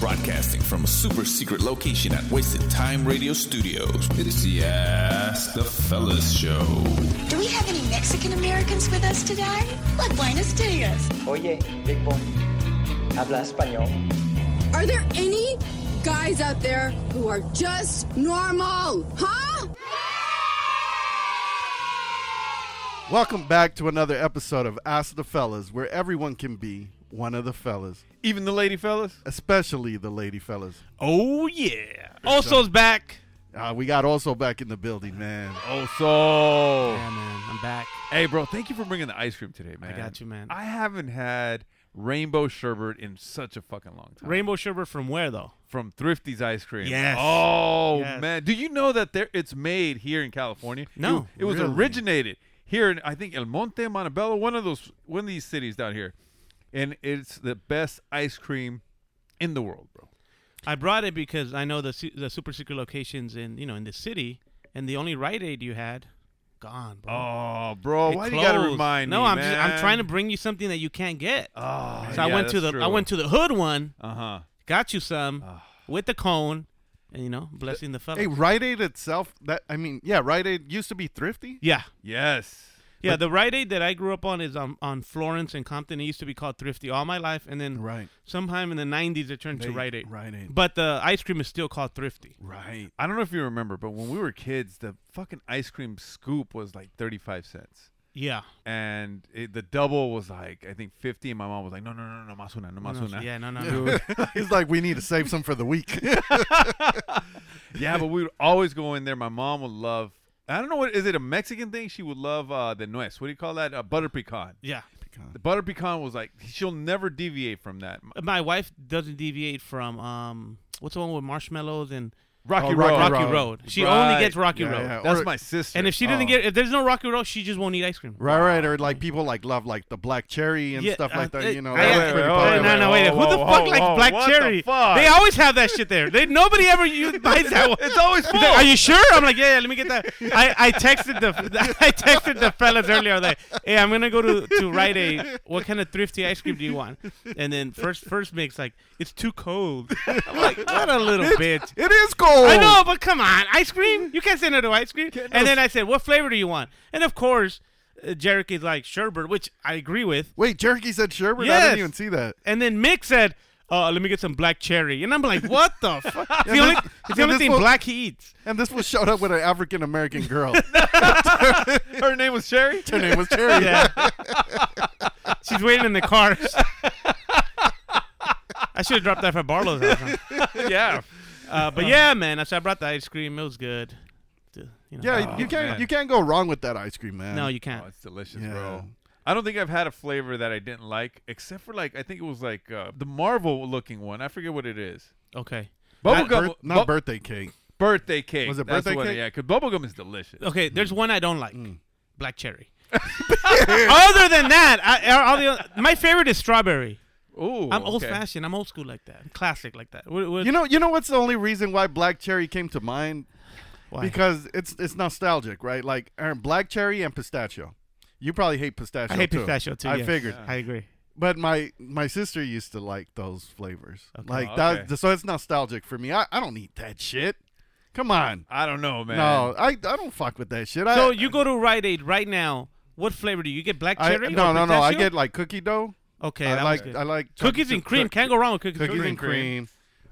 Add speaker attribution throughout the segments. Speaker 1: broadcasting from a super secret location at Wasted Time Radio Studios. It is the Ask the Fellas Show.
Speaker 2: Do we have any Mexican Americans with us today? Like Buenos Dias.
Speaker 3: Oye, Big Boy, habla español.
Speaker 4: Are there any guys out there who are just normal? Huh?
Speaker 5: Welcome back to another episode of Ask the Fellas, where everyone can be one of the fellas,
Speaker 6: Even the lady fellas.
Speaker 5: especially the lady fellas.
Speaker 6: Oh yeah. Also's back.
Speaker 5: Uh, we got also back in the building, man.
Speaker 6: Also.
Speaker 7: Yeah, man, I'm back.
Speaker 6: Hey, bro. Thank you for bringing the ice cream today, man.
Speaker 7: got you, man.
Speaker 6: I haven't had rainbow sherbet in such a fucking long time.
Speaker 7: Rainbow sherbet from where though?
Speaker 6: From Thrifty's ice cream.
Speaker 7: Yes.
Speaker 6: Oh
Speaker 7: Yes.
Speaker 6: man. Do you know that there? It's made here in California.
Speaker 7: No,
Speaker 6: It, it was
Speaker 5: really.
Speaker 6: originated here in I think El Monte, Montebello, one of those, one of these cities down here, and it's the best ice cream in the world, bro.
Speaker 7: I brought it because I know the su- the super secret locations in you know in the city, and the only Rite Aid you had, gone, bro.
Speaker 6: Oh, bro,
Speaker 7: It
Speaker 6: why do you gotta
Speaker 7: closed.
Speaker 6: remind
Speaker 7: no,
Speaker 6: me?
Speaker 7: I'm just, I'm
Speaker 6: man?
Speaker 7: trying to bring you something that you can't get.
Speaker 6: Oh,
Speaker 7: so I went to the I went to the hood one,
Speaker 6: Uh huh.
Speaker 7: got you some
Speaker 6: Ah.
Speaker 7: with the cone, and you know blessing the fellow.
Speaker 5: Hey, Rite Aid itself, that I mean, yeah, Rite Aid used to be thrifty.
Speaker 7: yeah,
Speaker 6: Yes.
Speaker 7: yeah. the Rite Aid that I grew up on is on on Florence and Compton. It used to be called Thrifty all my life, and then
Speaker 5: Right.
Speaker 7: sometime in the '90s it turned to
Speaker 5: They-
Speaker 7: Rite Aid.
Speaker 5: Rite Aid.
Speaker 7: But the ice cream is still called Thrifty.
Speaker 5: Right.
Speaker 6: I don't know if you remember, but when we were kids, the fucking ice cream scoop was like 35 cents.
Speaker 7: Yeah.
Speaker 6: And it, the double was like, I think 50. And my mom was like, no, no, no, no, más una, no más una.
Speaker 7: Yeah, no, no, no.
Speaker 5: It's like we need to save some for the week.
Speaker 6: Yeah, but we would always go in there. My mom would love, I don't know what, is it a Mexican thing? She would love uh, the nuez. What do you call that? Uh, butter pecan.
Speaker 7: yeah.
Speaker 6: The butter pecan was like, she'll never deviate from that.
Speaker 7: My wife doesn't deviate from um what's the one with marshmallows and
Speaker 6: Rocky
Speaker 5: Oh,
Speaker 6: Road.
Speaker 5: Rocky
Speaker 7: Rocky
Speaker 5: Road.
Speaker 7: Road. She only
Speaker 6: Right.
Speaker 7: gets Rocky
Speaker 5: Yeah,
Speaker 7: Road.
Speaker 5: yeah.
Speaker 6: That's
Speaker 5: Or-
Speaker 6: my sister.
Speaker 7: And if she doesn't
Speaker 5: Oh.
Speaker 7: get if there's no Rocky Road, she just won't eat ice cream.
Speaker 5: Right, right, or like people like love like the black cherry and
Speaker 7: Yeah,
Speaker 5: stuff
Speaker 7: uh,
Speaker 5: like that.
Speaker 7: it-
Speaker 5: You know,
Speaker 7: I-
Speaker 5: that's
Speaker 7: I-
Speaker 6: wait,
Speaker 5: pretty
Speaker 6: wait,
Speaker 5: popular.
Speaker 7: Hey, no, no, oh, wait.
Speaker 6: whoa,
Speaker 7: Who the
Speaker 6: whoa,
Speaker 7: fuck
Speaker 6: whoa,
Speaker 7: likes
Speaker 6: whoa,
Speaker 7: black
Speaker 6: what the
Speaker 7: cherry?
Speaker 6: fuck?
Speaker 7: They always have that shit there. They nobody ever u- buys that one.
Speaker 6: It's always full.
Speaker 7: He's like, Are you sure? I'm like, yeah, yeah. Let me get that. I, I texted the I texted the fellas earlier. Like, hey, I'm gonna go to to Rite Aid. What kind of thrifty ice cream do you want? And then first first mix like it's too cold. I'm like, what a little bitch.
Speaker 5: It is cold.
Speaker 7: I know, but come on, ice cream. You can't say no to ice cream. And then I said, what flavor do you want? And of course, uh, Jarek is like sherbet, which I agree with.
Speaker 5: Wait, Jerky said sherbet. I
Speaker 7: Yes.
Speaker 5: didn't even see that.
Speaker 7: And then Mick said, uh, let me get some black cherry. And I'm like, what the fuck? It's the
Speaker 5: Yeah,
Speaker 7: only,
Speaker 5: this-
Speaker 7: it's the
Speaker 5: yeah,
Speaker 7: only
Speaker 5: this
Speaker 7: thing
Speaker 5: will-
Speaker 7: black he eats.
Speaker 5: And this was showed up with an African American girl.
Speaker 6: Her name was Sherry?
Speaker 5: Her name was Cherry.
Speaker 7: Yeah. She's waiting in the car. I should have dropped that for Barlow's house. huh?
Speaker 6: yeah.
Speaker 7: Uh, but yeah, man, so I brought the ice cream. It was good. You know. uh,
Speaker 5: Yeah, you can't
Speaker 6: Oh, man.
Speaker 5: you can't go wrong with that ice cream, man.
Speaker 7: No, you
Speaker 6: Oh,
Speaker 7: can't.
Speaker 6: it's delicious,
Speaker 5: Yeah.
Speaker 6: bro. I don't think I've had a flavor that I didn't like, except for like I think it was like uh, the Marvel looking one. I forget what it is.
Speaker 7: Okay.
Speaker 5: not,
Speaker 6: Bubblegum,
Speaker 5: birth- not
Speaker 6: bu-
Speaker 5: birthday cake.
Speaker 6: birthday cake.
Speaker 5: Was it
Speaker 6: That's the
Speaker 5: birthday
Speaker 6: one,
Speaker 5: cake?
Speaker 6: Yeah, because bubblegum is delicious.
Speaker 7: Okay, there's
Speaker 5: Mm.
Speaker 7: one I don't like. Black cherry. Other than that, I, are all the, my favorite is strawberry.
Speaker 6: Ooh,
Speaker 7: I'm
Speaker 6: okay.
Speaker 7: old fashioned. I'm old school like that. I'm classic like that. What, what,
Speaker 5: You know, you know what's the only reason why black cherry came to mind?
Speaker 7: why?
Speaker 5: Because it's it's nostalgic, right? Like Aaron, black cherry and pistachio. You probably hate pistachio.
Speaker 7: I hate
Speaker 5: too.
Speaker 7: pistachio too.
Speaker 5: I
Speaker 7: yes.
Speaker 5: figured.
Speaker 7: I agree.
Speaker 5: But my my sister used to like those flavors. Like
Speaker 6: Oh,
Speaker 5: that.
Speaker 6: okay.
Speaker 5: So it's nostalgic for me. I, I don't eat that shit. Come on.
Speaker 6: I don't know, man.
Speaker 5: No, I, I don't fuck with that shit.
Speaker 7: So
Speaker 5: I,
Speaker 7: you go to Rite Aid right now. What flavor do you, you get? Black
Speaker 5: I,
Speaker 7: cherry?
Speaker 5: no,
Speaker 7: or
Speaker 5: no, no. I
Speaker 7: pistachio?
Speaker 5: get like cookie dough.
Speaker 7: okay.
Speaker 5: I
Speaker 7: that
Speaker 5: like
Speaker 7: was good.
Speaker 5: I like choc-
Speaker 7: cookies and
Speaker 5: choc-
Speaker 7: cream. Can't go wrong with cookies,
Speaker 5: cookies and cream.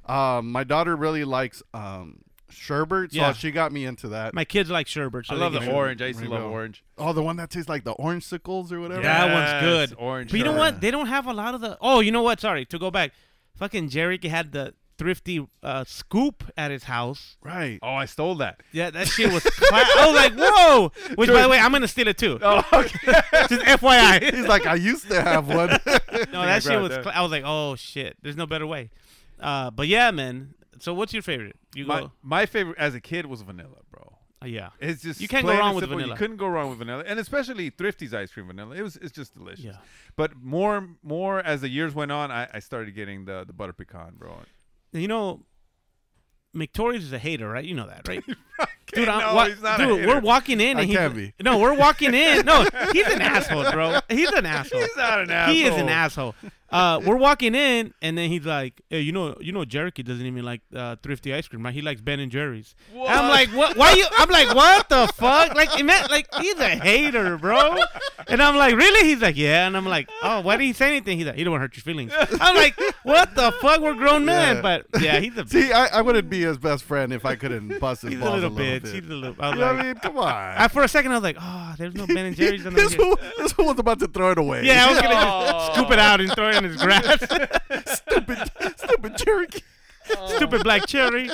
Speaker 5: Um, my daughter really likes um, sherbet, so
Speaker 7: Yeah.
Speaker 5: she got me into that.
Speaker 7: My kids like sherbet. So
Speaker 6: I
Speaker 7: they
Speaker 6: love
Speaker 7: get
Speaker 6: the
Speaker 7: sherbet.
Speaker 6: orange. I used to
Speaker 5: Rainbow.
Speaker 6: love orange.
Speaker 5: oh, the one that tastes like the orange sickles or whatever.
Speaker 7: That
Speaker 6: Yes,
Speaker 7: one's good.
Speaker 6: orange
Speaker 7: But you know
Speaker 6: sherbet.
Speaker 7: what? They don't have a lot of the. Oh, you know what? Sorry to go back. Fucking Jerry had the thrifty uh, scoop at his house.
Speaker 5: Right.
Speaker 6: Oh, I stole that.
Speaker 7: Yeah, that shit was. Cla- I was like, whoa. Which, by the way, I'm gonna steal it too.
Speaker 6: Oh, okay.
Speaker 7: Just FYI.
Speaker 5: He's like, I used to have one.
Speaker 7: no, that shit
Speaker 6: grabbed
Speaker 7: was.
Speaker 6: that.
Speaker 7: Cla- I was like, oh shit. There's no better way. Uh, but yeah, man. So what's your favorite? You
Speaker 6: my,
Speaker 7: go.
Speaker 6: my favorite as a kid was vanilla, bro.
Speaker 7: Uh, yeah.
Speaker 6: It's just
Speaker 7: You can't go
Speaker 6: plain
Speaker 7: wrong
Speaker 6: and
Speaker 7: with
Speaker 6: simple.
Speaker 7: vanilla.
Speaker 6: You couldn't go wrong with vanilla, and especially Thrifty's ice cream vanilla. It was it's just delicious.
Speaker 7: Yeah.
Speaker 6: But more more as the years went on, I, I started getting the the butter pecan, bro.
Speaker 7: You know, McTorrey's is a hater, right? You know that, right?
Speaker 6: Dude, no,
Speaker 7: wa-
Speaker 6: he's not a
Speaker 7: dude,
Speaker 6: hater.
Speaker 7: we're walking in.
Speaker 5: I
Speaker 7: and
Speaker 5: can't
Speaker 7: he's,
Speaker 5: be.
Speaker 7: No, we're walking in. No, he's an asshole, bro. He's an asshole.
Speaker 6: He's not an
Speaker 7: He is an
Speaker 6: asshole.
Speaker 7: asshole. uh, we're walking in, and then he's like, hey, "You know, you know, Jericho doesn't even like uh, thrifty ice cream, right? He likes Ben and Jerry's." I'm like, "What? Why you?" I'm like, "What the fuck?" Like, it meant, like he's a hater, bro. And I'm like, "Really?" He's like, "Yeah." And I'm like, "Oh, why did he say anything?" He's like, "He don't want to hurt your feelings." I'm like, "What the fuck? We're grown men."
Speaker 5: Yeah.
Speaker 7: But yeah, he's a
Speaker 5: See, I, I wouldn't be his best friend if I couldn't bust his
Speaker 7: he's a
Speaker 5: balls
Speaker 7: little
Speaker 5: bit.
Speaker 7: bitch. He's a little. I was
Speaker 5: you know what
Speaker 7: like-
Speaker 5: I mean? Come on.
Speaker 7: I- for a second, I was like, "Oh, there's no Ben and Jerry's." on the
Speaker 5: this, fool, this fool was about to throw it away.
Speaker 7: Yeah, I was gonna just scoop it out and throw it in his grass.
Speaker 5: stupid, stupid Cherokee.
Speaker 7: Stupid black cherry.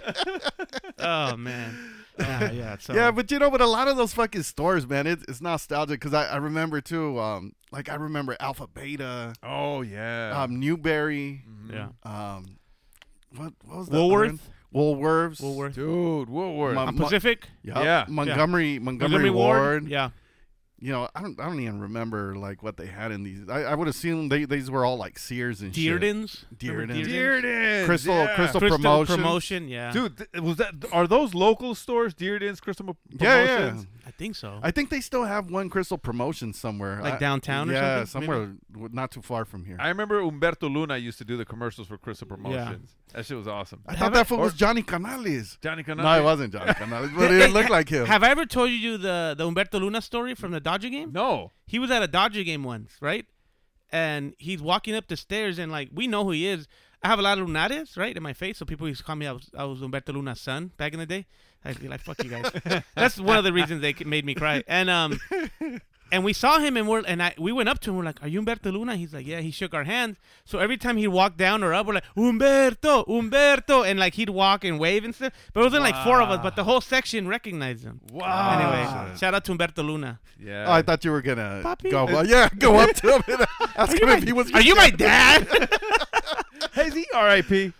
Speaker 7: Oh man. Yeah, yeah. So
Speaker 5: Yeah, but you know, but a lot of those fucking stores, man, it, it's nostalgic because I, I remember too. Um, like I remember Alpha Beta,
Speaker 6: Oh yeah.
Speaker 5: um, Newberry,
Speaker 7: yeah.
Speaker 5: um, what, what was that? other
Speaker 7: Woolworth?
Speaker 5: one? Woolworths,
Speaker 7: Woolworth.
Speaker 6: Dude, Woolworth.
Speaker 5: My-
Speaker 7: On Pacific.
Speaker 5: Yup.
Speaker 6: Yeah.
Speaker 5: Montgomery, Montgomery,
Speaker 7: Montgomery
Speaker 5: Ward.
Speaker 7: Yeah.
Speaker 5: You know, I don't, I don't even remember like what they had in these. I, I would assume they these were all like Sears and shit.
Speaker 7: Dearden's. Remember
Speaker 5: Dearden's.
Speaker 6: Dearden.
Speaker 5: Crystal-
Speaker 6: yeah.
Speaker 5: Crystal-
Speaker 7: Crystal
Speaker 5: Promotions.
Speaker 7: promotion. Yeah.
Speaker 6: Dude, th- was that are those local stores? Dearden's, Crystal Mo-
Speaker 5: Yeah, yeah.
Speaker 6: Promotions?
Speaker 7: I think so.
Speaker 5: I think they still have one Crystal promotion somewhere,
Speaker 7: Like
Speaker 5: I-
Speaker 7: downtown or
Speaker 5: Yeah,
Speaker 7: something,
Speaker 5: somewhere w- not too far from here.
Speaker 6: I remember Humberto Luna used to do the commercials for Crystal Promotions. That shit was awesome.
Speaker 5: I thought that fool was Johnny Canales.
Speaker 6: Johnny Canales.
Speaker 5: No, it wasn't Johnny Canales, but it looked like him.
Speaker 7: Have I ever told you the the Umberto Luna story from the Dodger game?
Speaker 6: No.
Speaker 7: he was at a Dodger game once, right? And he's walking up the stairs, and like we know who he is. I have a lot of lunares, right, in my face, so people used to call me I was, I was Humberto Luna's son back in the day. I'd be like, "Fuck you guys." That's one of the reasons they made me cry. And um, and we saw him, and we're and I we went up to him. We're like, "Are you Humberto Luna?" He's like, "Yeah." He shook our hands. So every time he walked down or up, we're like, "Humberto, Humberto," and like he'd walk and wave and stuff. But it wasn't like four of us, but the whole section recognized him.
Speaker 6: Wow.
Speaker 7: Anyway, shout out to Humberto Luna.
Speaker 6: Yeah.
Speaker 5: Oh, I thought you were gonna
Speaker 7: Papi.
Speaker 5: go. Well, yeah, go up to him and ask him if he was.
Speaker 7: Are you my dad?
Speaker 6: hey, is he R.I.P.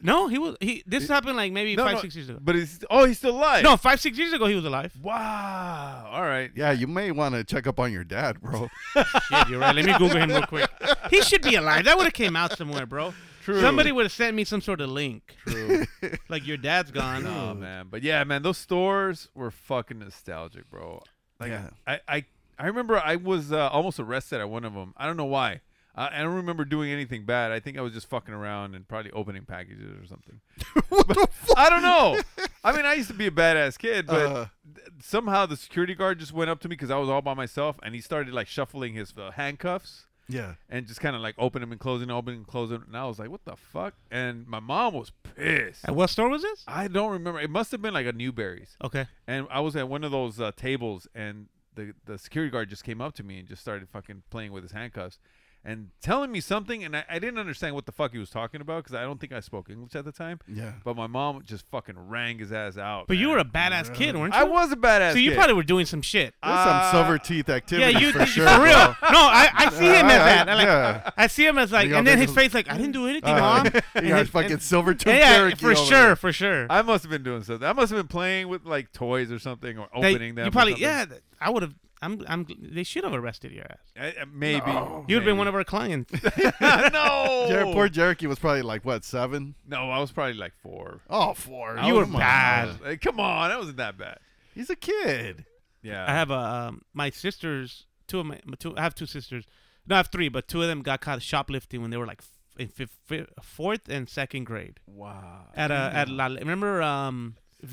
Speaker 7: No, he was. He this happened like maybe
Speaker 6: No,
Speaker 7: five
Speaker 6: no,
Speaker 7: six years ago.
Speaker 6: But he's oh, he's still alive.
Speaker 7: No, five six years ago he was alive.
Speaker 6: Wow. All right.
Speaker 5: Yeah, you may want to check up on your dad, bro.
Speaker 7: Shit, you're right. Let me Google him real quick. He should be alive. That would have came out somewhere, bro.
Speaker 6: True.
Speaker 7: Somebody would have sent me some sort of link. True. like your dad's gone.
Speaker 6: Oh man, but yeah, man, those stores were fucking nostalgic, bro. Like
Speaker 5: Yeah.
Speaker 6: I, I, I remember I was uh, almost arrested at one of them. I don't know why. I, I don't remember doing anything bad. I think I was just fucking around and probably opening packages or something.
Speaker 5: what the fuck?
Speaker 6: I don't know. I mean, I used to be a badass kid, but
Speaker 5: Uh.
Speaker 6: th- somehow the security guard just went up to me because I was all by myself, and he started like shuffling his uh, handcuffs
Speaker 5: Yeah.
Speaker 6: and just kind of like opening them and closing, opening and closing. And I was like, "What the fuck?" And my mom was pissed.
Speaker 7: At what store was this?
Speaker 6: I don't remember. It must have been like a Newberry's.
Speaker 7: Okay.
Speaker 6: And I was at one of those uh, tables, and the the security guard just came up to me and just started fucking playing with his handcuffs, and telling me something, and I, I didn't understand what the fuck he was talking about because I don't think I spoke English at the time.
Speaker 5: Yeah.
Speaker 6: But my mom just fucking rang his ass out.
Speaker 7: But you
Speaker 6: man.
Speaker 7: were a badass kid, weren't you?
Speaker 6: I was a badass.
Speaker 7: So you
Speaker 6: kid.
Speaker 7: probably were doing some shit.
Speaker 5: There's
Speaker 6: Uh,
Speaker 5: some silver teeth
Speaker 7: Yeah,
Speaker 5: activity
Speaker 7: you
Speaker 5: for
Speaker 7: did-
Speaker 5: sure.
Speaker 7: for real.
Speaker 5: bro.
Speaker 7: No, I, I see him
Speaker 5: I-
Speaker 7: as
Speaker 5: I-
Speaker 7: that. I, like, "Uh,
Speaker 5: yeah.
Speaker 7: I see him as like,
Speaker 5: You
Speaker 7: and
Speaker 5: got
Speaker 7: then his
Speaker 5: this-
Speaker 7: face like, I didn't do anything,
Speaker 5: Uh,
Speaker 7: mom.
Speaker 5: you
Speaker 7: And
Speaker 5: got
Speaker 7: his-
Speaker 5: fucking
Speaker 7: and-
Speaker 5: silver tooth
Speaker 7: yeah, yeah,
Speaker 5: Cherokee
Speaker 7: for
Speaker 5: over
Speaker 7: sure,
Speaker 5: there.
Speaker 7: for sure.
Speaker 6: I must have been doing something. I must have been playing with like toys or something, or
Speaker 7: They-
Speaker 6: opening them.
Speaker 7: You
Speaker 6: or
Speaker 7: probably
Speaker 6: something.
Speaker 7: yeah. th- I would have. I'm. I'm. gl- They should have arrested your ass.
Speaker 6: I- I- Eh, maybe
Speaker 7: You'd have been one of our clients.
Speaker 6: our. no.
Speaker 5: Jer- poor Cherokee was probably like what seven?
Speaker 6: no, I was probably like four.
Speaker 5: Oh, four.
Speaker 7: You
Speaker 5: Oh,
Speaker 7: were
Speaker 5: come on.
Speaker 7: bad.
Speaker 6: Like, come on, that wasn't that bad.
Speaker 5: He's a kid.
Speaker 6: Yeah.
Speaker 7: I have a um, my sisters. Two of my my two. I have two sisters. No, I have three, but two of them got caught shoplifting when they were like f- in fifth, fifth, fourth and second grade
Speaker 6: wow.
Speaker 7: at a at La, remember um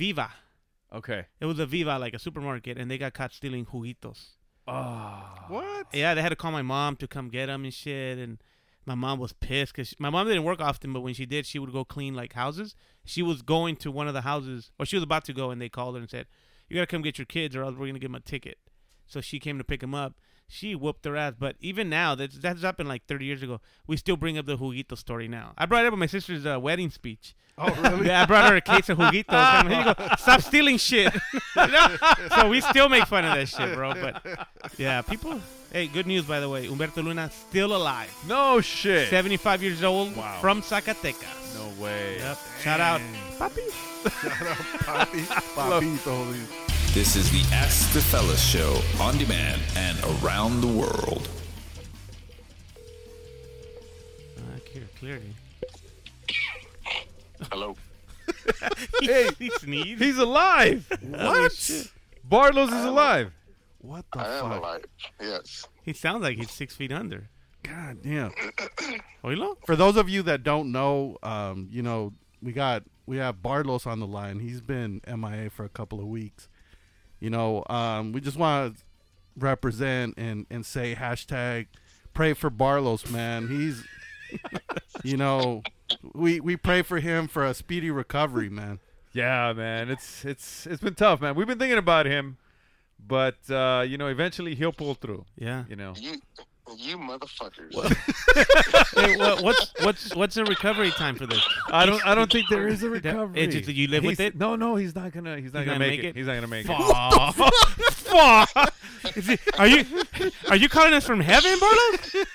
Speaker 7: Viva.
Speaker 6: Okay.
Speaker 7: It was a Viva, like a supermarket, and they got caught stealing juguitos.
Speaker 5: What?
Speaker 7: Yeah, they had to call my mom to come get them and shit. And my mom was pissed because my mom didn't work often, but when she did, she would go clean like houses. She was going to one of the houses, or she was about to go, and they called her and said, "You gotta come get your kids, or else we're gonna give them a ticket." So she came to pick them up. She whooped their ass. But even now, that's that's happened like 30 years ago. We still bring up the juguito story now. I brought it up in my sister's uh, wedding speech.
Speaker 5: Oh, really?
Speaker 7: Yeah, I brought her a case of juguitos. I'm like, "Here you go. Stop stealing shit. You know? So we still make fun of that shit, bro. But yeah, people. Hey, good news by the way. Humberto Luna still alive,
Speaker 6: No shit.
Speaker 7: 75 years old,
Speaker 6: Wow.
Speaker 7: from Zacatecas.
Speaker 6: No way.
Speaker 7: Yep. Shout out.
Speaker 5: Papi- Papito, dude.
Speaker 1: This is the Ask the Fellas show on demand and around the world.
Speaker 7: Uh, clear- clearly.
Speaker 8: Hello.
Speaker 7: Hey, he sneezed.
Speaker 6: He's alive.
Speaker 5: What?
Speaker 6: Barlos is alive.
Speaker 5: What the
Speaker 8: I am
Speaker 5: fuck?
Speaker 8: alive. Yes.
Speaker 7: He sounds like he's six feet under.
Speaker 5: God damn.
Speaker 7: Oilo?
Speaker 5: For those of you that don't know, um, you know, we got we have Barlos on the line. He's been MIA for a couple of weeks. You know, um, we just want to represent and and say hashtag pray for Barlos, man. He's, you know, we we pray for him for a speedy recovery, man.
Speaker 6: Yeah, man, it's it's it's been tough, man. We've been thinking about him, but uh, you know, eventually he'll pull through.
Speaker 7: Yeah.
Speaker 6: You know,
Speaker 8: You, you motherfuckers.
Speaker 7: Hey, what, what's what's what's the recovery time for this?
Speaker 6: I don't I don't think there is a recovery.
Speaker 7: just- you live with
Speaker 6: He's-
Speaker 7: it?
Speaker 6: No, no, he's not gonna he's not gonna, make, it. He's not gonna make it.
Speaker 7: Fuck. Fuck. Is it- Are you are you calling us from heaven, Barlow?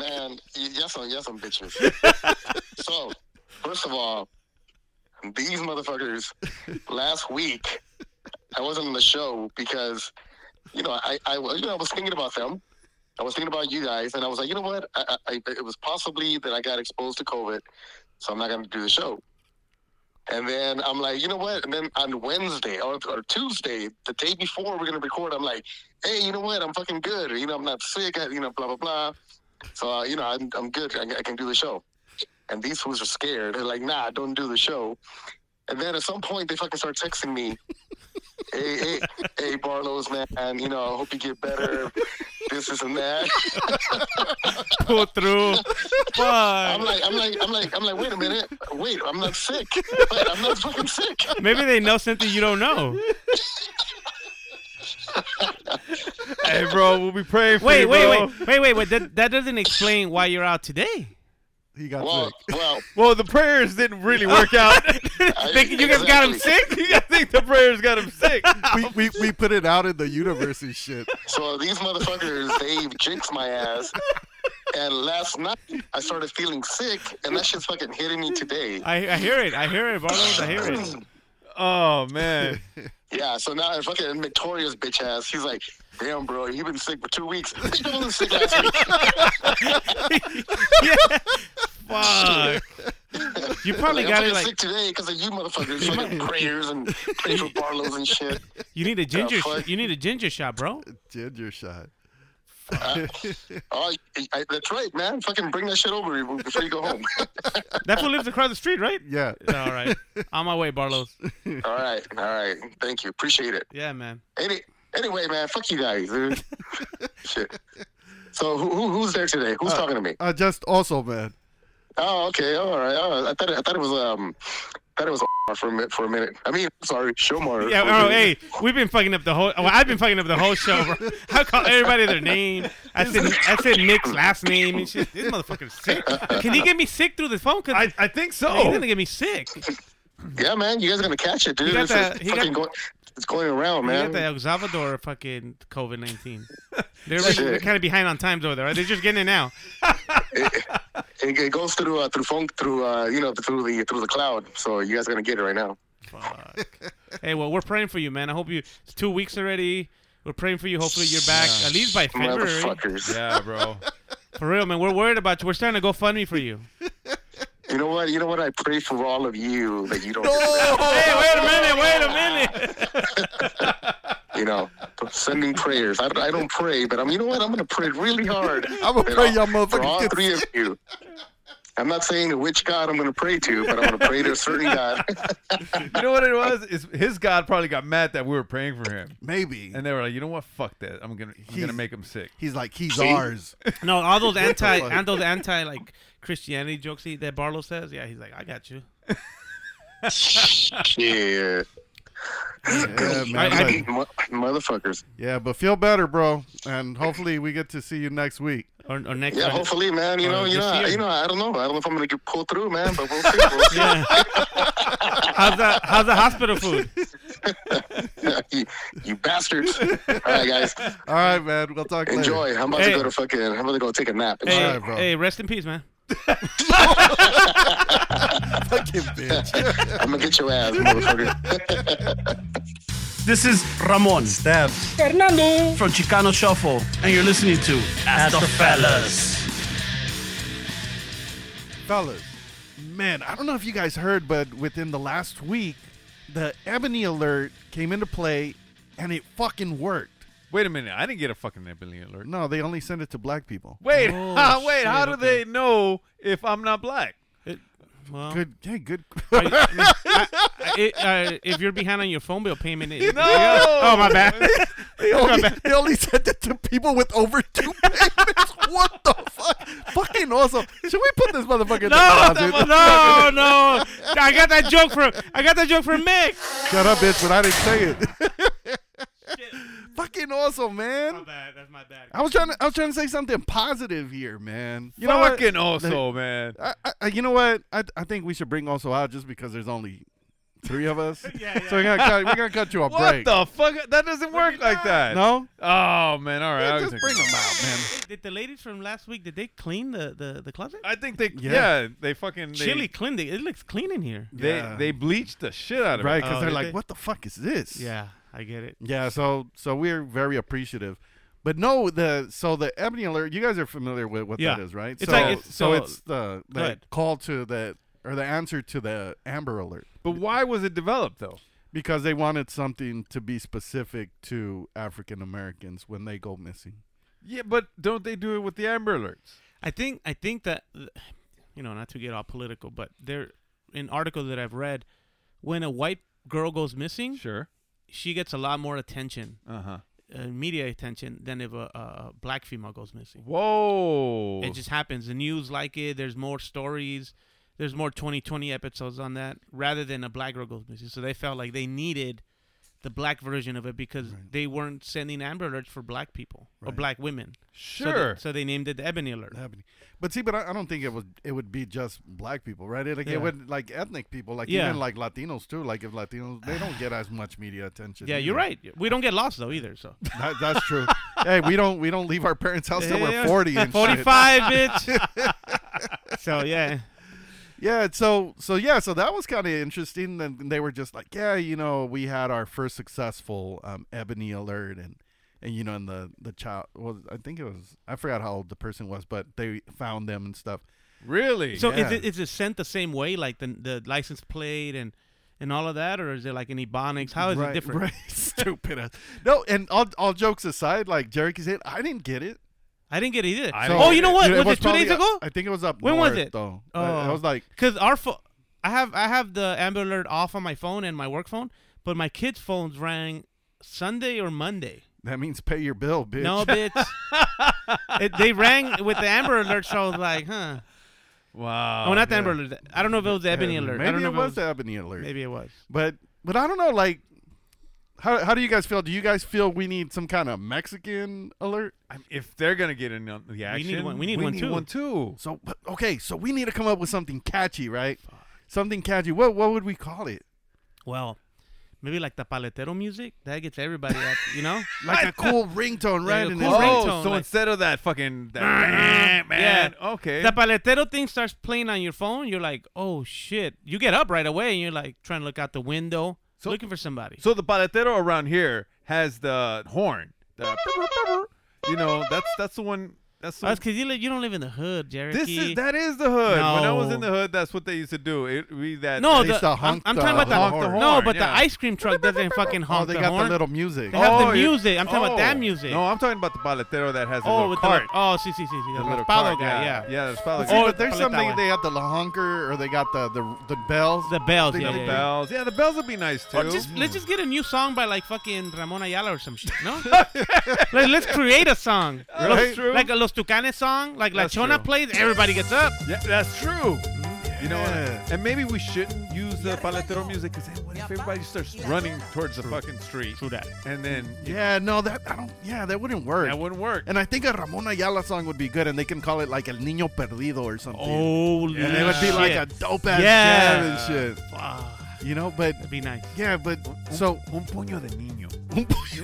Speaker 8: Man, y- yes, I'm, yes, I'm bitches. so, first of all, these motherfuckers, last week, I wasn't on the show because, you know, I, I, you know, I was thinking about them. I was thinking about you guys, and I was like, you know what? I, I, I, it was possibly that I got exposed to COVID, so I'm not going to do the show. And then I'm like, you know what? And then on Wednesday or, or Tuesday, the day before we're going to record, I'm like, hey, you know what? I'm fucking good. Or, you know, I'm not sick. I, you know, blah, blah, blah. So uh, you know, I'm, I'm good. I, I can do the show. And these fools are scared. They're like, nah, don't do the show. And then at some point, they fucking start texting me, hey, hey, hey, Barlow's man, you know, I hope you get better. This, is and that.
Speaker 7: Pull through.
Speaker 8: I'm
Speaker 7: Fuck.
Speaker 8: like, I'm like, I'm like, I'm like, wait a minute, wait, I'm not sick. Wait, I'm not fucking sick.
Speaker 7: Maybe they know something you don't know.
Speaker 6: hey, bro, we'll be praying for
Speaker 7: Wait,
Speaker 6: you.
Speaker 7: wait,
Speaker 6: bro.
Speaker 7: wait, wait, wait, wait. That, that doesn't explain why you're out today.
Speaker 5: He got
Speaker 8: Well,
Speaker 5: sick.
Speaker 8: well,
Speaker 6: Well, the prayers didn't really work out.
Speaker 8: I-
Speaker 7: Think you guys got him
Speaker 8: exactly.
Speaker 7: sick?
Speaker 6: I think the prayers got him sick.
Speaker 5: We, we we put it out in the universe and shit.
Speaker 8: So these motherfuckers, they jinxed my ass. And last night, I started feeling sick, and that shit's fucking hitting me today.
Speaker 7: I, I hear it. I hear it, Barlow. I hear it.
Speaker 6: Oh man,
Speaker 8: Yeah, so now and fucking Victoria's bitch ass, he's like, damn, bro, you've been sick for two weeks. Bitch, I wasn't sick last week.
Speaker 7: Fuck. You probably
Speaker 8: Like,
Speaker 7: got
Speaker 8: I'm
Speaker 7: it
Speaker 8: fucking sick
Speaker 7: like
Speaker 8: today because of you motherfuckers. fucking prayers and praying for Barlow's and shit.
Speaker 7: you need a ginger. sh-
Speaker 8: fuck.
Speaker 7: you need a ginger shot, bro.
Speaker 5: Ginger shot.
Speaker 8: Oh, I, I- that's right, man. Fucking bring that shit over before you go home.
Speaker 7: That fool lives across the street, right?
Speaker 5: Yeah.
Speaker 7: All right. On my way, Barlow's.
Speaker 8: all right, all right. Thank you. Appreciate it.
Speaker 7: Yeah, man.
Speaker 8: Any, anyway, man, fuck you guys, dude. shit. So who, who, who's there today? Who's talking to me?
Speaker 5: Uh, just also, man.
Speaker 8: Oh, okay, all right. Oh, I thought it, I thought it was um, I thought it was for a minute. For a minute. I mean, sorry, Shomar.
Speaker 7: Yeah, bro. Hey, we've been fucking up the whole. Well, I've been fucking up the whole show. Bro. I call everybody their name. I said, I said Nick's last name and shit. This motherfucker's sick. Can he get me sick through this phone? Cause
Speaker 6: I, I think
Speaker 7: he's
Speaker 6: so.
Speaker 7: gonna get me sick. He
Speaker 8: Yeah, man, you guys are gonna catch it, dude.
Speaker 7: got
Speaker 8: It's,
Speaker 7: that-
Speaker 8: it's
Speaker 7: he
Speaker 8: fucking
Speaker 7: got-
Speaker 8: going, it's going around, man.
Speaker 7: got the El Salvador fucking COVID nineteen. They're,
Speaker 8: Shit.
Speaker 7: they're kind of behind on times over there. Right? They're just getting it now.
Speaker 8: It, it goes through uh, through funk through uh, you know through the through the cloud. So you guys are gonna get it right now.
Speaker 7: Hey, well, we're praying for you, man. I hope you. It's two weeks already. We're praying for you. Hopefully, you're back at least by February.
Speaker 8: Motherfuckers.
Speaker 6: Yeah, bro.
Speaker 7: For real, man. We're worried about you. We're starting to GoFundMe for you.
Speaker 8: You know what? You know what? I pray for all of you that you don't.
Speaker 7: hey, wait a minute. Wait a minute.
Speaker 8: You know, sending prayers. I, I don't pray, but I'm. You know what? I'm gonna pray really hard.
Speaker 5: I'm gonna pray y'all
Speaker 8: for all
Speaker 5: motherfuckers.
Speaker 8: three of you. I'm not saying which God I'm gonna pray to, but I'm gonna pray to a certain God.
Speaker 6: You know what it was? Is his God probably got mad that we were praying for him,
Speaker 5: Oh. Maybe.
Speaker 6: and they were like, you know what? Fuck that. I'm gonna I'm gonna
Speaker 5: He's-
Speaker 6: make him sick.
Speaker 5: He's like, he's ours.
Speaker 7: No, all those anti,
Speaker 5: fuck?
Speaker 7: and those anti like Christianity jokes he, that Barlow says. Yeah, he's like, I got you.
Speaker 8: yeah.
Speaker 5: Yeah, man.
Speaker 7: I- I-
Speaker 5: but,
Speaker 8: Mo- motherfuckers.
Speaker 5: yeah, but feel better, bro. And hopefully we get to see you next week.
Speaker 7: Or, or next.
Speaker 8: Yeah,
Speaker 7: time.
Speaker 8: hopefully, man. You know,
Speaker 7: Uh,
Speaker 8: you know,
Speaker 7: this
Speaker 8: I-
Speaker 7: year.
Speaker 8: you know. I don't know. I don't know if I'm gonna get pulled through, man. But we'll see. We'll see.
Speaker 7: How's the How's the hospital food?
Speaker 8: you, you bastards! All right, guys,
Speaker 5: All right, man. We'll talk later.
Speaker 8: enjoy. I'm about
Speaker 7: Hey.
Speaker 8: to go to fucking. I'm about to go take a nap. and
Speaker 7: Hey,
Speaker 5: right, bro.
Speaker 7: hey, rest in peace, man.
Speaker 5: Fucking bitch.
Speaker 8: shit. I'm gonna get your ass, motherfucker.
Speaker 9: This is Ramon Stabs Fernando from Chicano Shuffle, and you're listening to Ask, the Fellas.
Speaker 5: Fellas, man, I don't know if you guys heard, but within the last week, the Ebony Alert came into play and it fucking worked.
Speaker 6: Wait a minute. I didn't get a fucking Nipoli alert.
Speaker 5: No, they only send it to black people.
Speaker 6: Wait,
Speaker 7: Oh,
Speaker 6: wait. how do
Speaker 7: shit,
Speaker 6: they know if I'm not black?
Speaker 7: Well,
Speaker 5: Good, yeah, good.
Speaker 7: I- I- if you're behind on your phone bill payment, it,
Speaker 6: No.
Speaker 7: Oh my bad.
Speaker 5: they, only, they only send it to people with overdue payments. what the fuck? Fucking awesome. Should we put this motherfucker in
Speaker 7: No,
Speaker 5: the closet?
Speaker 7: no, no! I got that joke from I got that joke from Mick.
Speaker 5: Shut up, bitch, but I didn't say it. Fucking awesome, man.
Speaker 7: bad. That's my bad.
Speaker 5: I was trying to I was trying to say something positive here, man. You know what?
Speaker 6: Fucking also, man.
Speaker 5: I, I, I- you know what? I, I think we should bring also out just because there's only three of us. yeah, So we're gonna cut, we're gonna cut you a
Speaker 6: What
Speaker 5: break.
Speaker 6: the fuck? That doesn't work like that.
Speaker 5: no,
Speaker 6: Oh man. All right.
Speaker 5: Yeah,
Speaker 6: I'll
Speaker 5: just
Speaker 6: take
Speaker 5: bring
Speaker 6: it.
Speaker 5: them out, man.
Speaker 7: Did the ladies from last week did they clean the the, the closet?
Speaker 6: I think they. Yeah.
Speaker 5: Yeah.
Speaker 6: they fucking. They,
Speaker 7: Chili cleaned it. It looks clean in here.
Speaker 6: They
Speaker 5: Yeah.
Speaker 6: they bleached the shit out of
Speaker 5: Right?
Speaker 6: it.
Speaker 5: Because
Speaker 7: Oh,
Speaker 5: they're
Speaker 7: did
Speaker 5: like,
Speaker 7: they?
Speaker 5: what the fuck is this?
Speaker 7: Yeah, I get it.
Speaker 5: Yeah. So so we're very appreciative. But no, the so the ebony alert. You guys are familiar with what
Speaker 7: Yeah.
Speaker 5: that is, right?
Speaker 7: It's
Speaker 5: so,
Speaker 7: like it's-
Speaker 5: so
Speaker 7: so-
Speaker 5: it's the,
Speaker 7: Go
Speaker 5: the
Speaker 7: ahead.
Speaker 5: call to the or the answer to the amber alert
Speaker 6: But why was it developed though?
Speaker 5: because they wanted something to be specific to African Americans when they go missing.
Speaker 6: Yeah, but don't they do it with the Amber Alerts?
Speaker 7: I think I think that you know, not to get all political, but there in articles that I've read, when a white girl goes missing,
Speaker 6: Sure.
Speaker 7: she gets a lot more attention,
Speaker 6: Uh huh.
Speaker 7: uh, media attention, than if a, a a black female goes missing.
Speaker 6: Whoa.
Speaker 7: It just happens. The news like it. There's more stories. There's more 2020 episodes on that rather than a black girl goes missing. So they felt like they needed the black version of it because they weren't sending Amber Alerts for black people or black women. So they-
Speaker 6: sure.
Speaker 7: So they, named it the Ebony Alert.
Speaker 5: happening. But see, but I, I don't think it was. It would be just black people, right? It, like,
Speaker 7: Yeah.
Speaker 5: it would like ethnic people, like
Speaker 7: Yeah.
Speaker 5: even like Latinos too. Like if Latinos, they don't get as much media attention.
Speaker 7: Yeah,
Speaker 5: either.
Speaker 7: you're right. We don't get lost though either. So
Speaker 5: That, that's true. hey, we don't we don't leave our parents' house till we're forty and shit.
Speaker 7: 45, bitch. so yeah,
Speaker 5: Yeah. So so yeah. So that was kind of interesting. And they were just like, yeah, you know, we had our first successful um, ebony alert and. And you know, and the the child was I think it was I forgot how old the person was, but they found them and stuff.
Speaker 6: really?
Speaker 7: So is
Speaker 5: Yeah.
Speaker 7: it is it sent the same way, like the the license plate and and all of that, or is it like an ebonics? How is
Speaker 5: right,
Speaker 7: it different?
Speaker 5: Right, stupid. ass. No, and all all jokes aside, like Jerry can say, I didn't get it.
Speaker 7: I didn't get it either.
Speaker 6: I
Speaker 5: So-
Speaker 7: oh, you know what?
Speaker 5: Yeah,
Speaker 7: Was it two
Speaker 5: probably
Speaker 7: days
Speaker 5: up-
Speaker 7: ago?
Speaker 5: I think it was up.
Speaker 7: When was
Speaker 5: north,
Speaker 7: it?
Speaker 5: Though Uh, I, I
Speaker 7: Oh.
Speaker 5: was like,
Speaker 7: Because our phone, I have I have the Amber Alert off on my phone and my work phone, but my kids' phones rang Sunday or Monday.
Speaker 5: that means pay your bill, bitch.
Speaker 7: No, bitch. it, they rang with the Amber Alert, so I was like, huh.
Speaker 6: wow.
Speaker 7: Oh, not the Amber Alert. I don't know if it was the Ebony
Speaker 5: Yeah,
Speaker 7: Alert.
Speaker 5: Maybe
Speaker 7: I don't know
Speaker 5: it
Speaker 7: if
Speaker 5: was the ebony alert.
Speaker 7: Maybe it was.
Speaker 5: But but I don't know. Like, how how do you guys feel? Do you guys feel we need some kind of Mexican alert?
Speaker 6: I'm- if they're gonna get in on the
Speaker 7: need
Speaker 6: action,
Speaker 7: one- we need one too.
Speaker 6: One too.
Speaker 5: So but- okay, so we need to come up with something catchy, right? Something catchy. What what would we call it?
Speaker 7: Well, maybe like the paletero music that gets everybody up, you know?
Speaker 5: Like a cool ringtone, right?
Speaker 7: a
Speaker 5: And
Speaker 7: cool
Speaker 5: it's-
Speaker 7: ringtone.
Speaker 6: Oh, so
Speaker 7: like-
Speaker 6: instead of that fucking that man,
Speaker 7: Yeah.
Speaker 6: okay.
Speaker 7: The paletero thing starts playing on your phone. You're like, oh shit! You get up right away and you're like trying to look out the window, looking for somebody.
Speaker 6: so the paletero around here has the horn. The you know, that's that's the one. That's the
Speaker 7: That's because Oh, you, li- you don't live in the hood, Jerry.
Speaker 6: This is that is the hood. When I was in
Speaker 7: No.
Speaker 6: the hood, that's what they used to do. It be that
Speaker 7: No,
Speaker 5: They used
Speaker 7: the,
Speaker 5: to
Speaker 7: I'm,
Speaker 5: honk
Speaker 7: I'm
Speaker 5: the-
Speaker 7: talking about the,
Speaker 6: honk the
Speaker 7: no,
Speaker 6: horn,
Speaker 7: but
Speaker 6: yeah.
Speaker 7: the ice cream truck doesn't fucking honk
Speaker 5: oh, they
Speaker 7: the
Speaker 5: got
Speaker 7: horn.
Speaker 5: the little music.
Speaker 7: They have
Speaker 6: Oh,
Speaker 7: the
Speaker 6: you-
Speaker 7: music. I'm talking about that
Speaker 6: Oh,
Speaker 7: music.
Speaker 6: No, I'm talking about the paletero that has a
Speaker 7: oh,
Speaker 6: little
Speaker 7: with
Speaker 6: cart.
Speaker 7: the oh, see, see, see, see, the,
Speaker 6: The little
Speaker 7: Palo
Speaker 6: cart,
Speaker 7: guy,
Speaker 6: yeah,
Speaker 7: yeah.
Speaker 6: yeah, the Palo
Speaker 5: See,
Speaker 6: guy.
Speaker 7: Oh,
Speaker 5: but there's
Speaker 7: Paleta
Speaker 5: something
Speaker 7: one.
Speaker 5: they have the la honker or they got the the, the bells.
Speaker 7: The bells,
Speaker 5: They
Speaker 7: yeah,
Speaker 5: got
Speaker 7: yeah,
Speaker 5: the
Speaker 7: yeah.
Speaker 6: bells. Yeah, the bells would be nice too. Hmm.
Speaker 7: Or just let's just get a new song by like fucking Ramon Ayala or some shit. No, like, let's create a song.
Speaker 6: That's
Speaker 7: Los-
Speaker 6: true.
Speaker 7: Like a Los Tucanes song. Like
Speaker 6: That's
Speaker 7: La Chona
Speaker 6: true.
Speaker 7: plays, everybody gets up.
Speaker 6: yeah, that's true. Mm-hmm. You know,
Speaker 5: Yeah.
Speaker 6: and maybe we shouldn't use the paletero music because then what if everybody starts running towards the fucking street?
Speaker 7: True that.
Speaker 6: And then
Speaker 5: Yeah, no, that I don't. Yeah, that wouldn't work.
Speaker 6: that wouldn't work.
Speaker 5: and I think a Ramon Ayala song would be good, and they can call it like El Niño Perdido or something.
Speaker 7: Holy
Speaker 5: and it would be like a dope ass
Speaker 7: Oh, Yeah.
Speaker 5: jam and shit. You know, but
Speaker 7: That'd ah, be nice.
Speaker 5: yeah, but so
Speaker 6: Un puño de niño.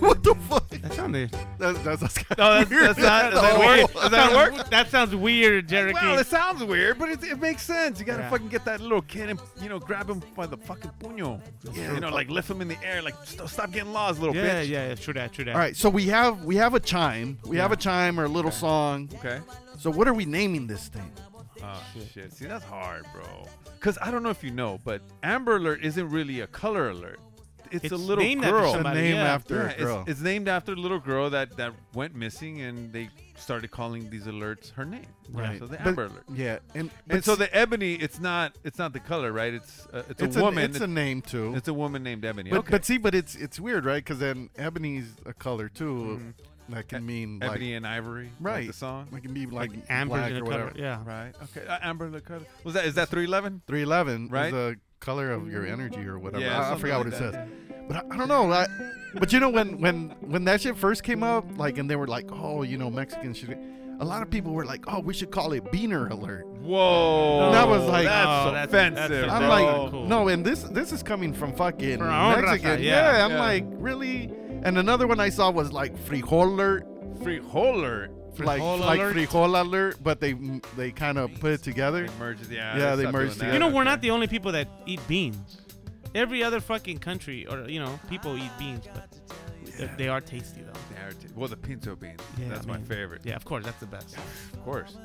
Speaker 5: what the fuck?
Speaker 7: That sounded.
Speaker 5: That's that's, that's kinda
Speaker 7: No, that's,
Speaker 5: weird.
Speaker 7: that's not. Does
Speaker 5: No.
Speaker 7: that weird?
Speaker 5: Does
Speaker 7: Does that work? That sounds weird, Jericho.
Speaker 6: Well, it sounds weird, but it, it makes sense. You gotta
Speaker 7: Yeah.
Speaker 6: fucking get that little kid and you know grab him by the fucking puño.
Speaker 5: Yeah.
Speaker 6: You know, like lift him in the air, like "St- stop getting lost, little
Speaker 7: yeah,
Speaker 6: bitch.
Speaker 7: yeah, yeah, true that, true that.
Speaker 5: All right, so we have we have a chime, we have a chime or a little song.
Speaker 6: Okay.
Speaker 5: So what are we naming this thing?
Speaker 6: Oh shit. See, that's hard, bro. Because I don't know if you know, but Amber Alert isn't really a color alert. it's,
Speaker 7: It's
Speaker 6: a little
Speaker 7: named after
Speaker 6: girl.
Speaker 5: It's a
Speaker 7: somebody,
Speaker 5: name
Speaker 7: yeah.
Speaker 5: after
Speaker 6: Yeah,
Speaker 5: a girl.
Speaker 6: It's, it's named after a little girl that, that went missing, and they started calling these alerts her name. Yeah,
Speaker 5: right.
Speaker 6: so the
Speaker 5: But-
Speaker 6: Amber Alert.
Speaker 5: Yeah, and
Speaker 6: And so
Speaker 5: s-
Speaker 6: the ebony, it's not it's not the color, right? It's uh, it's,
Speaker 5: it's
Speaker 6: a woman.
Speaker 5: It's a name too.
Speaker 6: It's a woman named Ebony.
Speaker 5: but
Speaker 6: okay.
Speaker 5: but see, but it's it's weird, right? Because then ebony's a color too. That can mean like
Speaker 6: Mm-hmm. E, Ebony and Ivory,
Speaker 5: right.
Speaker 6: Like the song,
Speaker 5: It can be like,
Speaker 7: Amber's
Speaker 5: black or
Speaker 7: gonna cover
Speaker 5: whatever.
Speaker 7: it, Yeah.
Speaker 6: right? Okay, uh, Amber the color. Was that is that three eleven?
Speaker 5: Three eleven
Speaker 6: Right?
Speaker 5: is the color of your energy or whatever. I,
Speaker 6: Yeah,
Speaker 5: I
Speaker 6: something
Speaker 5: forgot
Speaker 6: like
Speaker 5: what it
Speaker 6: that.
Speaker 5: says. But I, I don't know. I, but you know when when when that shit first came up, like, and they were like, oh, you know, Mexicans should. A lot of people were like, oh, we should call it Beaner Alert.
Speaker 6: Whoa,
Speaker 5: That was like-
Speaker 6: that's
Speaker 7: Oh, that's-
Speaker 6: offensive.
Speaker 7: that's
Speaker 5: I'm
Speaker 7: Oh,
Speaker 5: like,
Speaker 7: cool.
Speaker 5: no, and this this is coming from fucking
Speaker 7: From our own
Speaker 5: Mexican.
Speaker 7: raza,
Speaker 5: yeah,
Speaker 7: yeah.
Speaker 5: I'm
Speaker 6: Yeah.
Speaker 5: like, really? And another one I saw was like frijol alert,
Speaker 6: frijoler.
Speaker 5: like
Speaker 6: Frijol
Speaker 5: like
Speaker 6: alert?
Speaker 5: frijol alert, but they they kind of put it together.
Speaker 6: They merged. Yeah,
Speaker 5: Yeah,
Speaker 6: let's
Speaker 5: they merged
Speaker 6: stop doing that.
Speaker 5: together.
Speaker 7: You know, we're not
Speaker 6: Okay.
Speaker 7: the only people that eat beans. Every other fucking country, or you know, people eat beans, but they- they are tasty though.
Speaker 6: They are too. Well, the pinto beans.
Speaker 7: Yeah,
Speaker 6: that's
Speaker 7: I
Speaker 6: my
Speaker 7: mean,
Speaker 6: favorite.
Speaker 7: Yeah, of course, that's the best.
Speaker 6: of course.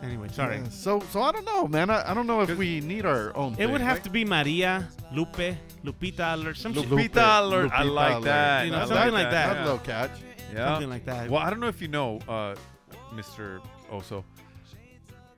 Speaker 7: Anyway, sorry.
Speaker 5: Yeah, So so I don't know, man. I, I don't know if we need our own.
Speaker 7: It would
Speaker 5: thing,
Speaker 7: have
Speaker 5: right?
Speaker 7: to be Maria, Lupe, Lupita, or some shit.
Speaker 5: Lupe-
Speaker 6: Lupita alert. I
Speaker 5: Lupita
Speaker 6: like
Speaker 5: alert.
Speaker 6: that.
Speaker 7: You know,
Speaker 6: I
Speaker 7: something like that.
Speaker 5: That's a little catch.
Speaker 6: Yeah.
Speaker 7: Something like that.
Speaker 6: Well, I don't know if you know, uh, Mr. Oso.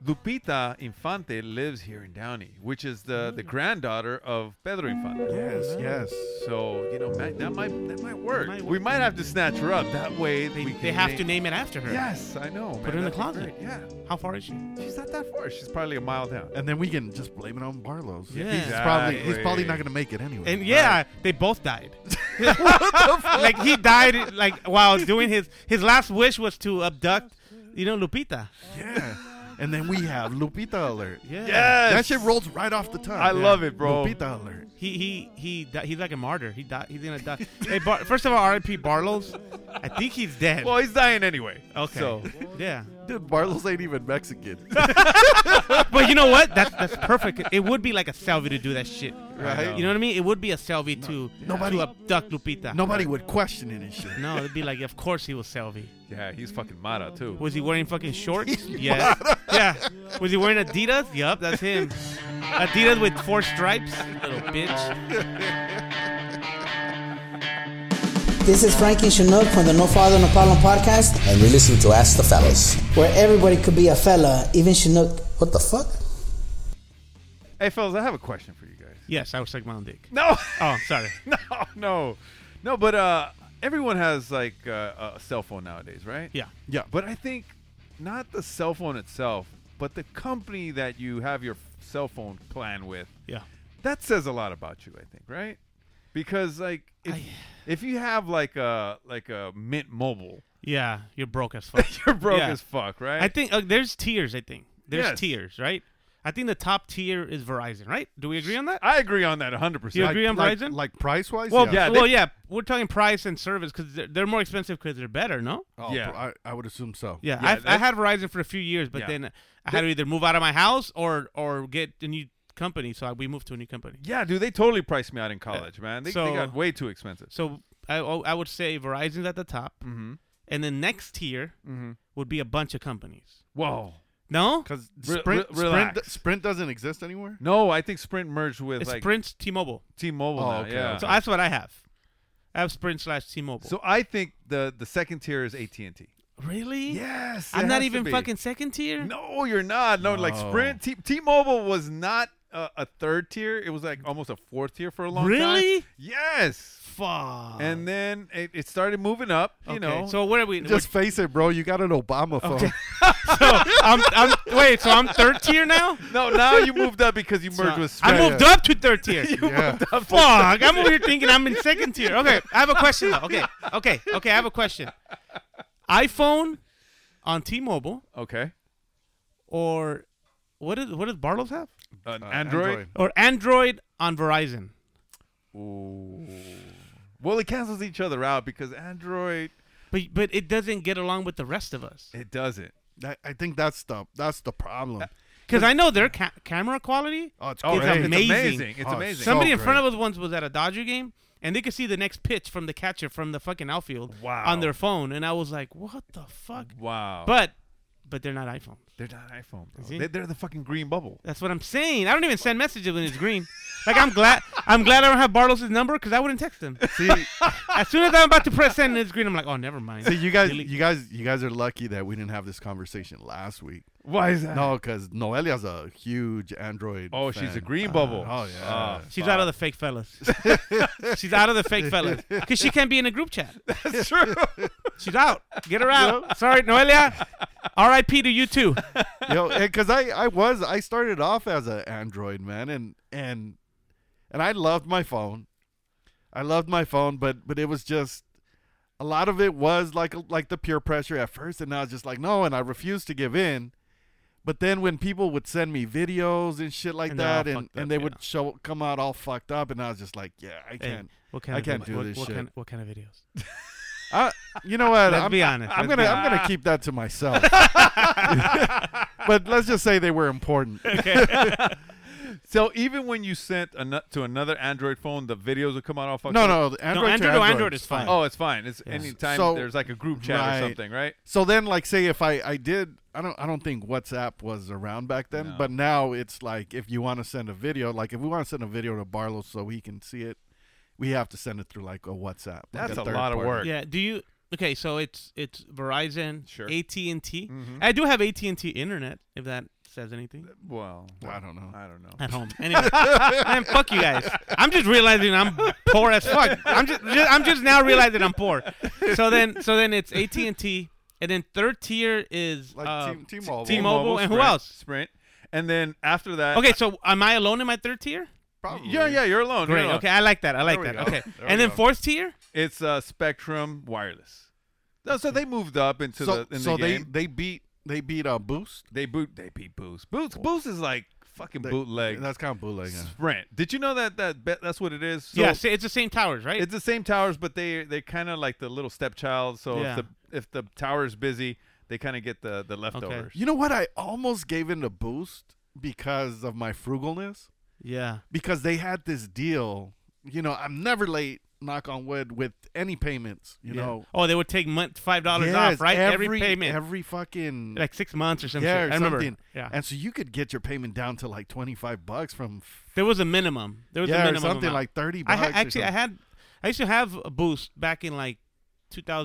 Speaker 6: Lupita Infante lives here in Downey, which is the,
Speaker 7: Mm.
Speaker 6: the granddaughter of Pedro Infante.
Speaker 5: Yes, yes.
Speaker 6: So you know man, that might that might work.
Speaker 7: might
Speaker 6: We
Speaker 7: work.
Speaker 6: might have to snatch her up. That way
Speaker 7: They,
Speaker 6: we
Speaker 7: they
Speaker 6: can
Speaker 7: have to name it after her.
Speaker 6: Yes, I know. man.
Speaker 7: her in the
Speaker 6: That'd be
Speaker 7: closet.
Speaker 6: great. Yeah,
Speaker 7: How far is she?
Speaker 6: she's not that far. She's probably a mile down.
Speaker 5: And then we can just blame it on Barlow's.
Speaker 7: Yeah.
Speaker 5: He's probably he's probably
Speaker 6: Exactly.
Speaker 5: not gonna make it anyway.
Speaker 7: And yeah, they both died. like he died like while doing his his last wish was to abduct, you know, Lupita.
Speaker 5: yeah. And then we have Lupita alert.
Speaker 7: Yeah.
Speaker 6: Yes,
Speaker 5: That shit rolls right off the tongue.
Speaker 6: I love it, bro.
Speaker 5: Lupita alert.
Speaker 7: He he he di- he's like a martyr. He died. He's gonna die. hey, Bar- first of all, R.I.P. Barlow's. I think he's dead.
Speaker 6: Well, he's dying anyway.
Speaker 7: okay.
Speaker 6: So
Speaker 7: yeah.
Speaker 5: Dude, Barlow's ain't even Mexican.
Speaker 7: But you know what? That's that's perfect. It would be like a selfie to do that shit.
Speaker 5: Right?
Speaker 7: You know what I mean? It would be a selfie to
Speaker 5: Nobody-
Speaker 7: to abduct Lupita.
Speaker 5: Nobody would question it and shit.
Speaker 7: No, it'd be like, of course he was selfie.
Speaker 6: yeah, he's fucking Mara too.
Speaker 7: Was he wearing fucking shorts? yeah. Yeah. Was he wearing Adidas? Yup, that's him. Adidas with four stripes, little bitch.
Speaker 10: This is Frankie Chinook from the No Father No Problem podcast,
Speaker 11: And you're listening to Ask the Fellas.
Speaker 10: where everybody could be a fella, even Chinook.
Speaker 11: What the fuck?
Speaker 6: Hey, fellas, I have a question for you guys.
Speaker 7: Yes, I was sucking my own dick.
Speaker 6: No.
Speaker 7: Oh, sorry.
Speaker 6: no, no, no. But uh, everyone has like uh, a cell phone nowadays, right?
Speaker 7: Yeah.
Speaker 5: Yeah, but
Speaker 6: But I think not the cell phone itself, but the company that you have your f- cell phone plan with.
Speaker 7: Yeah.
Speaker 6: That says a lot about you, I think, right? Because like if, if you have like a like a Mint Mobile,
Speaker 7: Yeah, you're broke as fuck.
Speaker 6: you're broke
Speaker 7: Yeah.
Speaker 6: as fuck, right?
Speaker 7: I think uh, there's tiers, I think. There's
Speaker 6: Yes.
Speaker 7: tiers, right? I think the top tier is Verizon, right? Do we agree on that?
Speaker 6: I agree on that 100.
Speaker 7: You
Speaker 6: percent
Speaker 7: agree on
Speaker 5: like,
Speaker 7: Verizon?
Speaker 5: like price wise,
Speaker 7: well,
Speaker 5: yeah.
Speaker 7: yeah,
Speaker 6: Yeah,
Speaker 7: well,
Speaker 6: they-
Speaker 7: yeah. We're talking price and service because they're, they're more expensive because they're better, no?
Speaker 5: Oh,
Speaker 6: yeah.
Speaker 5: bro, I, I would assume so.
Speaker 7: Yeah,
Speaker 6: Yeah,
Speaker 7: I, I
Speaker 6: that-
Speaker 7: had Verizon for a few years, but
Speaker 6: Yeah.
Speaker 7: then I had to either move out of my house or or get a new company. So I, we moved to a new company.
Speaker 6: Yeah, dude, they totally priced me out in college, man. They, they
Speaker 7: so-
Speaker 6: got way too expensive.
Speaker 7: So I oh, I would say Verizon's at the top, mm-hmm. and then next tier would be a bunch of companies.
Speaker 6: Whoa.
Speaker 7: No,
Speaker 5: because
Speaker 6: Re-
Speaker 5: Sprint,
Speaker 6: re-
Speaker 5: Sprint,
Speaker 6: relax.
Speaker 5: Sprint doesn't exist anymore.
Speaker 6: No, I think Sprint merged with
Speaker 7: it's
Speaker 6: like Uh-huh.
Speaker 7: Sprint, T-Mobile.
Speaker 6: T-Mobile.
Speaker 5: Oh,
Speaker 6: now,
Speaker 5: okay,
Speaker 6: Yeah.
Speaker 5: okay.
Speaker 7: So that's what I have. I have Sprint slash T-Mobile.
Speaker 6: So I think the the second tier is AT and T.
Speaker 7: really?
Speaker 6: Yes,
Speaker 7: I'm not even fucking second tier.
Speaker 6: No, you're not. No, like
Speaker 5: No.
Speaker 6: Sprint, T- T-Mobile was not a, a third tier. It was like almost a fourth tier for a long time.
Speaker 7: Really?
Speaker 6: Yes.
Speaker 7: Fuck.
Speaker 6: And then it, it started moving up. You
Speaker 7: okay,
Speaker 6: know.
Speaker 7: so what are we?
Speaker 5: Just face it, bro. You got an Obama phone.
Speaker 7: we're- so I'm, I'm wait. So I'm third tier now.
Speaker 6: no, now you moved up because you merged with Sprint.
Speaker 7: I moved up to third tier.
Speaker 5: yeah.
Speaker 7: Fuck! I'm over here thinking I'm in second tier. Okay, I have a question though. Okay, okay, okay. I have a question. iPhone on T-Mobile
Speaker 6: Okay.
Speaker 7: or what is what does Barlow's have?
Speaker 6: An
Speaker 5: Android.
Speaker 6: Uh, Android.
Speaker 7: Or Android on Verizon?
Speaker 6: Well, it cancels each other out because Android
Speaker 7: But but it doesn't get along with the rest of us.
Speaker 6: it doesn't.
Speaker 5: That- I think that's the that's the problem.
Speaker 7: Because I know their ca- camera quality.
Speaker 5: Oh, it's
Speaker 6: Oh,
Speaker 5: great.
Speaker 6: it's
Speaker 7: amazing.
Speaker 6: amazing. It's
Speaker 5: Oh,
Speaker 6: amazing.
Speaker 5: so-
Speaker 7: Somebody in front of us once was at a Dodger game. And they could see the next pitch from the catcher from the fucking outfield
Speaker 6: Wow.
Speaker 7: on their phone, and I was like, "What the fuck?"
Speaker 6: wow.
Speaker 7: But, but they're not iPhones.
Speaker 6: They're not iPhone. Bro.
Speaker 7: See?
Speaker 6: They, they're the fucking green bubble.
Speaker 7: That's what I'm saying. I don't even send messages when it's green. Like I'm glad I'm glad I don't have Barlow's number because I wouldn't text him.
Speaker 5: See,
Speaker 7: as soon as I'm about to press send, it's green. I'm like, oh, never mind.
Speaker 5: See, you guys, you guys, you guys are lucky that we didn't have this conversation last week.
Speaker 7: Why is that?
Speaker 5: No, because Noelia's a huge Android.
Speaker 6: Oh, she's a
Speaker 5: fan.
Speaker 6: green bubble.
Speaker 5: Oh yeah.
Speaker 6: Oh,
Speaker 7: She's out of the fake fellas. She's out of the fake fellas because she can't be in a group chat.
Speaker 6: That's true.
Speaker 7: She's out. Get her out. Sorry, Noelia. R.I.P. to you too.
Speaker 5: Yo, because I, I was, I started off as an Android man, and and and I loved my phone. I loved my phone, but but it was just a lot of it was like like the peer pressure at first, and I was just like no, and I refused to give in. But then when people would send me videos and shit like
Speaker 7: And they're all
Speaker 5: that, and,
Speaker 7: fucked up,
Speaker 5: and they
Speaker 7: yeah.
Speaker 5: would show come out all fucked up, and I was just like, yeah, I
Speaker 7: Hey,
Speaker 5: can't,
Speaker 7: what kind
Speaker 5: I
Speaker 7: of
Speaker 5: can't
Speaker 7: vid-
Speaker 5: do
Speaker 7: what,
Speaker 5: this
Speaker 7: what
Speaker 5: shit.
Speaker 7: Kind, what kind of videos?
Speaker 5: I, you know what?
Speaker 7: Let's
Speaker 5: I'm,
Speaker 7: be honest.
Speaker 5: I'm
Speaker 7: Let's
Speaker 5: gonna
Speaker 7: be
Speaker 5: I'm gonna keep that to myself. but let's just say they were important.
Speaker 6: So even when you sent a nut to another Android phone, the videos would come out all fucked
Speaker 5: No,
Speaker 6: up?
Speaker 5: no, the Android, to
Speaker 7: Android to
Speaker 5: Android,
Speaker 7: Android
Speaker 5: it's
Speaker 7: is fine.
Speaker 6: Oh, it's fine. It's
Speaker 7: Yeah.
Speaker 6: anytime
Speaker 5: So-
Speaker 6: there's like a group chat
Speaker 5: Right.
Speaker 6: or something, right?
Speaker 5: So then, like, say if I I did, I don't I don't think WhatsApp was around back then,
Speaker 6: No.
Speaker 5: but now it's like if you want to send a video, like if we want to send a video to Barlow so he can see it, we have to send it through like a WhatsApp. like
Speaker 6: That's a
Speaker 5: third
Speaker 6: lot of
Speaker 5: party.
Speaker 6: work.
Speaker 7: Yeah. Do you? Okay. So it's it's Verizon,
Speaker 6: Sure.
Speaker 7: AT and T.
Speaker 5: Mm-hmm.
Speaker 7: I do have AT and T internet. If that says anything.
Speaker 6: Well,
Speaker 5: I don't know.
Speaker 6: I don't know.
Speaker 7: At home, anyway. Man, fuck you guys. I'm just realizing I'm poor as fuck. I'm just, ju- I'm just now realizing I'm poor. So then, so then it's AT and T, and then third tier is
Speaker 5: Like
Speaker 7: uh,
Speaker 5: T- T-Mobile.
Speaker 7: T-Mobile, and who
Speaker 6: Sprint-
Speaker 7: else?
Speaker 6: Sprint. And then after that,
Speaker 7: Okay, so am I alone in my third tier?
Speaker 5: Probably.
Speaker 6: Yeah, yeah, you're alone. you're
Speaker 7: Great.
Speaker 6: alone.
Speaker 7: Okay, I like that. I like
Speaker 5: There
Speaker 7: that.
Speaker 5: we go.
Speaker 7: Okay,
Speaker 5: There we
Speaker 7: and then
Speaker 5: go.
Speaker 7: fourth tier.
Speaker 6: It's uh, Spectrum Wireless. No, so they moved up into
Speaker 5: So
Speaker 6: the in
Speaker 5: so
Speaker 6: the
Speaker 5: they
Speaker 6: game.
Speaker 5: they beat they beat a uh, Boost.
Speaker 6: They boot. They beat Boost. Boost. Boost is like fucking
Speaker 5: They-
Speaker 6: bootleg.
Speaker 5: That's kind of bootleg. yeah.
Speaker 6: Sprint. Did you know that that bet, that's what it is? So
Speaker 7: yeah, see, it's the same towers, right?
Speaker 6: It's the same towers, but they they kind of like the little stepchild. So
Speaker 7: Yeah.
Speaker 6: if the if the tower is busy, they kind of get the the leftovers.
Speaker 5: You know what? I almost gave in to Boost because of my frugalness.
Speaker 7: yeah.
Speaker 5: because they had this deal. You know, I'm never late. Knock on wood with any payments. You
Speaker 7: yeah.
Speaker 5: know,
Speaker 7: Oh, they would take month five dollars
Speaker 5: Yes,
Speaker 7: off, right?
Speaker 5: Every,
Speaker 7: payment,
Speaker 5: every fucking
Speaker 7: like six months or something.
Speaker 5: yeah, or
Speaker 7: I remember.
Speaker 5: something.
Speaker 7: Yeah.
Speaker 5: and so you could get your payment down to like 25 bucks from f-
Speaker 7: There was a minimum. There was a
Speaker 5: yeah, or
Speaker 7: minimum
Speaker 5: something
Speaker 7: amount.
Speaker 5: like 30
Speaker 7: I
Speaker 5: bucks.
Speaker 7: ha-
Speaker 5: or
Speaker 7: actually I
Speaker 5: something.
Speaker 7: had I used to have a boost back in like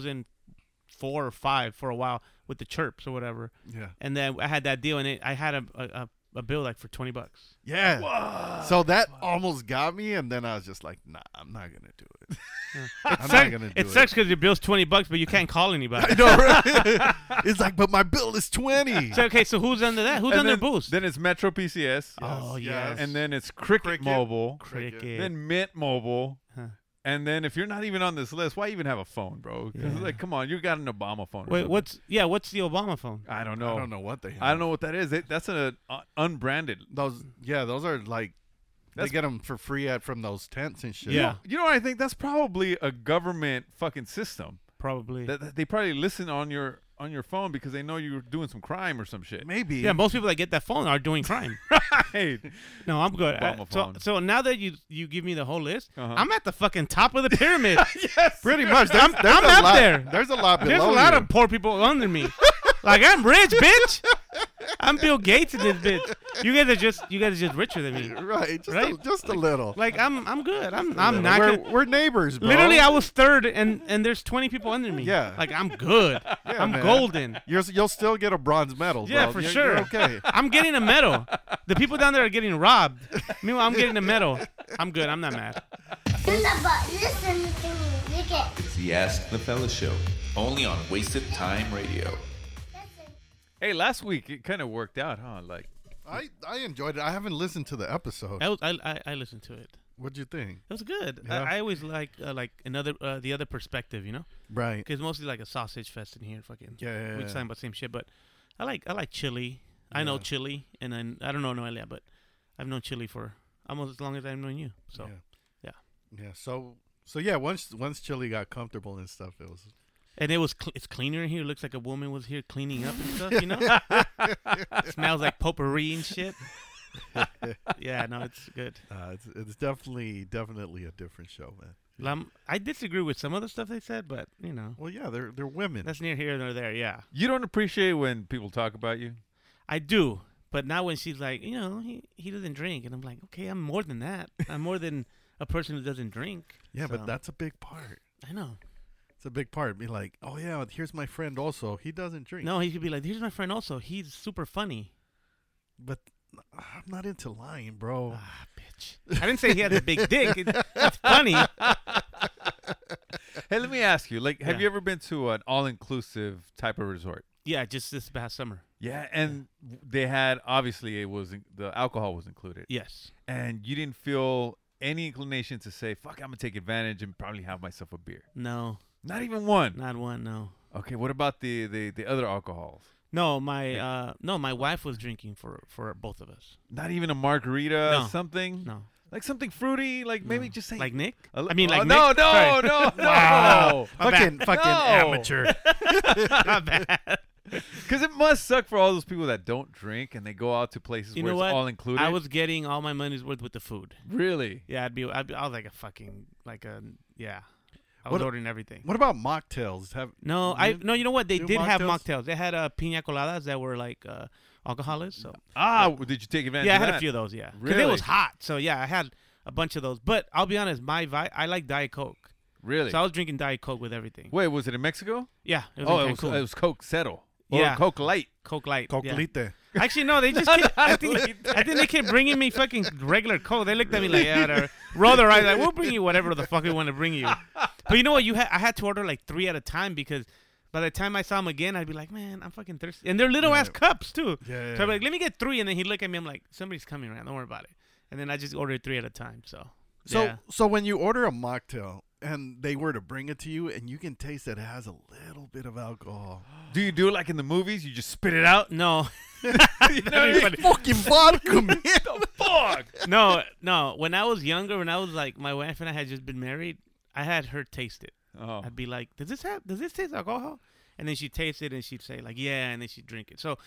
Speaker 7: 2004 or five for a while with the chirps or whatever,
Speaker 5: yeah,
Speaker 7: and then I had that deal and it, I had a, a a a bill like for 20 bucks.
Speaker 5: yeah. So that almost got me, and then I was just like, nah, I'm not gonna do it. I'm not gonna do
Speaker 7: it sucks because your bill's 20 bucks, but you can't call anybody.
Speaker 5: No, right? it's like, but my bill is 20.
Speaker 7: So, okay, so who's under that? Who's
Speaker 6: And
Speaker 7: under
Speaker 6: then,
Speaker 7: boost?
Speaker 6: Then it's Metro PCS.
Speaker 7: oh yeah,
Speaker 5: yes.
Speaker 6: And then it's Cricket,
Speaker 5: Cricket.
Speaker 6: Mobile.
Speaker 7: cricket.
Speaker 6: Then Mint Mobile.
Speaker 7: Huh.
Speaker 6: And then if you're not even on this list, why even have a phone, bro? 'Cause,
Speaker 7: Yeah.
Speaker 6: like, come on, you got an Obama phone. or
Speaker 7: Wait,
Speaker 6: something.
Speaker 7: what's yeah? What's the Obama phone?
Speaker 6: I don't
Speaker 5: I
Speaker 7: Oh.
Speaker 6: know.
Speaker 5: don't know what they. Have.
Speaker 6: I don't know what that is. It, that's an uh, unbranded.
Speaker 5: Those, yeah, those are like.
Speaker 6: That's-
Speaker 5: they get them for free at from those tents and shit.
Speaker 7: Yeah.
Speaker 6: You know what I think? That's probably a government fucking system.
Speaker 7: Probably.
Speaker 6: That, that they probably listen on your on your phone because they know you're doing some crime or some shit.
Speaker 5: Maybe.
Speaker 7: yeah, most people that get that phone are doing crime.
Speaker 6: Right.
Speaker 7: No, I'm good. I-
Speaker 6: Obama
Speaker 7: so,
Speaker 6: phone.
Speaker 7: so now that you you give me the whole list,
Speaker 6: Uh-huh.
Speaker 7: I'm at the fucking top of the pyramid.
Speaker 6: yes.
Speaker 5: Pretty much. There's,
Speaker 7: I'm-
Speaker 5: there's
Speaker 7: I'm
Speaker 5: a
Speaker 7: up
Speaker 5: lot,
Speaker 7: there.
Speaker 5: There's a lot below
Speaker 7: There's a lot
Speaker 5: you.
Speaker 7: of poor people under me. like I'm rich, bitch. I'm Bill Gates in this bitch. You guys are just you guys are just richer than me.
Speaker 5: Right, just, A,
Speaker 7: Right?
Speaker 5: just a little.
Speaker 7: Like I'm I'm good. I'm
Speaker 5: A
Speaker 7: I'm
Speaker 5: little.
Speaker 7: not
Speaker 5: we're,
Speaker 7: gonna.
Speaker 5: we're neighbors, bro.
Speaker 7: Literally, I was third, and and there's 20 people under me.
Speaker 5: Yeah.
Speaker 7: Like I'm good.
Speaker 5: Yeah,
Speaker 7: I'm
Speaker 5: man.
Speaker 7: golden.
Speaker 5: You're, you'll still get a bronze medal.
Speaker 7: Yeah,
Speaker 5: bro.
Speaker 7: for
Speaker 5: You're-
Speaker 7: sure.
Speaker 5: you're okay.
Speaker 7: I'm getting a medal. The people down there are getting robbed. Meanwhile, I'm getting a medal. I'm good. I'm not mad.
Speaker 12: listen to music.
Speaker 1: It's the Ask the Fella Show, only on Wasted Time Radio.
Speaker 6: Hey, last week it kind of worked out, huh? Like,
Speaker 5: I, I enjoyed it. I haven't listened to the episode.
Speaker 7: I was- I I, I listened to it.
Speaker 5: What'd you think?
Speaker 7: It was good.
Speaker 5: Yeah.
Speaker 7: I, I always like uh, like another uh, the other perspective, you know.
Speaker 5: Right.
Speaker 7: It's mostly like a sausage fest in here. Fucking
Speaker 5: Yeah, yeah,
Speaker 7: we
Speaker 5: yeah.
Speaker 7: talking about the same shit. But I like I like chili. I know chili, and then I don't know Noelia, but I've known chili for almost as long as I've known you. So
Speaker 5: Yeah.
Speaker 7: yeah,
Speaker 5: Yeah. So so yeah. Once once Chili got comfortable and stuff, it was.
Speaker 7: and it was cl- it's cleaner in here. It looks like a woman was here cleaning up and stuff. You know, smells like potpourri and shit. yeah, no, it's good.
Speaker 5: Uh, it's, it's definitely definitely a different show, man.
Speaker 7: Um, I disagree with some of the stuff they said, but you know,
Speaker 5: Well, yeah, they're they're women.
Speaker 7: that's near here nor there. Yeah,
Speaker 6: you don't appreciate when people talk about you.
Speaker 7: I do, But now when she's like, you know, he, he doesn't drink, and I'm like, okay, I'm more than that. I'm more than a person who doesn't drink.
Speaker 5: Yeah,
Speaker 7: So-
Speaker 5: but that's a big part.
Speaker 7: I know.
Speaker 5: It's a big part. Be like, oh yeah, here's my friend. Also, he doesn't drink.
Speaker 7: No, he could be like, here's my friend. Also, he's super funny.
Speaker 5: But I'm not into lying, bro. Ah,
Speaker 7: bitch. I didn't say he had a big dick. It- It's funny.
Speaker 6: Hey, let me ask you. Like, have
Speaker 7: Yeah.
Speaker 6: you ever been to an all-inclusive type of resort?
Speaker 7: Yeah, just this past summer.
Speaker 6: Yeah, and they had obviously it was the alcohol was included.
Speaker 7: Yes.
Speaker 6: and you didn't feel any inclination to say, "Fuck, I'm gonna take advantage and probably have myself a beer."
Speaker 7: No.
Speaker 6: Not even one.
Speaker 7: Not one. No.
Speaker 6: Okay, what about the the, the other alcohols?
Speaker 7: No, my uh, no, my wife was drinking for for both of us.
Speaker 6: Not even a margarita,
Speaker 7: No.
Speaker 6: something.
Speaker 7: No.
Speaker 6: like something fruity, like maybe just say
Speaker 7: Like Nick?
Speaker 6: A li-
Speaker 7: I mean,
Speaker 6: oh,
Speaker 7: like Nick?
Speaker 6: no, no,
Speaker 7: Sorry.
Speaker 6: no, no, no,
Speaker 7: Wow.
Speaker 5: Ah,
Speaker 6: no.
Speaker 7: My bad. Fucking- fucking
Speaker 6: No.
Speaker 7: amateur. My bad.
Speaker 6: Because it must suck for all those people that don't drink and they go out to places
Speaker 7: You
Speaker 6: where
Speaker 7: know what?
Speaker 6: it's all included.
Speaker 7: I was getting all my money's worth with the food.
Speaker 6: Really?
Speaker 7: Yeah, I'd be. I'd be I was like a fucking like a yeah. I was
Speaker 5: What-
Speaker 7: ordering everything.
Speaker 5: What about mocktails? Have
Speaker 7: No, I
Speaker 5: you
Speaker 7: no. You know what? They
Speaker 5: do
Speaker 7: did have mocktails. They had uh, pina coladas that were like uh, alcoholics. So
Speaker 6: ah, w- did you take advantage?
Speaker 7: yeah,
Speaker 6: of
Speaker 7: I had
Speaker 6: that?
Speaker 7: a few of those. Yeah, because
Speaker 6: really.
Speaker 7: it was hot. So yeah, I had a bunch of those. But I'll be honest, my vi- I like Diet Coke.
Speaker 6: Really?
Speaker 7: So I was drinking Diet Coke with everything.
Speaker 6: Wait, was it in Mexico?
Speaker 7: Yeah, it was
Speaker 6: oh,
Speaker 7: in
Speaker 6: it was
Speaker 7: Cancun.
Speaker 6: it was Coke Cero. Or
Speaker 7: Yeah.
Speaker 6: Coke Light.
Speaker 7: Coke Light.
Speaker 5: Coke
Speaker 7: yeah.
Speaker 5: Lite.
Speaker 7: Actually, no. They just. Kept, I think. I think they kept bringing me fucking regular Coke. They looked at me like, yeah, whatever. Roll their eyes like, we'll bring you whatever the fuck we want to bring you. But you know what? You had I had to order like three at a time because by the time I saw him again, I'd be like, man, I'm fucking thirsty. And they're little ass cups too.
Speaker 5: Yeah,
Speaker 7: So I'd be
Speaker 5: yeah.
Speaker 7: like, let me get three, and then he'd look at me. I'm like, somebody's coming around. Don't worry about it. And then I just ordered three at a time. So.
Speaker 5: So
Speaker 7: yeah.
Speaker 5: so when you order a mocktail and they were to bring it to you and you can taste that it has a little bit of alcohol.
Speaker 6: Do you do it like in the movies? You just spit it out?
Speaker 7: No.
Speaker 6: you know what I mean?
Speaker 5: Fucking vodka, man.
Speaker 6: fuck?
Speaker 7: no, no. When I was younger, when I was like my wife and I had just been married, I had her taste it.
Speaker 6: Oh.
Speaker 7: I'd be like, "Does this have? Does this taste alcohol?" And then she would taste it and she'd say like, "Yeah," and then she'd drink it. So,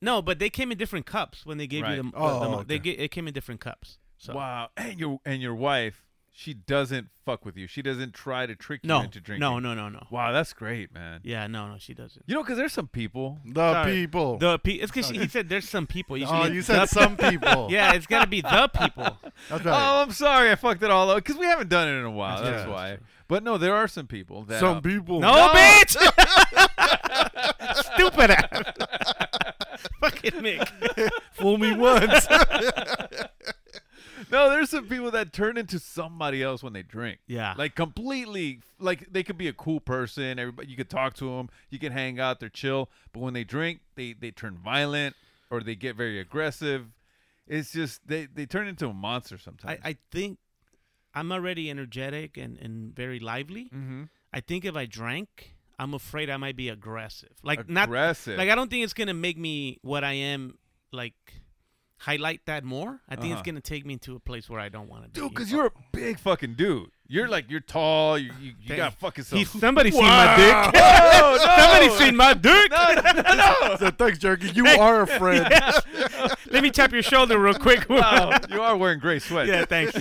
Speaker 7: no, but they came in different cups when they gave
Speaker 6: Right.
Speaker 7: you them.
Speaker 6: Oh,
Speaker 7: the,
Speaker 6: okay.
Speaker 7: they ge- it came in different cups. So
Speaker 6: Wow. And your and your wife, she doesn't fuck with you. She doesn't try to trick
Speaker 7: No.
Speaker 6: you into drinking.
Speaker 7: No, no, no, no.
Speaker 6: Wow, that's great, man.
Speaker 7: Yeah, no, no, she doesn't.
Speaker 6: You know, because there's some people.
Speaker 5: The
Speaker 7: Sorry.
Speaker 5: people.
Speaker 7: The pe- it's because he said there's some people.
Speaker 5: Oh,
Speaker 7: Usually
Speaker 5: you
Speaker 7: it's
Speaker 5: said
Speaker 7: the
Speaker 5: some people.
Speaker 7: yeah, it's got to be the people.
Speaker 5: That's
Speaker 6: Oh, I'm sorry, I fucked it all up because we haven't done it in a while.
Speaker 5: Yeah.
Speaker 6: That's why. But no, there are some people
Speaker 7: Oh.
Speaker 6: that uh,
Speaker 5: Some people.
Speaker 7: No, bitch! Stupid ass. Fucking Nick.
Speaker 5: Fool me once.
Speaker 6: no, there's some people that turn into somebody else when they drink.
Speaker 7: Yeah.
Speaker 6: like completely. Like they could be a cool person. Everybody, you could talk to them. You can hang out. They're chill. But when they drink, they they turn violent or they get very aggressive. It's just they they turn into a monster
Speaker 7: I,
Speaker 6: sometimes.
Speaker 7: I think I'm already energetic and, and very lively.
Speaker 6: Mhm.
Speaker 7: I think if I drank, I'm afraid I might be aggressive. Like
Speaker 6: Aggressive.
Speaker 7: not like I don't think it's gonna make me what I am. Like highlight that more. I think
Speaker 6: Uh-huh.
Speaker 7: it's gonna take me to a place where I don't want to be.
Speaker 6: dude, because you're a big fucking dude. You're like you're tall. You you, you
Speaker 7: Dang.
Speaker 6: got fucking some.
Speaker 7: He's- somebody's seen my dick.
Speaker 6: Wow. No,
Speaker 7: Somebody's
Speaker 6: no.
Speaker 7: seen my dick.
Speaker 6: No, no, no.
Speaker 5: So thanks, Jerky. You are a friend.
Speaker 7: Yeah. Let me tap your shoulder real quick.
Speaker 6: Wow, you are wearing gray sweat.
Speaker 7: Yeah, thanks.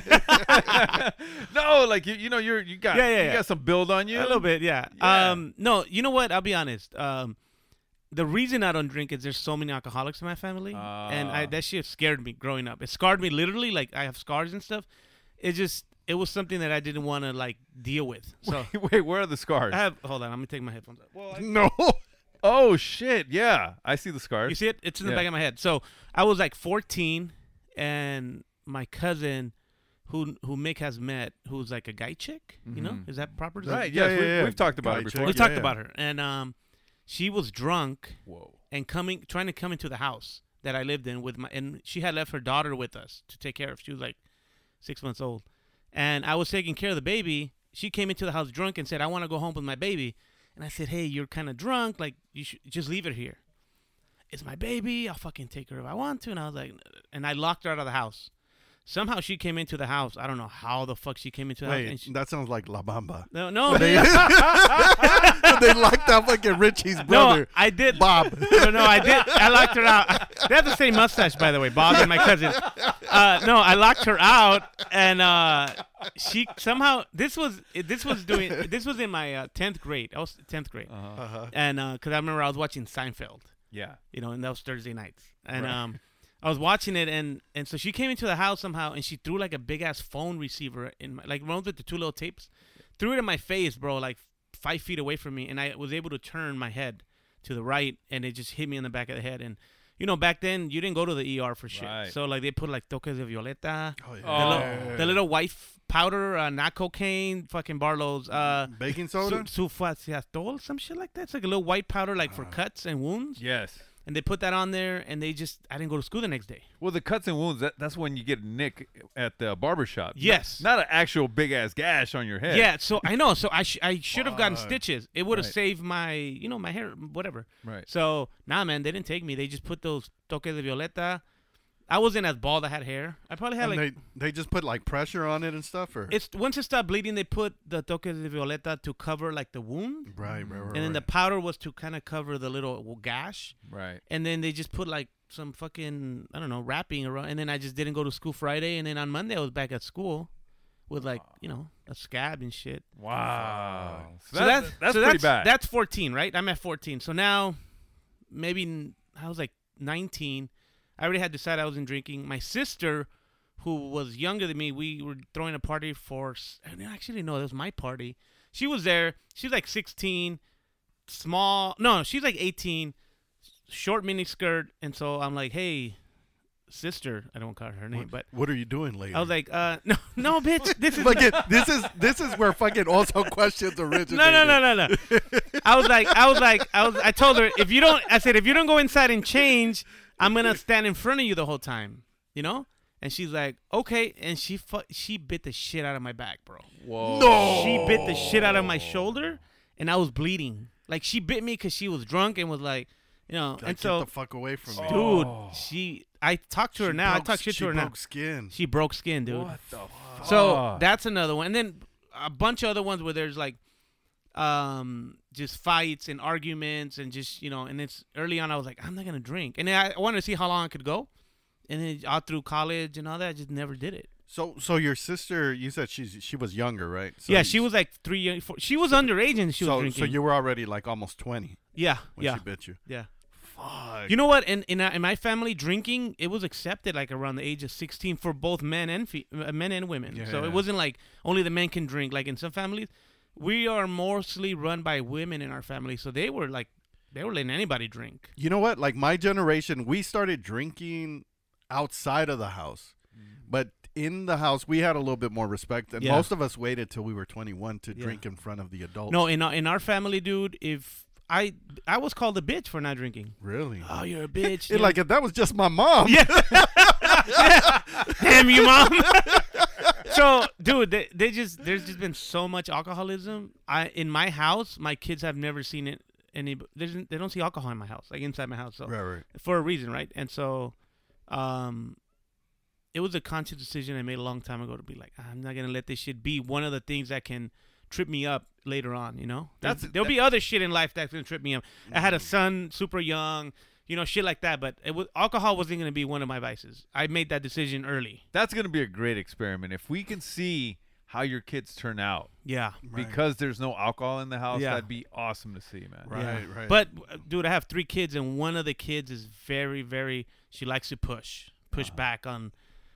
Speaker 6: no, like you, you know, you're you got
Speaker 7: Yeah, yeah,
Speaker 6: you
Speaker 7: yeah.
Speaker 6: got some build on you
Speaker 7: A little bit, yeah.
Speaker 6: Yeah.
Speaker 7: Um, no, you know what? I'll be honest. Um, the reason I don't drink is there's so many alcoholics in my family, and I,
Speaker 6: Ah.
Speaker 7: that shit scared me growing up. It scarred me literally. Like I have scars and stuff. It just it was something that I didn't want to like deal with. So
Speaker 6: Wait, where are the scars?
Speaker 7: I have. Hold on, I'm gonna take my headphones. Off. Well, I-
Speaker 5: No.
Speaker 6: oh shit, yeah, I see the scars.
Speaker 7: You see it? It's in the
Speaker 6: Yeah.
Speaker 7: back of my head. So I was like 14, and my cousin, who who Mick has met, who's like a guy chick. You know,
Speaker 6: Mhm.
Speaker 7: is that proper? to say?
Speaker 6: Right?
Speaker 5: Yeah,
Speaker 6: yes,
Speaker 5: yeah,
Speaker 6: we,
Speaker 5: yeah.
Speaker 6: We've talked about
Speaker 5: Guy
Speaker 6: it
Speaker 5: chick,
Speaker 6: before.
Speaker 7: We
Speaker 5: yeah.
Speaker 7: talked about her, and um, she was drunk.
Speaker 6: Whoa.
Speaker 7: And coming, trying to come into the house that I lived in with my, and she had left her daughter with us to take care of. She was like six months old, and I was taking care of the baby. She came into the house drunk and said, "I want to go home with my baby." And I said, "Hey, you're kind of drunk. Like you should just leave it here. It's my baby. I'll fucking take her if I want to." And I was like, and I locked her out of the house. Somehow she came into the house. I don't know how the fuck she came into the house.
Speaker 5: Wait,
Speaker 7: Uh, And she,
Speaker 5: that sounds like La Bamba.
Speaker 7: no, no,
Speaker 5: They,
Speaker 7: man.
Speaker 5: they locked out fucking Richie's brother.
Speaker 7: No, I did.
Speaker 5: Bob.
Speaker 7: No, no, I did. I locked her out. They have the same mustache, by the way, Bob and my cousin. Uh, no, I locked her out, and uh, she somehow this was this was doing this was in my uh, tenth grade. I was tenth grade, uh,
Speaker 6: Uh-huh.
Speaker 7: and because I remember I was watching Seinfeld,
Speaker 6: Yeah.
Speaker 7: you know, and that was Thursday nights, and
Speaker 6: Right.
Speaker 7: um, I was watching it, and and so she came into the house somehow, and she threw like a big ass phone receiver in my, like one with the two little tapes, threw it in my face, bro, like five feet away from me, and I was able to turn my head to the right, and it just hit me in the back of the head, and. You know, back then you didn't go to the ER for shit.
Speaker 6: Right.
Speaker 7: So like they put like toques de violeta,
Speaker 6: yeah.
Speaker 7: the,
Speaker 6: Oh.
Speaker 7: little, the little white f- powder, uh, not cocaine, fucking Barlow's, uh,
Speaker 5: baking soda,
Speaker 7: su- sulfaciazol, some shit like that. It's like a little white powder, like for cuts and wounds.
Speaker 6: Yes.
Speaker 7: And they put that on there, and they just I didn't go to school the next day.
Speaker 6: Well, the cuts and wounds, that, that's when you get a nick at the barbershop.
Speaker 7: Yes.
Speaker 6: Not, not an actual big ass gash on your head.
Speaker 7: Yeah, so I know. So I sh- I should have gotten
Speaker 6: Fuck.
Speaker 7: stitches. It would have
Speaker 6: Right.
Speaker 7: saved my you know my hair whatever.
Speaker 6: Right.
Speaker 7: So nah, man, they didn't take me. They just put those toques de violeta. I wasn't as bald. I had hair. I probably had
Speaker 5: And
Speaker 7: like
Speaker 5: they they just put like pressure on it and stuff, or
Speaker 7: it's once it stopped bleeding, they put the toques de violeta to cover like the wound.
Speaker 5: Right, right, right,
Speaker 7: And then the
Speaker 5: right.
Speaker 7: powder was to kind of cover the little gash.
Speaker 6: Right.
Speaker 7: And then they just put like some fucking I don't know wrapping around. And then I just didn't go to school Friday. And then on Monday I was back at school with like you know a scab and shit.
Speaker 6: Wow.
Speaker 7: So that's that's so that's, That's 14, right? I'm at 14. So now, maybe n- I was like 19. I already had decided I wasn't drinking. My sister, who was younger than me, we were throwing a party for. s- I mean, actually, no, it was my party. She was there. She's like 16, small. No, she's like 18, short mini skirt. And so I'm like, hey, sister. I don't call her her name, but
Speaker 5: what are you doing later?
Speaker 7: I was like, uh, no, no, bitch. This is
Speaker 5: Like it- this is this is where fucking also questions originate.
Speaker 7: no, no, no, no, no. I was like, I was like, I was. I told her if you don't, I said if you don't go inside and change, I'm gonna stand in front of you the whole time, you know. And she's like, okay. And she fu- she bit the shit out of my back, bro.
Speaker 6: Whoa.
Speaker 7: She bit the shit out of my shoulder, and I was bleeding. Like she bit me because she was drunk and was like, you know.
Speaker 5: Like,
Speaker 7: and
Speaker 5: get
Speaker 7: so
Speaker 5: the fuck away from me.
Speaker 7: dude. She. I talk to her
Speaker 5: She
Speaker 7: now.
Speaker 5: broke-
Speaker 7: I talk shit
Speaker 5: she
Speaker 7: to her now.
Speaker 5: broke skin.
Speaker 7: She broke skin, dude.
Speaker 5: What the fuck?
Speaker 7: So that's another one. And then a bunch of other ones where there's like um just fights and arguments and just you know and it's early on I was like I'm not gonna drink and then I- I wanted to see how long I could go and then all through college and all that I just never did it
Speaker 5: So so your sister, you said she's she was younger, right? So
Speaker 7: yeah she was like three years four, she was underage and she
Speaker 5: so,
Speaker 7: was drinking
Speaker 5: So you were already like almost twenty.
Speaker 7: yeah
Speaker 5: when
Speaker 7: yeah
Speaker 5: She bit you.
Speaker 7: yeah
Speaker 5: Fuck.
Speaker 7: you know what in uh, in, in my family drinking it was accepted like around the age of 16 for both men and fe- uh, men and women so
Speaker 5: Yeah.
Speaker 7: it wasn't like only the men can drink like in some families we are mostly run by women in our family so they were like they were letting anybody drink
Speaker 5: You know what? Like my generation, we started drinking outside of the house, but in the house we had a little bit more respect, and
Speaker 7: Mm. Yeah.
Speaker 5: most of us waited till we were twenty-one to
Speaker 7: Yeah.
Speaker 5: drink in front of the adults.
Speaker 7: no in our, in our family dude if i i was called a bitch for not drinking
Speaker 5: really.
Speaker 7: oh you're a bitch
Speaker 5: It,
Speaker 7: yeah.
Speaker 5: like if that was just my mom. Yeah.
Speaker 7: Damn you, mom. so, dude, they, they just there's just been so much alcoholism. I in my house, my kids have never seen it. Any there's they don't see alcohol in my house, like inside my house. So
Speaker 5: Right, right.
Speaker 7: for a reason, right? And so, um, it was a conscious decision I made a long time ago to be like, I'm not gonna let this shit be one of the things that can trip me up later on. You know, There's-
Speaker 6: That's- Mm-hmm.
Speaker 7: there'll be other shit in life that's gonna trip me up. I had a son super young. You know, shit like that, but it was alcohol wasn't gonna be one of my vices. I made that decision early.
Speaker 6: That's going to be a great experiment. If we can see how your kids turn out.
Speaker 7: Yeah. Right.
Speaker 6: Because there's no alcohol in the house,
Speaker 7: Yeah.
Speaker 6: that'd be awesome to see, man.
Speaker 7: Yeah. But uh, dude, I have three kids, and one of the kids is very, very. She likes to push,
Speaker 6: Ah.
Speaker 7: push back on.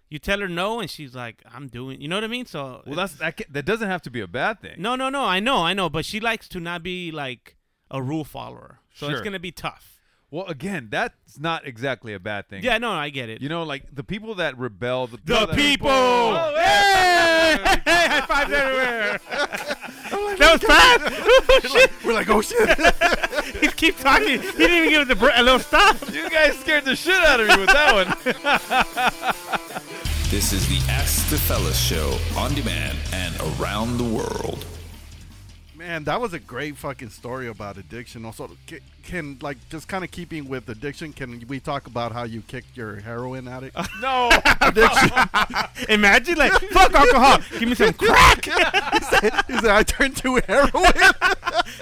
Speaker 7: You tell her no, and she's like, "I'm doing." You know what I mean? So
Speaker 6: well, that's that, ca- that doesn't have to be a bad thing.
Speaker 7: no, no, no. I know, I know, but she likes to not be like a rule follower. So it's
Speaker 6: Sure.
Speaker 7: gonna be tough.
Speaker 6: Well, again, that's not exactly a bad thing.
Speaker 7: Yeah, no, I get it.
Speaker 6: You know, like the people that rebel, the people.
Speaker 7: The
Speaker 6: that-
Speaker 7: people.
Speaker 6: Oh, yeah.
Speaker 7: Hey, high fives everywhere.
Speaker 6: Oh,
Speaker 7: that was fast.
Speaker 5: We're like, oh shit.
Speaker 7: he keep talking. He didn't even give it the br- a little stop.
Speaker 6: You guys scared the shit out of me with that one.
Speaker 1: This is the Ask the Fellas show on demand and around the world.
Speaker 5: Man, that was a great fucking story about addiction. Also, ca- can like just kind of keeping with addiction, can we talk about how you kicked your heroin addict?
Speaker 6: No.
Speaker 5: addiction.
Speaker 7: Imagine like fuck alcohol. Give me some crack.
Speaker 5: He said, I turned to heroin.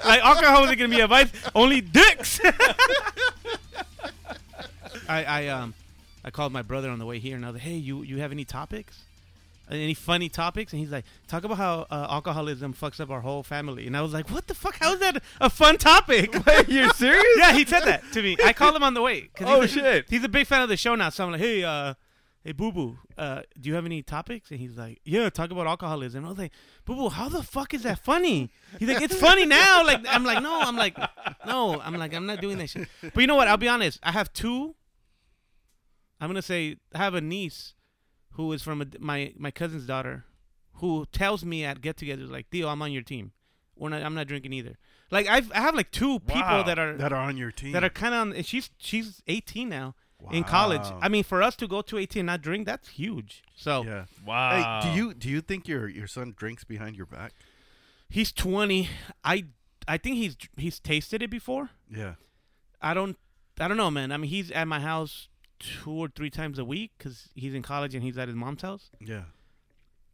Speaker 7: like alcohol isn't gonna be a vice. Only dicks. I, I um I called my brother on the way here and I was like, hey, you you have any topics? any funny topics, and he's like, talk about how uh, alcoholism fucks up our whole family. And I was like, what the fuck? How is that a fun topic?
Speaker 6: You're serious?
Speaker 7: yeah, he said that to me. I called him on the way. 'cause
Speaker 6: Oh,
Speaker 7: he's a,
Speaker 6: shit.
Speaker 7: He's a big fan of the show now, so I'm like, hey, uh, hey, Boo Boo, uh, do you have any topics? And he's like, yeah, talk about alcoholism. I was like, Boo Boo, how the fuck is that funny? He's like, it's funny now. Like, I'm like, no, I'm like, no, I'm like, I'm not doing that shit. But you know what? I'll be honest. I have two I'm gonna say I have a niece who is from a, my my cousin's daughter, who tells me at get-togethers like, "Theo, I'm on your team. We're not. I'm not drinking either." Like I've I have like two people
Speaker 5: Wow.
Speaker 7: that are
Speaker 5: That are on your team.
Speaker 7: that are kind of on. And she's she's 18 now in college.
Speaker 5: Wow.
Speaker 7: I mean, for us to go to 18 and not drink, that's huge. So
Speaker 5: yeah.
Speaker 7: Wow.
Speaker 5: Hey, do you do you think your your son drinks behind your back?
Speaker 7: He's 20. I I think he's he's tasted it before.
Speaker 5: Yeah.
Speaker 7: I don't I don't know, man. I mean, he's at my house two or three times a week because he's in college and he's at his mom's house.
Speaker 5: Yeah.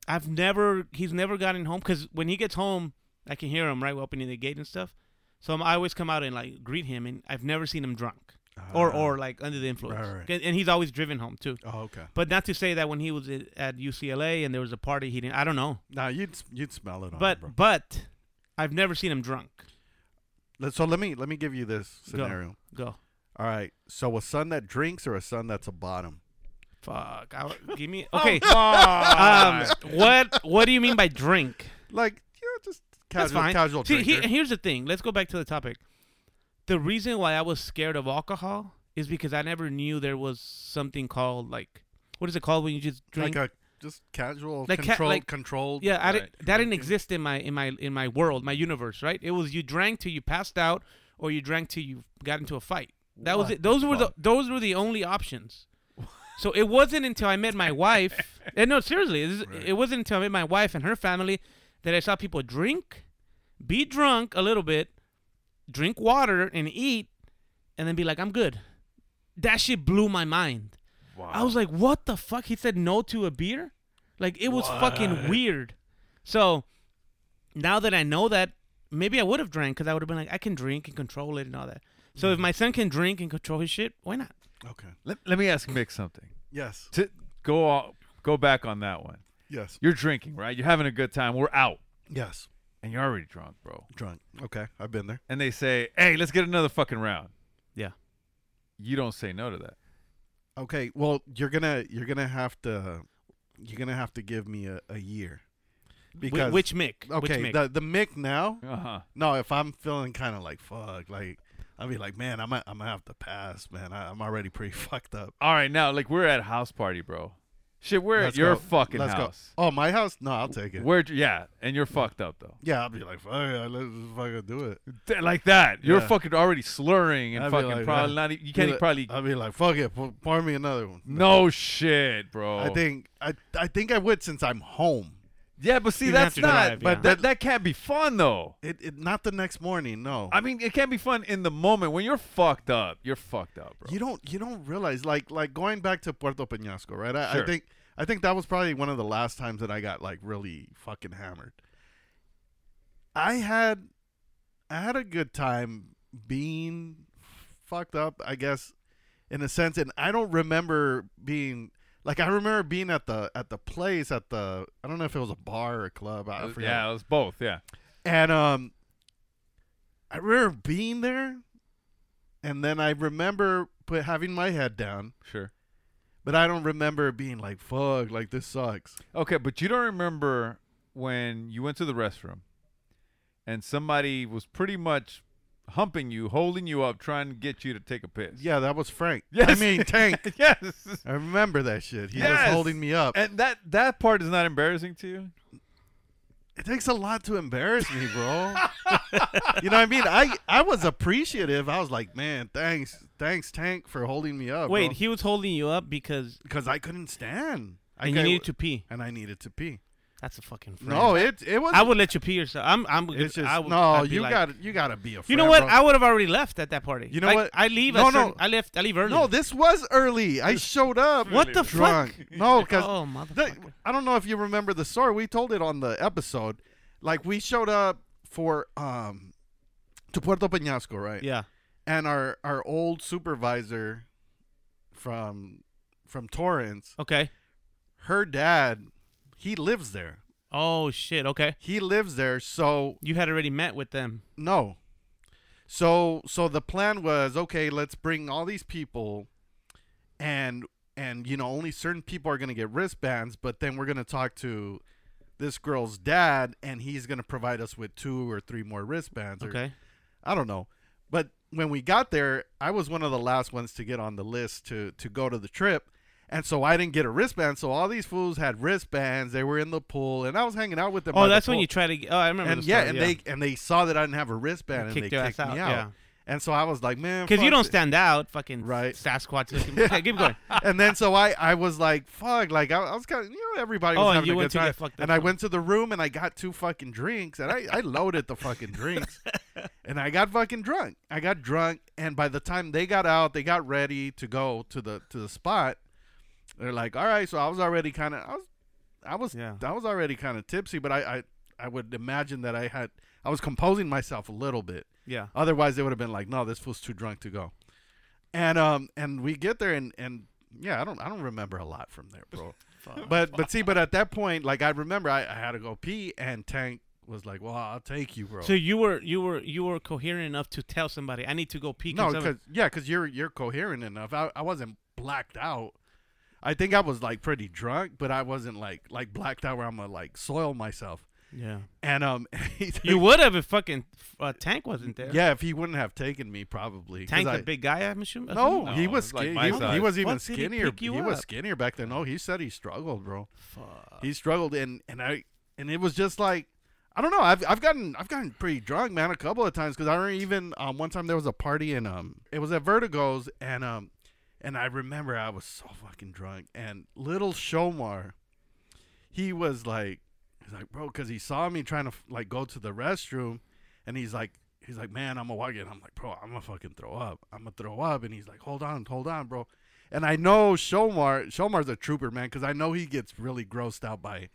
Speaker 7: I've never he's never gotten home because when he gets home, I can hear him right opening the gate and stuff. So I'm, I always come out and like greet him, and I've never seen him drunk or
Speaker 5: Ah.
Speaker 7: or like under the influence.
Speaker 5: Right, right.
Speaker 7: And- And he's always driven home too.
Speaker 5: Oh, okay.
Speaker 7: But not to say that when he was at- at UCLA and there was a party, he didn't. I don't know.
Speaker 5: No, you'd s- you'd smell it on. him,
Speaker 7: But
Speaker 5: bro.
Speaker 7: but I've never seen him drunk.
Speaker 5: Let- so let me let me give you this
Speaker 7: Go.
Speaker 5: scenario.
Speaker 7: Go.
Speaker 5: All right. So a son that drinks or a son that's a bottom.
Speaker 7: Fuck. I, would- give me okay. um,
Speaker 5: God.
Speaker 7: what what do you mean by drink?
Speaker 5: Like you know, just
Speaker 7: That's
Speaker 5: casual
Speaker 7: fine.
Speaker 5: casual
Speaker 7: See, he-
Speaker 5: drinker.
Speaker 7: here's the thing. Let's go back to the topic. The reason why I was scared of alcohol is because I never knew there was something called like what is it called when you just drink
Speaker 5: Like a just casual
Speaker 7: Like ca-
Speaker 5: controlled
Speaker 7: like-
Speaker 5: controlled.
Speaker 7: Yeah, I didn't, that
Speaker 6: Mm-hmm.
Speaker 7: didn't exist in my in my in my world, my universe, right? It was you drank till you passed out, or you drank till you got into a fight. That was
Speaker 6: What
Speaker 7: it. Those
Speaker 6: the
Speaker 7: were the
Speaker 6: fuck?
Speaker 7: those were the only options. So it wasn't until I met my wife. And no, seriously, this is- it wasn't until I met my wife and her family that I saw people drink, be drunk a little bit, drink water and eat, and then be like, "I'm good." That shit blew my mind. I was like, "What the fuck?" He said no to a beer. Like it was fucking
Speaker 6: What?
Speaker 7: weird. So now that I know that, maybe I would have drank because I would have been like, I can drink and control it and all that. So
Speaker 5: Mm.
Speaker 7: if my son can drink and control his shit, why not?
Speaker 5: Okay.
Speaker 6: Let, let me ask Mick something.
Speaker 5: Yes.
Speaker 6: To go all, go back on that one.
Speaker 5: Yes.
Speaker 6: You're drinking, right? You're having a good time. We're out,
Speaker 5: Yes.
Speaker 6: and you're already drunk, bro.
Speaker 5: Drunk. Okay. I've been there.
Speaker 6: And they say, "Hey, let's get another fucking round."
Speaker 7: Yeah.
Speaker 6: You don't say no to that.
Speaker 5: Okay. Well, you're gonna you're gonna have to you're gonna have to give me a, a year. Because
Speaker 7: which Mick? Which
Speaker 5: Okay,
Speaker 7: Mick?
Speaker 5: the the Mick now.
Speaker 6: Uh-huh.
Speaker 5: No, if I'm feeling kind of like fuck, like I'll be like, man, I'm gonna, I'm gonna have to pass, man. I, I'm already pretty fucked up.
Speaker 6: All right, now like we're at a house party, bro. Shit, we're
Speaker 5: Let's
Speaker 6: at your
Speaker 5: go.
Speaker 6: fucking
Speaker 5: Let's go.
Speaker 6: house.
Speaker 5: Oh, my house? No, I'll take it.
Speaker 6: We're yeah, and you're fucked up though.
Speaker 5: yeah, I'll be like, fuck, yeah, let's just fucking do it.
Speaker 6: Th- Like that, you're
Speaker 5: Yeah.
Speaker 6: fucking already slurring and
Speaker 5: I'll be
Speaker 6: fucking
Speaker 5: like,
Speaker 6: probably
Speaker 5: "Man."
Speaker 6: not. e- You
Speaker 5: Be
Speaker 6: can't
Speaker 5: like-
Speaker 6: probably.
Speaker 5: I'll be like, fuck it, pour, pour me another one.
Speaker 6: No shit, bro.
Speaker 5: I think I I think I would since I'm home.
Speaker 6: Yeah, but see,
Speaker 7: You'd have
Speaker 6: that's
Speaker 7: to
Speaker 6: not.
Speaker 7: drive,
Speaker 6: but
Speaker 7: yeah.
Speaker 6: that that can't be fun though.
Speaker 5: It, it not the next morning. No,
Speaker 6: I mean, it can't be fun in the moment when you're fucked up. You're fucked up, bro.
Speaker 5: you don't you don't realize like like going back to Puerto Peñasco, right? I,
Speaker 6: Sure.
Speaker 5: I think I think that was probably one of the last times that I got like really fucking hammered. I had I had a good time being fucked up, I guess, in a sense, and I don't remember being like I remember being at the at the place at the I don't know if it was a bar or a club. I
Speaker 6: Uh,
Speaker 5: forget.
Speaker 6: yeah, it was both. Yeah.
Speaker 5: And um, I remember being there, and then I remember put having my head down,
Speaker 6: Sure.
Speaker 5: but I don't remember being like, "Fuck, like this sucks."
Speaker 6: Okay, but you don't remember when you went to the restroom and somebody was pretty much humping you, holding you up, trying to get you to take a piss.
Speaker 5: Yeah, that was Frank.
Speaker 6: Yes.
Speaker 5: I mean Tank.
Speaker 6: yes.
Speaker 5: I remember that shit. He
Speaker 6: Yes.
Speaker 5: was holding me up.
Speaker 6: And that that part is not embarrassing to you?
Speaker 5: it takes a lot to embarrass me, bro. you know what I mean? I I was appreciative. I was like, "Man, thanks, thanks Tank for holding me up."
Speaker 7: Wait, he was holding you up because
Speaker 5: because I couldn't stand. I
Speaker 7: and you
Speaker 5: couldn't-
Speaker 7: needed to pee.
Speaker 5: and I needed to pee.
Speaker 7: That's a fucking. Friend.
Speaker 5: No, it it was
Speaker 7: I would let you pee yourself. I'm. I'm.
Speaker 5: It's just
Speaker 7: I would,
Speaker 5: no.
Speaker 7: I'd be
Speaker 5: You
Speaker 7: like-
Speaker 5: got you got to be a.
Speaker 7: You
Speaker 5: friend,
Speaker 7: know what?
Speaker 5: bro.
Speaker 7: I would have already left at that party.
Speaker 5: You know
Speaker 7: Like,
Speaker 5: what?
Speaker 7: I leave.
Speaker 5: No,
Speaker 7: No,
Speaker 5: no.
Speaker 7: no. I left. I leave early.
Speaker 5: no, this was early. I showed up.
Speaker 7: What the
Speaker 5: drunk?
Speaker 7: fuck?
Speaker 5: No, because
Speaker 7: Oh, motherfucker.
Speaker 5: I don't know if you remember the story. We told it on the episode. Like we showed up for um to Puerto Peñasco, right?
Speaker 7: Yeah.
Speaker 5: And our our old supervisor from from Torrance,
Speaker 7: Okay.
Speaker 5: her dad, He lives there.
Speaker 7: Oh shit! Okay.
Speaker 5: He lives there, so
Speaker 7: you had already met with them.
Speaker 5: No. So so the plan was okay. Let's bring all these people, and and you know only certain people are gonna get wristbands, but then we're gonna talk to this girl's dad, and he's gonna provide us with two or three more wristbands. or-
Speaker 7: Okay.
Speaker 5: I don't know, but when we got there, I was one of the last ones to get on the list to to go to the trip. And so I didn't get a wristband. So all these fools had wristbands. They were in the pool, and I was hanging out with them.
Speaker 7: Oh,
Speaker 5: by the
Speaker 7: that's when
Speaker 5: pool.
Speaker 7: you try to. Get, oh, I remember.
Speaker 5: And
Speaker 7: the
Speaker 5: yeah,
Speaker 7: story,
Speaker 5: and they and they saw that I didn't have a wristband,
Speaker 7: They
Speaker 5: and
Speaker 7: kicked
Speaker 5: they
Speaker 7: your
Speaker 5: kicked
Speaker 7: ass
Speaker 5: me
Speaker 7: out,
Speaker 5: out.
Speaker 7: yeah.
Speaker 5: And so I was like, man,
Speaker 7: because you
Speaker 5: fuck
Speaker 7: don't
Speaker 5: thi-
Speaker 7: stand out, fucking right. Sasquatch. Looking. Okay, keep going.
Speaker 5: and then so I, I was like, fuck, like I, I was kind of, you know, everybody was
Speaker 7: Oh, and
Speaker 5: having
Speaker 7: you
Speaker 5: a
Speaker 7: went
Speaker 5: good
Speaker 7: to get
Speaker 5: time.
Speaker 7: fucked up
Speaker 5: and I
Speaker 7: on.
Speaker 5: went to the room and I got two fucking drinks and I, I loaded the fucking drinks and I got fucking drunk. I got drunk and by the time they got out, they got ready to go to the to the spot. They're like, all right, so I was already kind of, I was, I was, I was already kind of tipsy, but I, I, I would imagine that I had, I was composing myself a little bit.
Speaker 7: Yeah.
Speaker 5: Otherwise, they would have been like, no, this fool's too drunk to go. And um and we get there and and yeah, I don't I don't remember a lot from there, bro. but but see, but at that point, like I remember I, I had to go pee and Tank was like, Well, I'll take you, bro.
Speaker 7: So you were you were you were coherent enough to tell somebody I need to go pee.
Speaker 5: no,
Speaker 7: someone-"
Speaker 5: because yeah, because you're you're coherent enough. I, I wasn't blacked out. I think I was like pretty drunk, but I wasn't like like blacked out where I'm gonna like soil myself.
Speaker 7: Yeah.
Speaker 5: And um,
Speaker 7: you would have if fucking uh, Tank wasn't there.
Speaker 5: Yeah, if he wouldn't have taken me, probably. 'Cause
Speaker 7: Tank's a
Speaker 5: I-
Speaker 7: big guy. I'm assuming.
Speaker 5: No,
Speaker 7: assuming?
Speaker 5: he was skinny. he, he was even
Speaker 7: Fuck, did he
Speaker 5: skinnier.
Speaker 7: pick
Speaker 5: He
Speaker 7: you
Speaker 5: was
Speaker 7: up?
Speaker 5: skinnier back then. No, he said he struggled, bro. He struggled, and and I and it was just like I don't know. I've I've gotten I've gotten pretty drunk, man, a couple of times because I remember even um one time there was a party and um it was at Vertigo's and um and I remember I was so fucking drunk and little Shomar, he was like he's like bro because he saw me trying to like go to the restroom and he's like he's like man i'm gonna walk in i'm like bro i'm gonna fucking throw up i'm gonna throw up and he's like hold on hold on bro and i know shomar shomar's a trooper man because i know he gets really grossed out by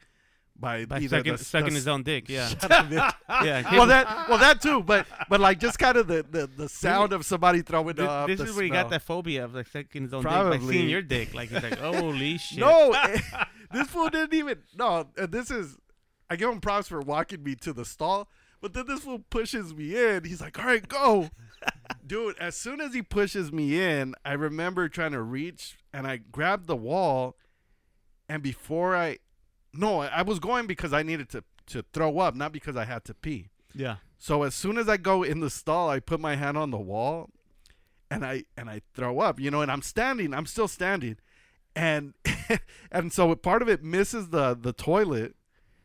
Speaker 5: by,
Speaker 7: By
Speaker 5: either
Speaker 7: sucking-
Speaker 5: the,
Speaker 7: sucking
Speaker 5: the-
Speaker 7: his own dick, yeah.
Speaker 5: Shut up, bitch.
Speaker 7: Yeah,
Speaker 5: well that well that too but but like just kind of the, the the sound of somebody throwing
Speaker 7: Th-
Speaker 5: up
Speaker 7: This
Speaker 5: the
Speaker 7: is where he got
Speaker 5: smell.
Speaker 7: that phobia of like sucking his own dick, like
Speaker 5: Probably.
Speaker 7: seeing your dick. Like he's like, holy shit.
Speaker 5: No, eh, this fool didn't even. No, and this is. I give him props for walking me to the stall, but then this fool pushes me in. He's like, "All right, go, dude." As soon as he pushes me in, I remember trying to reach, and I grabbed the wall, and before I, no, I I was going because I needed to to throw up, not because I had to pee.
Speaker 7: Yeah.
Speaker 5: So as soon as I go in the stall, I put my hand on the wall, and I and I throw up, you know, and I'm standing, I'm still standing, and and so part of it misses the the toilet,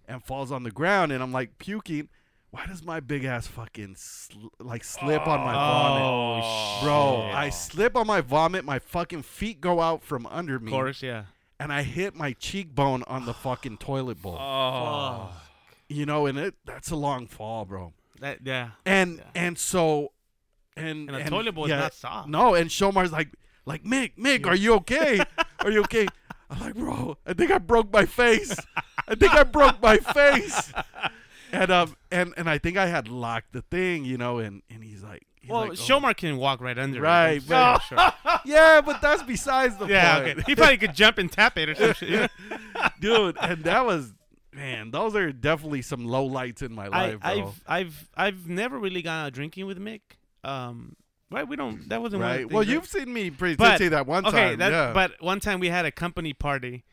Speaker 5: and falls on the ground, and I'm like puking. Why does my big ass fucking sl- like slip on my vomit,
Speaker 7: Oh,
Speaker 5: bro?
Speaker 7: shit.
Speaker 5: I slip on my vomit. My fucking feet go out from under me.
Speaker 7: Of course, yeah.
Speaker 5: And I hit my cheekbone on the fucking toilet bowl.
Speaker 7: Oh.
Speaker 5: You know, and it that's a long fall, bro.
Speaker 7: That yeah.
Speaker 5: And and so and
Speaker 7: And a toilet bowl is not soft.
Speaker 5: No, and Shomar's like like Mick, Mick, are you okay? are you okay? I'm like, bro, I think I broke my face. I think I broke my face. And um and and I think I had locked the thing, you know, and and he's like he's
Speaker 7: Well,
Speaker 5: like, oh.
Speaker 7: Shomar can walk right under
Speaker 5: Right,
Speaker 7: it. I'm
Speaker 5: but-
Speaker 7: sure, sure.
Speaker 5: yeah, but that's besides the
Speaker 7: Yeah,
Speaker 5: point.
Speaker 7: okay. He probably could jump and tap it or some shit.
Speaker 5: dude. And that was man, those are definitely some low lights in my life,
Speaker 7: I,
Speaker 5: bro.
Speaker 7: I've I've I've never really gone out drinking with Mick. Um, right? We don't. That wasn't One
Speaker 5: Right.
Speaker 7: of the
Speaker 5: Well,
Speaker 7: things,
Speaker 5: you've seen me pretty
Speaker 7: But-
Speaker 5: tipsy that one
Speaker 7: okay,
Speaker 5: time,
Speaker 7: that-
Speaker 5: yeah.
Speaker 7: But one time we had a company party,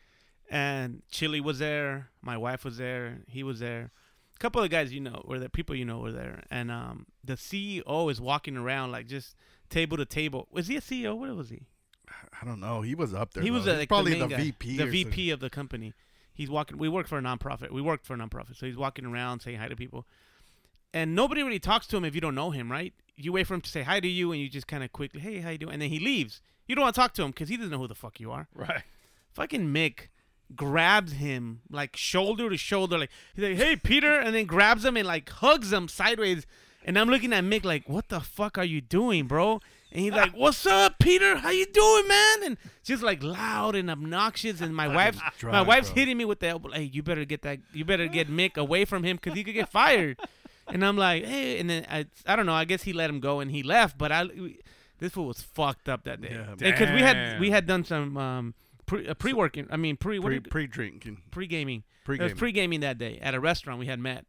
Speaker 7: and Chili was there. My wife was there. He was there. A couple of guys you know were there. People you know were there. And um, the CEO is walking around like just table to table. Was he a CEO? What was he?
Speaker 5: I don't know. He was up there.
Speaker 7: He was
Speaker 5: though.
Speaker 7: uh,
Speaker 5: He's
Speaker 7: like,
Speaker 5: probably
Speaker 7: the,
Speaker 5: the,
Speaker 7: main guy,
Speaker 5: VP.
Speaker 7: the
Speaker 5: or something.
Speaker 7: VP of the company. He's walking. We work for a nonprofit. We worked for a nonprofit, so he's walking around saying hi to people, and nobody really talks to him if you don't know him, right? You wait for him to say hi to you, and you just kind of quickly, hey, how you doing? And then he leaves. You don't want to talk to him because he doesn't know who the fuck you are,
Speaker 6: Right.
Speaker 7: Fucking Mick grabs him like shoulder to shoulder, like he's like, hey, Peter, and then grabs him and like hugs him sideways. And I'm looking at Mick like, what the fuck are you doing, bro? And he's like, what's up, Peter? How you doing, man? And just like loud and obnoxious. And my wife's my
Speaker 5: drunk,
Speaker 7: wife's
Speaker 5: bro.
Speaker 7: hitting me with the elbow. Hey, you better get that. You better get Mick away from him because he could get fired. and I'm like, hey. And then I, I don't know. I guess he let him go and he left. But I, this fool was fucked up that day
Speaker 5: Yeah,
Speaker 7: because we had
Speaker 6: Damn.
Speaker 7: we had done some um, pre uh, pre working. I mean pre
Speaker 5: Pre- pre-drinking.
Speaker 7: pre gaming. It was
Speaker 5: Pre-gaming.
Speaker 7: pre gaming that day at a restaurant we had met,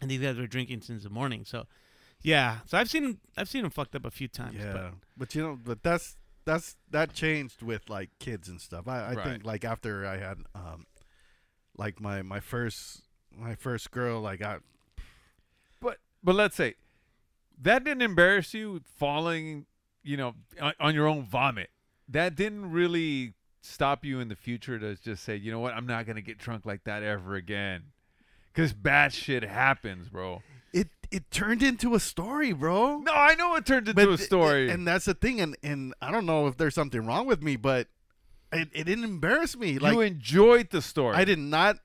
Speaker 7: and these guys were drinking since the morning. So, yeah. So I've seen I've seen them fucked up a few times.
Speaker 5: Yeah,
Speaker 7: But
Speaker 5: but, you know, but that's that's that changed with like kids and stuff. I, I
Speaker 7: Right.
Speaker 5: think like after I had um, like my my first my first girl, like I
Speaker 6: But but let's say that didn't embarrass you falling, you know, on, on your own vomit. That didn't really stop you in the future to just say, you know what, I'm not gonna get drunk like that ever again, because bad shit happens, bro.
Speaker 5: it it turned into a story, bro. No,
Speaker 6: I know it turned into a story.
Speaker 5: and that's the thing. And and I don't know if there's something wrong with me, but it, it didn't embarrass me. Like
Speaker 6: you enjoyed the story.
Speaker 5: I did not.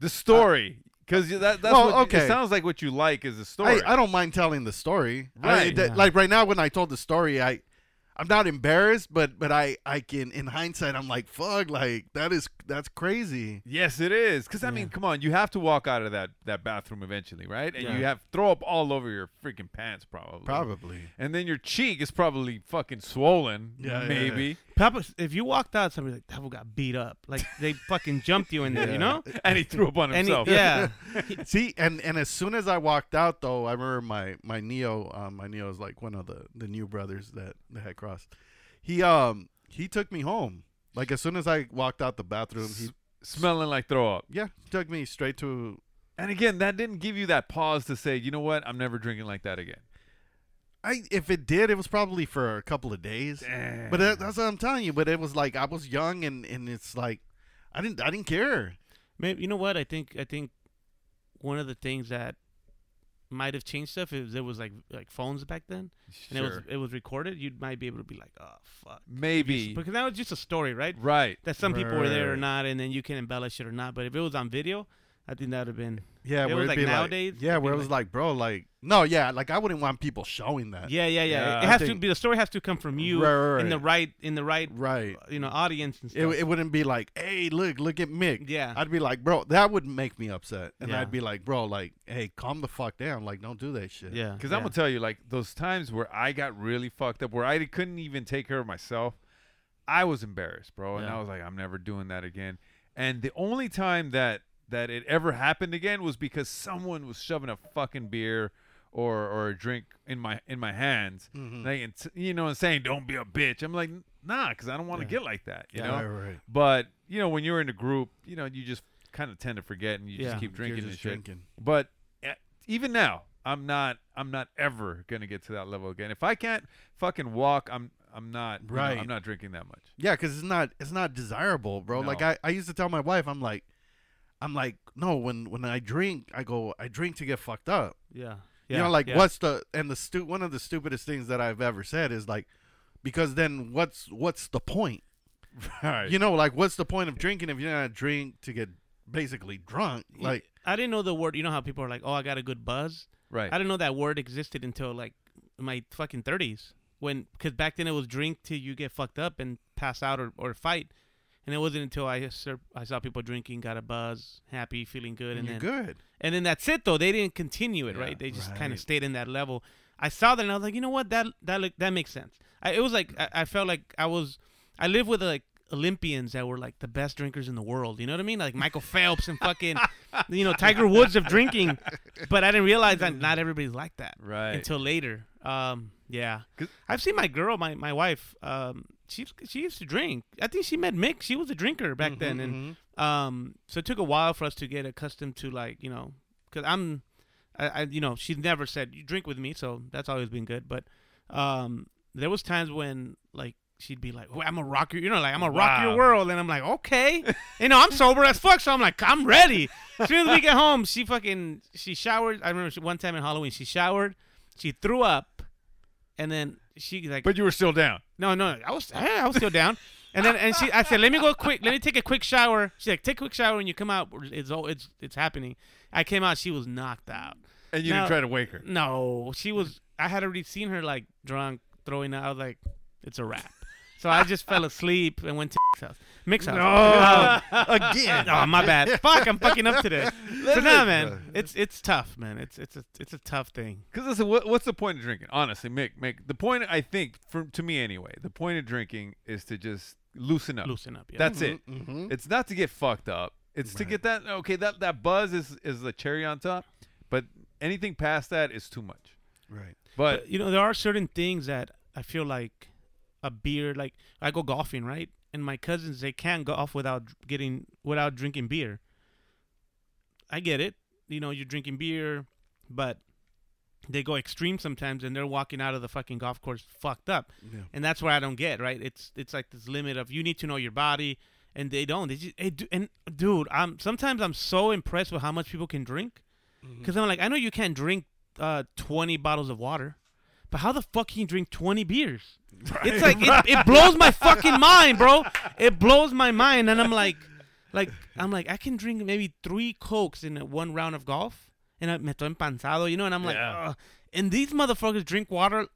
Speaker 6: the story because that that's
Speaker 5: well,
Speaker 6: what,
Speaker 5: okay.
Speaker 6: it sounds like. What you like is the
Speaker 5: I,
Speaker 6: story.
Speaker 5: I don't mind telling the story. I-
Speaker 6: Right.
Speaker 5: that-
Speaker 6: Yeah.
Speaker 5: Like right now, when I told the story, I I'm not embarrassed, but but I I can in hindsight, I'm like fuck, like that is that's crazy.
Speaker 6: Yes, it is. Because I mean, come on, you have to walk out of that that bathroom eventually, right? And
Speaker 5: Yeah.
Speaker 6: you have throw up all over your freaking pants, probably.
Speaker 5: Probably.
Speaker 6: And then your cheek is probably fucking swollen.
Speaker 7: Yeah, yeah,
Speaker 6: maybe.
Speaker 7: yeah. Papa, if you walked out, somebody's like, "Papa got beat up. Like they fucking jumped you in there, you know?"
Speaker 6: And he threw up on
Speaker 7: And he-
Speaker 6: himself.
Speaker 7: yeah.
Speaker 5: See, and and as soon as I walked out, though, I remember my my Neo, um, my Neo is like one of the the new brothers that that had crossed. He um he took me home. Like as soon as I walked out the bathroom, he
Speaker 6: smelling like throw up.
Speaker 5: Yeah, took me straight to.
Speaker 6: And again, that didn't give you that pause to say, you know what, I'm never drinking like that again.
Speaker 5: I if it did, it was probably for a couple of days. But that, that's what I'm telling you. But it was like I was young, and and it's like I didn't I didn't care.
Speaker 7: Maybe you know what I think. I think one of the things that might have changed stuff is there was like like phones back then, and it was
Speaker 6: Sure.
Speaker 7: it was recorded. You might be able to be like, oh fuck,
Speaker 6: Maybe.
Speaker 7: because that was just a story, right?
Speaker 6: Right.
Speaker 7: That some people were there or
Speaker 6: Right.
Speaker 7: not, and then you can embellish it or not. But if it was on video, I think that would have been
Speaker 5: Yeah,
Speaker 7: If It
Speaker 5: where
Speaker 7: was
Speaker 5: it'd
Speaker 7: like
Speaker 5: be
Speaker 7: nowadays.
Speaker 5: yeah, where it was like, bro, like no, yeah, like I wouldn't want people showing that.
Speaker 7: Yeah, yeah, yeah. It
Speaker 5: I
Speaker 7: has to
Speaker 5: think
Speaker 7: be the story has to come from you
Speaker 5: Right, right,
Speaker 7: in the
Speaker 5: right.
Speaker 7: right in the right uh,
Speaker 5: right
Speaker 7: you know audience and stuff.
Speaker 5: It, it wouldn't be like, hey, look, look at Mick.
Speaker 7: Yeah.
Speaker 5: I'd be like, bro, that would make me upset, and
Speaker 6: Yeah.
Speaker 5: I'd be like, bro, like, hey, calm the fuck down, like, don't do that shit.
Speaker 6: Because I'm gonna tell you, like those times where I got really fucked up, where I couldn't even take care of myself, I was embarrassed, bro, and
Speaker 5: Yeah.
Speaker 6: I was like, I'm never doing that again. And the only time that that it ever happened again was because someone was shoving a fucking beer or or a drink in my in my hands,
Speaker 5: Mhm.
Speaker 6: like and t- you know, and saying, "Don't be a bitch." I'm like, nah, because I don't want to get like that, you
Speaker 5: Yeah,
Speaker 6: know.
Speaker 5: right, right.
Speaker 6: But you know, when you're in a group, you know, you just kind of tend to forget, and you
Speaker 5: Yeah.
Speaker 6: just keep
Speaker 5: You're
Speaker 6: drinking
Speaker 5: just
Speaker 6: and shit.
Speaker 5: drinking.
Speaker 6: But uh, even now, I'm not I'm not ever gonna get to that level again. If I can't fucking walk, I'm I'm not you know,
Speaker 5: Right.
Speaker 6: I'm not drinking that much.
Speaker 5: Yeah, because it's not it's not desirable, bro.
Speaker 6: No.
Speaker 5: Like I, I used to tell my wife, I'm like, I'm like, no, when when I drink, I go, I drink to get fucked up.
Speaker 7: Yeah.
Speaker 5: you
Speaker 7: Yeah,
Speaker 5: know, like
Speaker 7: yeah.
Speaker 5: what's the and the stu- one of the stupidest things that I've ever said is like, because then what's what's the point?
Speaker 6: Right.
Speaker 5: You know, like what's the point of drinking if you're not drink to get basically drunk? Like,
Speaker 7: I didn't know the word. You know how people are like, "Oh, I got a good buzz."
Speaker 6: Right.
Speaker 7: I didn't know that word existed until like my fucking thirties. When because back then it was drink till you get fucked up and pass out or, or fight, and it wasn't until I sur- I saw people drinking, got a buzz, happy, feeling good, and
Speaker 5: And
Speaker 7: then
Speaker 5: you're good.
Speaker 7: And then that's it though. They didn't continue it, right? They just kind of
Speaker 5: Right.
Speaker 7: stayed in that level. I saw that and I was like, you know what? That that look, that makes sense. I, it was like I, I felt like I was I lived with like Olympians that were like the best drinkers in the world. You know what I mean? Like Michael Phelps and fucking you know Tiger Woods of drinking. But I didn't realize that not everybody's like that
Speaker 6: Right.
Speaker 7: until later. Um, yeah, I've seen my girl, my my wife. Um, she she used to drink. I think she met Mick. She was a drinker back then, and um, so it took a while for us to get accustomed to like you know, because I'm, I, I you know she's never said you drink with me, so that's always been good. But um, there was times when like she'd be like, oh, I'm a rocker, you know, like I'm a rock your
Speaker 6: Wow.
Speaker 7: world, and I'm like, okay, you know, I'm sober as fuck, so I'm like, I'm ready. As soon as we get home, she fucking she showered. I remember she, one time in Halloween, she showered, she threw up, and then she like.
Speaker 6: But you were still down.
Speaker 7: No, no, I was, eh, I was still down. And then, and she, I said, "Let me go quick. Let me take a quick shower." She's like, "Take a quick shower, and you come out. It's all, it's, it's happening." I came out. She was knocked out.
Speaker 6: And you didn't try to wake her?
Speaker 7: No, she was. I had already seen her like drunk, throwing out. I was like, "It's a wrap." So I just fell asleep and went to Mick's house. Mick's house.
Speaker 6: No.
Speaker 7: Um,
Speaker 6: Again.
Speaker 7: Oh my bad. Fuck, I'm fucking up today. so
Speaker 6: Listen.
Speaker 7: nah, man, it's it's tough, man. It's it's a it's a tough thing.
Speaker 6: Because listen, what, what's the point of drinking? Honestly, Mick, Mick, the point I think, for, to me anyway, the point of drinking is to just loosen up.
Speaker 7: Loosen up, yeah.
Speaker 6: That's it.
Speaker 5: Mm-hmm,
Speaker 7: Mhm, mhm.
Speaker 6: It's not to get fucked up. It's to get that okay. That that buzz is is the cherry on top, but anything past that is too much.
Speaker 5: Right.
Speaker 6: But
Speaker 7: you know, there are certain things that I feel like a beer. Like I go golfing, right? And my cousins they can't golf without getting without drinking beer. I get it. You know, you're drinking beer, but they go extreme sometimes, and they're walking out of the fucking golf course fucked up.
Speaker 5: Yeah.
Speaker 7: And that's where I don't get right. It's it's like this limit of you need to know your body, and they don't. They just, hey, du- and dude, I'm sometimes I'm so impressed with how much people can drink, because I'm like I know you can't drink uh, 20 bottles of water, but how the fuck can you drink 20 beers? It's like it, it blows my fucking mind, bro. It blows my mind, and I'm like, like I'm like I can drink maybe three cokes in one round of golf, and I me estoy empanzado, you know, and I'm like,
Speaker 6: Yeah.
Speaker 7: "Ugh." and these motherfuckers drink water,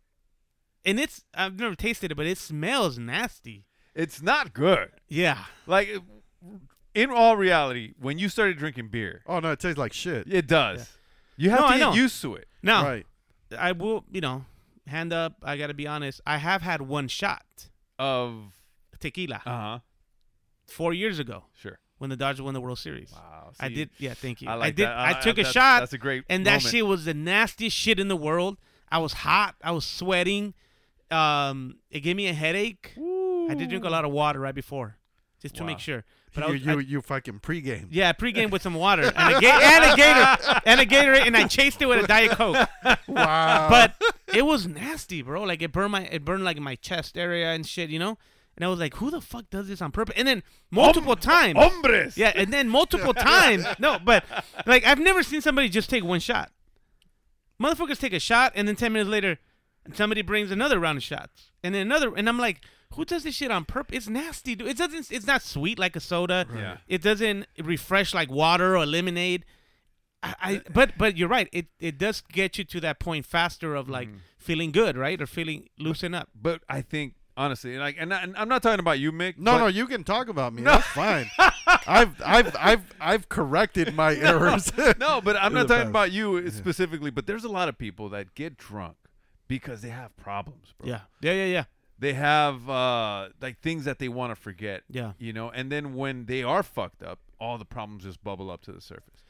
Speaker 7: and it's I've never tasted it, but it smells nasty.
Speaker 6: It's not good.
Speaker 7: Yeah.
Speaker 6: Like in all reality, when you started drinking beer,
Speaker 5: oh no, it tastes like shit.
Speaker 6: It does. You have
Speaker 7: No,
Speaker 6: to
Speaker 7: I
Speaker 6: get
Speaker 7: know.
Speaker 6: used to it.
Speaker 7: Now, I will, you know, hand up. I got to be honest. I have had one shot
Speaker 6: of
Speaker 7: tequila.
Speaker 6: Uh huh.
Speaker 7: Four years ago.
Speaker 6: Sure.
Speaker 7: When the Dodgers won the World Series.
Speaker 6: Wow.
Speaker 7: I
Speaker 6: see,
Speaker 7: did. Yeah. Thank you.
Speaker 6: I
Speaker 7: I,
Speaker 6: like
Speaker 7: did.
Speaker 6: that.
Speaker 7: I
Speaker 6: I-
Speaker 7: took a
Speaker 6: that's-
Speaker 7: shot.
Speaker 6: that's a great
Speaker 7: And that
Speaker 6: moment.
Speaker 7: shit was the nastiest shit in the world. I was hot. I was sweating. Um, it gave me a headache. I did drink a lot of water right before, just to
Speaker 5: Wow.
Speaker 7: make sure. I
Speaker 5: you,
Speaker 7: was- I-
Speaker 5: you you fucking pregame.
Speaker 7: yeah, pregame with some water and a, ga- and a gator and a Gatorade, and I chased it with a diet coke.
Speaker 5: Wow.
Speaker 7: But it was nasty, bro. Like it burned my it burned like my chest area and shit, you know. And I was like, who the fuck does this on purpose? And then multiple times,
Speaker 6: hombres.
Speaker 7: Yeah, and then multiple times. No, but like I've never seen somebody just take one shot. Motherfuckers take a shot, and then ten minutes later, somebody brings another round of shots, and then another, and I'm like. Who does this shit on purpose? It's nasty, dude. It doesn't. It's not sweet like a soda.
Speaker 6: Right. Yeah.
Speaker 7: It doesn't refresh like water or lemonade. I,
Speaker 6: Uh,
Speaker 7: I but but you're right. It it does get you to that point faster of like
Speaker 6: Mm-hmm.
Speaker 7: feeling good, right, or feeling loosen up.
Speaker 6: But I think honestly, and like, and, I, and I'm not talking about you, Mick.
Speaker 5: No,
Speaker 6: but-
Speaker 5: no, you can talk about me. That's fine. I've I've I've I've corrected my errors.
Speaker 6: no, but I'm
Speaker 5: in the
Speaker 6: not talking
Speaker 5: past.
Speaker 6: about you specifically. But there's a lot of people that get drunk because they have problems, bro.
Speaker 7: Yeah. Yeah, yeah, yeah.
Speaker 6: They have uh, like things that they want to forget.
Speaker 7: Yeah.
Speaker 6: You know, and then when they are fucked up, all the problems just bubble up to the surface,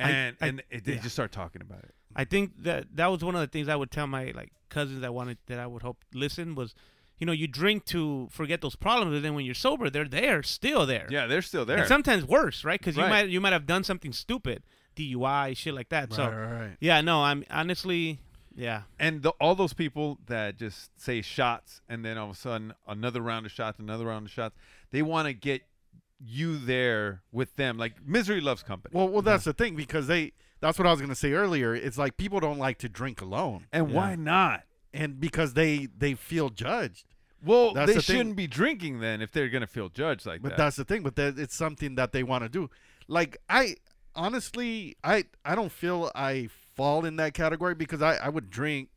Speaker 7: I-
Speaker 6: and
Speaker 7: I-
Speaker 6: and it, they
Speaker 7: yeah.
Speaker 6: just start talking about it.
Speaker 7: I think that that was one of the things I would tell my like cousins I wanted that I would hope listen was, you know, you drink to forget those problems, and then when you're sober, they're there, still there.
Speaker 6: Yeah, they're still there.
Speaker 7: And sometimes worse, right? Because you
Speaker 6: Right.
Speaker 7: might you might have done something stupid, DUI, shit like that. so
Speaker 6: Right, right, right.
Speaker 7: yeah, no, I'm honestly, yeah.
Speaker 6: And the, all those people that just say shots, and then all of a sudden another round of shots, another round of shots. They want to get you there with them. Like misery loves company.
Speaker 5: Well, well, that's the thing because they. That's what I was gonna say earlier. It's like people don't like to drink alone,
Speaker 6: And why not?
Speaker 5: And because they they feel judged.
Speaker 6: Well,
Speaker 5: That's
Speaker 6: they
Speaker 5: the thing.
Speaker 6: shouldn't be drinking then if they're gonna feel judged like
Speaker 5: But
Speaker 6: that.
Speaker 5: that's the thing. But that it's something that they want to do. Like I honestly, I I don't feel I fall in that category because I I would drink.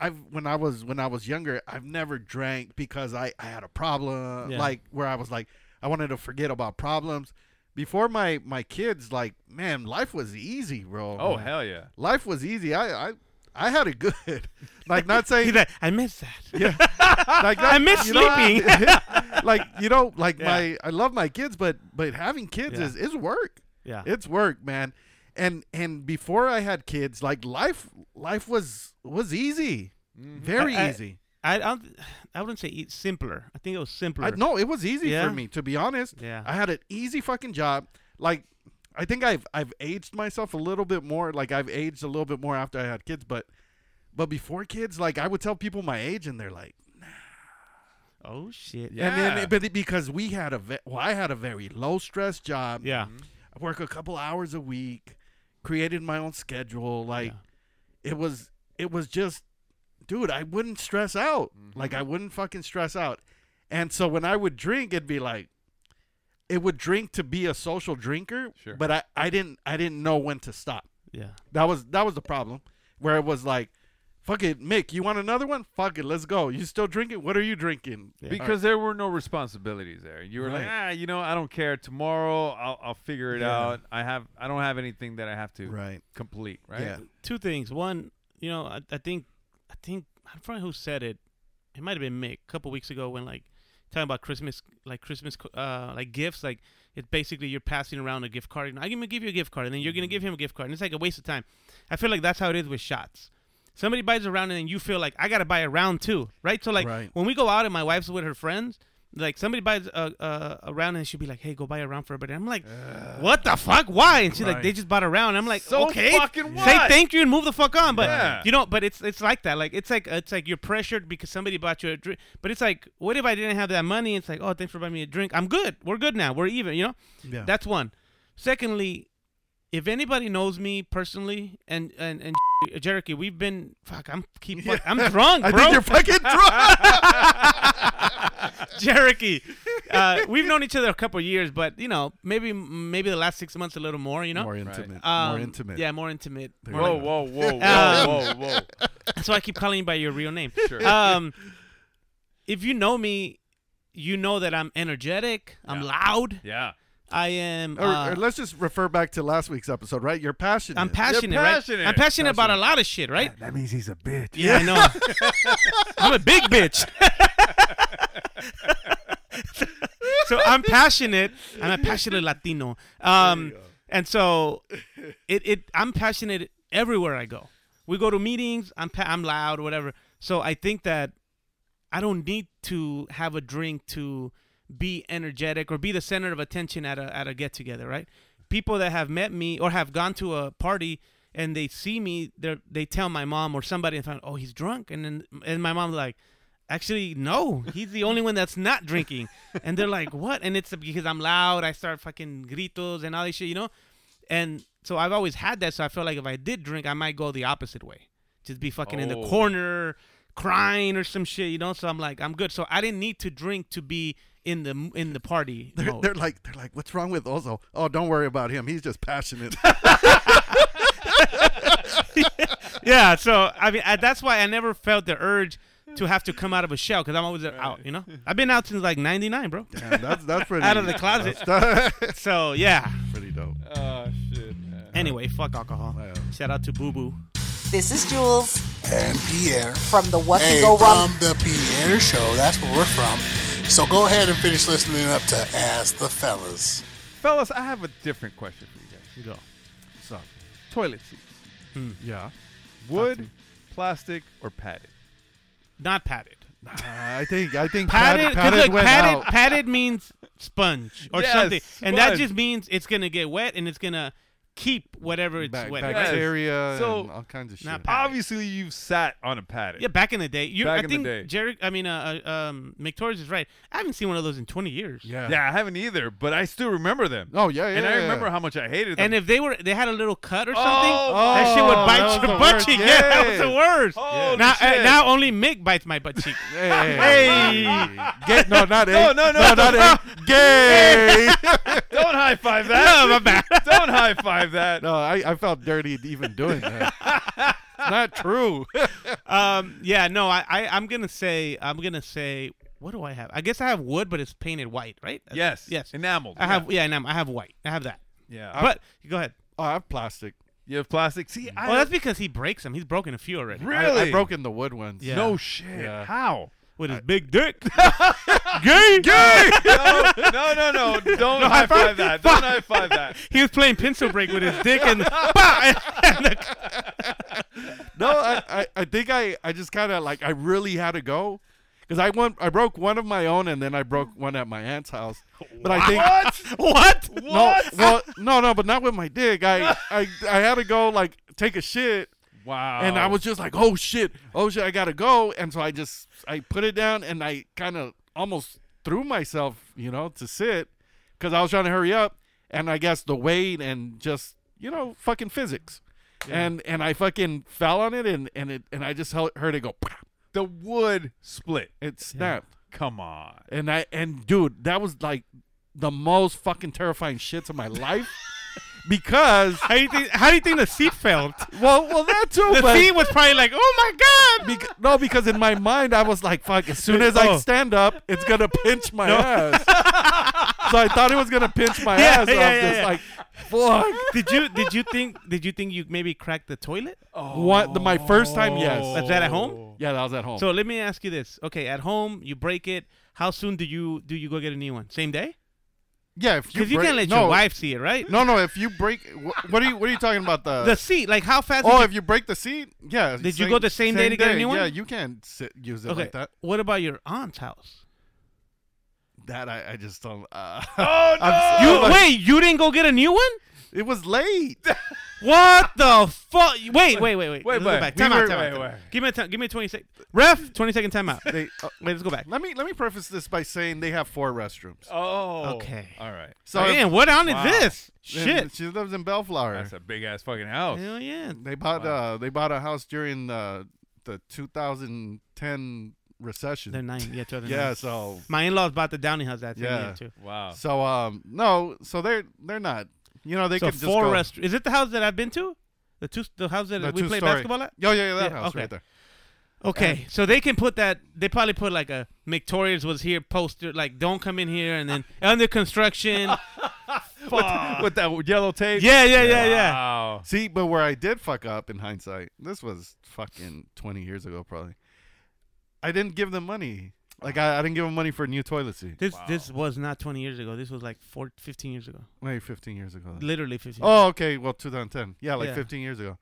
Speaker 5: I've when I was when I was younger, I've never drank because I I had a problem.
Speaker 13: Yeah.
Speaker 5: Like where I was like I wanted to forget about problems. Before my my kids, like man, life was easy, bro.
Speaker 6: Oh, hell yeah.
Speaker 5: Life was easy. I I. I had it good, like not saying
Speaker 7: I miss that.
Speaker 5: Yeah, like not-
Speaker 7: I miss
Speaker 5: you know,
Speaker 7: sleeping.
Speaker 5: like you know, like
Speaker 7: Yeah.
Speaker 5: my I love my kids, but but having kids
Speaker 7: Yeah.
Speaker 5: is is work.
Speaker 7: Yeah.
Speaker 5: it's work, man. And and before I had kids, like life life was was easy,
Speaker 7: Mm-hmm.
Speaker 5: very
Speaker 7: I- I-
Speaker 5: easy.
Speaker 7: I, don't. I wouldn't say it's simpler. I think it was simpler.
Speaker 5: I, no, it was easy for me to be honest.
Speaker 7: Yeah.
Speaker 5: I had an easy fucking job. Like I think I've I've aged myself a little bit more. Like I've aged a little bit more after I had kids, but but before kids, like I would tell people my age, and they're like.
Speaker 7: Oh shit!
Speaker 5: And then, but it- because we had a, ve- well, I had a very low stress job.
Speaker 7: Yeah.
Speaker 6: Mm-hmm.
Speaker 5: I work a couple hours a week, created my own schedule. Like, it was, it was just, dude, I wouldn't stress out. Like, I wouldn't fucking stress out. And so when I would drink, it'd be like, it would drink to be a social drinker.
Speaker 6: Sure.
Speaker 5: But I, I didn't, I didn't know when to stop.
Speaker 7: Yeah.
Speaker 5: That was that was the problem, where it was like, fuck it, Mick, you want another one? Fuck it, let's go. You still drinking? What are you drinking?
Speaker 6: because there were no responsibilities there. You were like, ah, you know, I don't care. Tomorrow, I'll, I'll figure it
Speaker 7: Yeah.
Speaker 6: out. I have, I don't have anything that I have to
Speaker 5: Right.
Speaker 6: complete. Right.
Speaker 7: Two things. One, you know, I, I think, I think I forget who said it. It might have been Mick a couple weeks ago when like talking about Christmas, like Christmas, uh, like gifts. Like it's basically you're passing around a gift card. And I'm gonna give you a gift card, and then you're gonna give him a gift card, and it's like a waste of time. I feel like that's how it is with shots. Somebody buys a round, and then you feel like I gotta buy a round too, right? So like
Speaker 5: Right.
Speaker 7: when we go out and my wife's with her friends. Like somebody buys a, a, a round and she'll be like, "Hey, go buy a round for everybody." I'm like, "What the fuck? Why?" And she's like,
Speaker 6: Right.
Speaker 7: "They just bought a round." I'm like,
Speaker 6: So
Speaker 7: "Okay,
Speaker 6: fucking what?"
Speaker 7: say thank you and move the fuck on." But
Speaker 6: Yeah.
Speaker 7: you know, but it's it's like that. Like it's like it's like you're pressured because somebody bought you a drink. But it's like, what if I didn't have that money? It's like, oh, thanks for buying me a drink. I'm good. We're good now. We're even. You know.
Speaker 5: Yeah.
Speaker 7: That's one. Secondly, if anybody knows me personally, and and and Jericho, we've been fuck. I'm keep. fuck- I'm drunk,
Speaker 5: I
Speaker 7: bro.
Speaker 5: think you're fucking
Speaker 7: drunk. Jericho, uh, we've known each other a couple years, but you know, maybe maybe the last six months a little more. You know,
Speaker 5: More intimate.
Speaker 7: Um,
Speaker 5: More intimate.
Speaker 7: Yeah, more intimate.
Speaker 5: There
Speaker 7: More
Speaker 5: you
Speaker 7: like-
Speaker 5: go. Whoa, whoa, whoa, whoa, whoa.
Speaker 7: That's why I keep calling you by your real name.
Speaker 6: Sure.
Speaker 7: Um, if you know me, you know that I'm energetic. I'm loud.
Speaker 6: Yeah.
Speaker 7: I am.
Speaker 5: Or,
Speaker 7: uh,
Speaker 5: or let's just refer back to last week's episode, right? You're passionate.
Speaker 7: I'm passionate, right? I'm passionate about a lot of shit, right?
Speaker 5: That means he's a bitch.
Speaker 7: Yeah, I know. I'm a big bitch. so I'm passionate. I'm a passionate Latino. Um, and so it, it I'm passionate everywhere I go. We go to meetings. I'm pa- I'm loud, whatever. So I think that I don't need to have a drink to be energetic or be the center of attention at a at a get together, right? People that have met me or have gone to a party and they see me, they they tell my mom or somebody and find, oh, he's drunk, and then and my mom's like, actually, no, he's the only one that's not drinking, and they're like, what? And it's because I'm loud, I start fucking gritos and all this shit, you know, and so I've always had that, so I feel like if I did drink, I might go the opposite way, just be fucking in the corner
Speaker 6: Oh.
Speaker 7: corner crying or some shit, you know. So I'm like, I'm good. So I didn't need to drink to be in the in the party.
Speaker 5: They're,
Speaker 7: mode.
Speaker 5: they're like, they're like, what's wrong with Ozo? Oh, don't worry about him. He's just passionate.
Speaker 7: yeah. So I mean, I, that's why I never felt the urge to have to come out of a shell because I'm always uh, out. You know, I've been out since like '99, bro.
Speaker 5: Damn, that's that's pretty.
Speaker 7: out of the closet.
Speaker 5: that's-
Speaker 7: so yeah.
Speaker 5: Pretty dope.
Speaker 6: Oh shit.
Speaker 7: Anyway, fuck alcohol. Shout out to Boo Boo.
Speaker 13: This is Jules.
Speaker 11: And Pierre.
Speaker 13: From the What
Speaker 11: hey,
Speaker 13: Can Go Wrong.
Speaker 11: From the Pierre Show. That's where we're from. So go ahead and finish listening up to Ask the Fellas.
Speaker 6: Fellas, I have a different question for you
Speaker 7: guys.
Speaker 6: Go. So, toilet seats.
Speaker 5: Yeah.
Speaker 6: Wood, plastic, or padded?
Speaker 7: Not padded.
Speaker 5: I think I think
Speaker 7: Padded,
Speaker 5: padded,
Speaker 7: cause
Speaker 5: padded
Speaker 7: look,
Speaker 5: went
Speaker 7: padded,
Speaker 5: out.
Speaker 7: padded means sponge or
Speaker 6: Yes,
Speaker 7: something, and that
Speaker 6: sponge.
Speaker 7: just means it's gonna get wet and it's gonna keep whatever it's
Speaker 5: Bac-
Speaker 7: wet. right?
Speaker 5: bacteria and all kinds of
Speaker 7: Not
Speaker 5: shit.
Speaker 7: padded.
Speaker 6: Obviously, you've sat on a padded.
Speaker 7: Yeah, back in the day. You,
Speaker 6: Back
Speaker 7: I
Speaker 6: in the
Speaker 7: think
Speaker 6: day.
Speaker 7: Jerry, I mean, uh, uh, um, McTorres is right. I haven't seen one of those in 20 years.
Speaker 6: Yeah. I haven't either, but I still remember them.
Speaker 5: Oh yeah, yeah.
Speaker 6: and I
Speaker 5: yeah.
Speaker 6: remember how much I hated them.
Speaker 7: And if they were, they had a little cut or something.
Speaker 6: Oh,
Speaker 7: that shit would
Speaker 6: oh, that
Speaker 7: bite
Speaker 6: was
Speaker 7: your
Speaker 6: the
Speaker 7: butt
Speaker 6: worst.
Speaker 7: cheek. Yeah, that was
Speaker 6: Yeah.
Speaker 7: the worst.
Speaker 6: Holy
Speaker 7: Now, uh,
Speaker 6: shit.
Speaker 7: now only Mick bites my butt cheek.
Speaker 5: Hey.
Speaker 7: Hey.
Speaker 5: Get, no, not
Speaker 6: No,
Speaker 5: eight.
Speaker 6: no, no,
Speaker 5: no,
Speaker 6: no.
Speaker 5: not eight. Gay.
Speaker 6: don't high five that.
Speaker 7: No, my bad.
Speaker 6: Don't high five that.
Speaker 5: no, I, I felt dirty even doing that. not true.
Speaker 7: um, yeah, no, I, I, I'm gonna say, I'm gonna say, what do I have? I guess I have wood, but it's painted white, right?
Speaker 6: Yes.
Speaker 7: yes,
Speaker 6: Enameled.
Speaker 7: I have, yeah, enamel. I have white. I have that.
Speaker 6: Yeah.
Speaker 7: But go ahead.
Speaker 5: Oh, I have plastic.
Speaker 6: You have plastic. See, I
Speaker 7: Well, that's because he breaks them. He's broken a few already.
Speaker 5: I-
Speaker 6: Really?
Speaker 5: I, broke in the wood ones.
Speaker 7: Yeah.
Speaker 6: no shit.
Speaker 5: Yeah.
Speaker 6: How?
Speaker 7: With his big dick.
Speaker 5: Gay. Gay.
Speaker 6: No, no, no, no. Don't high five, that. Don't high five that.
Speaker 7: He was playing pencil break with his dick and, Bah! and the-
Speaker 5: no, I, I, I think I, I just kind of like I really had to go because I went I broke one of my own and then I broke one at my aunt's house. But I think
Speaker 7: what?
Speaker 5: no, well, no, no, but not with my dick. I, I, I had to go like take a shit.
Speaker 6: Wow.
Speaker 5: And I was just like, oh shit, oh shit, I gotta go. And so I just I put it down and I kind of almost threw myself, you know, to sit because I was trying to hurry up. And I guess the weight and just you know fucking physics, and and I fucking fell on it and and it and I just held, heard it go. "Pah."
Speaker 6: the wood split.
Speaker 5: It snapped.
Speaker 6: Come on.
Speaker 5: And I and dude, that was like the most fucking terrifying shit of my life because
Speaker 7: How do you think? How do you think the seat felt?
Speaker 5: well, well, that too.
Speaker 7: The
Speaker 5: but
Speaker 7: seat was probably like, "Oh my god!"
Speaker 5: Bec- no, because in my mind I was like, "Fuck!" As soon as I
Speaker 7: Oh.
Speaker 5: stand up, it's gonna pinch my ass. so I thought it was gonna pinch my
Speaker 7: Yeah,
Speaker 5: ass. and
Speaker 7: yeah,
Speaker 5: I'm
Speaker 7: yeah,
Speaker 5: just
Speaker 7: yeah.
Speaker 5: like, "Fuck!"
Speaker 7: Did you did you think did you think you maybe cracked the toilet?
Speaker 5: What? The, my first time, yes.
Speaker 7: Was Oh. that at home?
Speaker 5: Yeah, that was at home.
Speaker 7: So let me ask you this. Okay, at home you break it. How soon do you do you go get a new one? Same day?
Speaker 5: Yeah, if you
Speaker 7: because you
Speaker 5: break-
Speaker 7: can't let
Speaker 5: no.
Speaker 7: your wife see it, right?
Speaker 5: No, no. If you break, wh- what are you? What are you talking about? The
Speaker 7: The seat, like how fast?
Speaker 5: Oh,
Speaker 7: did
Speaker 5: if you break the seat, yeah.
Speaker 7: Did you go the same, day to get a new one?
Speaker 5: Yeah, you can't sit, use it
Speaker 7: okay.
Speaker 5: like that.
Speaker 7: What about your aunt's house?
Speaker 5: That I, I just don't. Uh,
Speaker 7: Oh
Speaker 5: I'm-
Speaker 7: You wait, you didn't go get a new one?
Speaker 5: It was late.
Speaker 7: what the fuck? Wait, wait, wait,
Speaker 5: Wait,
Speaker 7: wait. let's
Speaker 5: wait.
Speaker 7: go back.
Speaker 5: We
Speaker 7: Time
Speaker 5: were-
Speaker 7: out, time out.
Speaker 5: wait,
Speaker 7: time out.
Speaker 5: wait.
Speaker 7: Give me a time. Give me a twenty second. Ref, twenty second timeout.
Speaker 5: They- uh,
Speaker 7: oh, wait, let's go back.
Speaker 5: Let me let me preface this by saying they have four restrooms.
Speaker 6: Oh.
Speaker 7: Okay.
Speaker 6: All right.
Speaker 5: So
Speaker 7: Damn, what on is this?
Speaker 5: And
Speaker 7: Shit.
Speaker 5: She lives in Bellflower.
Speaker 6: That's a big ass fucking house.
Speaker 7: Hell yeah.
Speaker 5: They bought uh they bought a house during the the 2010 recession.
Speaker 7: They're nine. Yeah, two
Speaker 5: yeah. So
Speaker 7: my in laws bought the Downey house that same
Speaker 5: yeah.
Speaker 7: year too.
Speaker 5: So um no so they're they're not you know they
Speaker 7: so
Speaker 5: could just
Speaker 7: four
Speaker 5: go-
Speaker 7: rest- Is it the house that I've been to? The two, the house that
Speaker 5: The
Speaker 7: we played
Speaker 5: two-story.
Speaker 7: basketball at.
Speaker 5: Yo, yeah, yeah, that house
Speaker 7: okay.
Speaker 5: right there.
Speaker 7: Okay,
Speaker 5: And-
Speaker 7: so they can put that. They probably put like a McTorrey's was here poster, like "Don't come in here," and then under construction. Fuck.
Speaker 6: with that yellow tape.
Speaker 7: Yeah, yeah, yeah, yeah.
Speaker 6: Wow.
Speaker 5: See, but where I did fuck up in hindsight, this was fucking 20 years ago probably. I didn't give them money. Like I, I didn't give them money for a new toilet seat.
Speaker 7: This this was not 20 years ago. This was like four, 15 years ago.
Speaker 5: Maybe 15 years ago. then.
Speaker 7: Literally 15.
Speaker 5: Oh, okay. Well, 2010. Yeah, like
Speaker 7: Yeah.
Speaker 5: 15 years ago.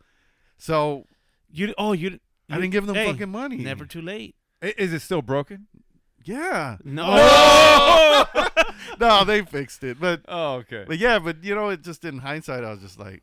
Speaker 5: So
Speaker 7: you oh you
Speaker 5: I
Speaker 7: you-
Speaker 5: didn't give them
Speaker 7: hey,
Speaker 5: fucking money.
Speaker 7: Never too late.
Speaker 6: Is it still broken?
Speaker 5: Yeah.
Speaker 7: No.
Speaker 5: no, they fixed it. But
Speaker 6: Oh, okay.
Speaker 5: But yeah, but you know, it just in hindsight, I was just like,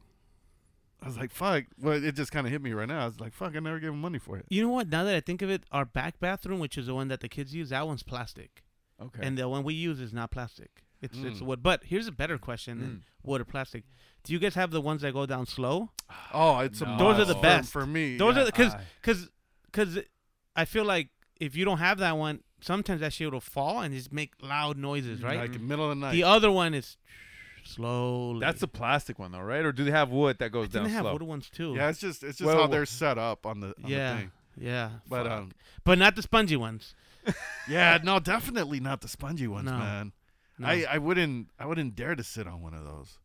Speaker 5: I was like, fuck. Well, it just kind of hit me right now. I was like, fuck, I never gave them money for it.
Speaker 7: You know what? Now that I think of it, our back bathroom, which is the one that the kids use, that one's plastic.
Speaker 6: Okay.
Speaker 7: And the one we use is not plastic. It's it's
Speaker 5: Mm.
Speaker 7: wood. But here's a better question than wood or plastic. Do you guys have the ones that go down slow?
Speaker 5: Oh, it's a
Speaker 7: those are the
Speaker 5: must for-
Speaker 7: best
Speaker 5: for me,
Speaker 7: Those
Speaker 5: yeah.
Speaker 7: are because
Speaker 5: I-
Speaker 7: because because I feel like if you don't have that one, sometimes that shit will fall and just make loud noises, right?
Speaker 5: Mm,
Speaker 7: Mm.
Speaker 5: Like in middle of the night.
Speaker 7: The other one is slowly.
Speaker 6: That's the plastic one though, right? Or do they have wood that
Speaker 7: I
Speaker 6: goes
Speaker 7: think
Speaker 6: down
Speaker 7: they have
Speaker 6: slow?
Speaker 7: wood ones too.
Speaker 5: Yeah, it's just it's just
Speaker 6: Well,
Speaker 5: how
Speaker 6: wh-
Speaker 5: they're set up on the on the
Speaker 7: yeah,
Speaker 5: thing.
Speaker 7: yeah.
Speaker 5: But
Speaker 7: fuck.
Speaker 5: um,
Speaker 7: but not the spongy ones.
Speaker 5: yeah, no, definitely not the spongy ones,
Speaker 7: No.
Speaker 5: man.
Speaker 7: No.
Speaker 5: I I wouldn't I wouldn't dare to sit on one of those.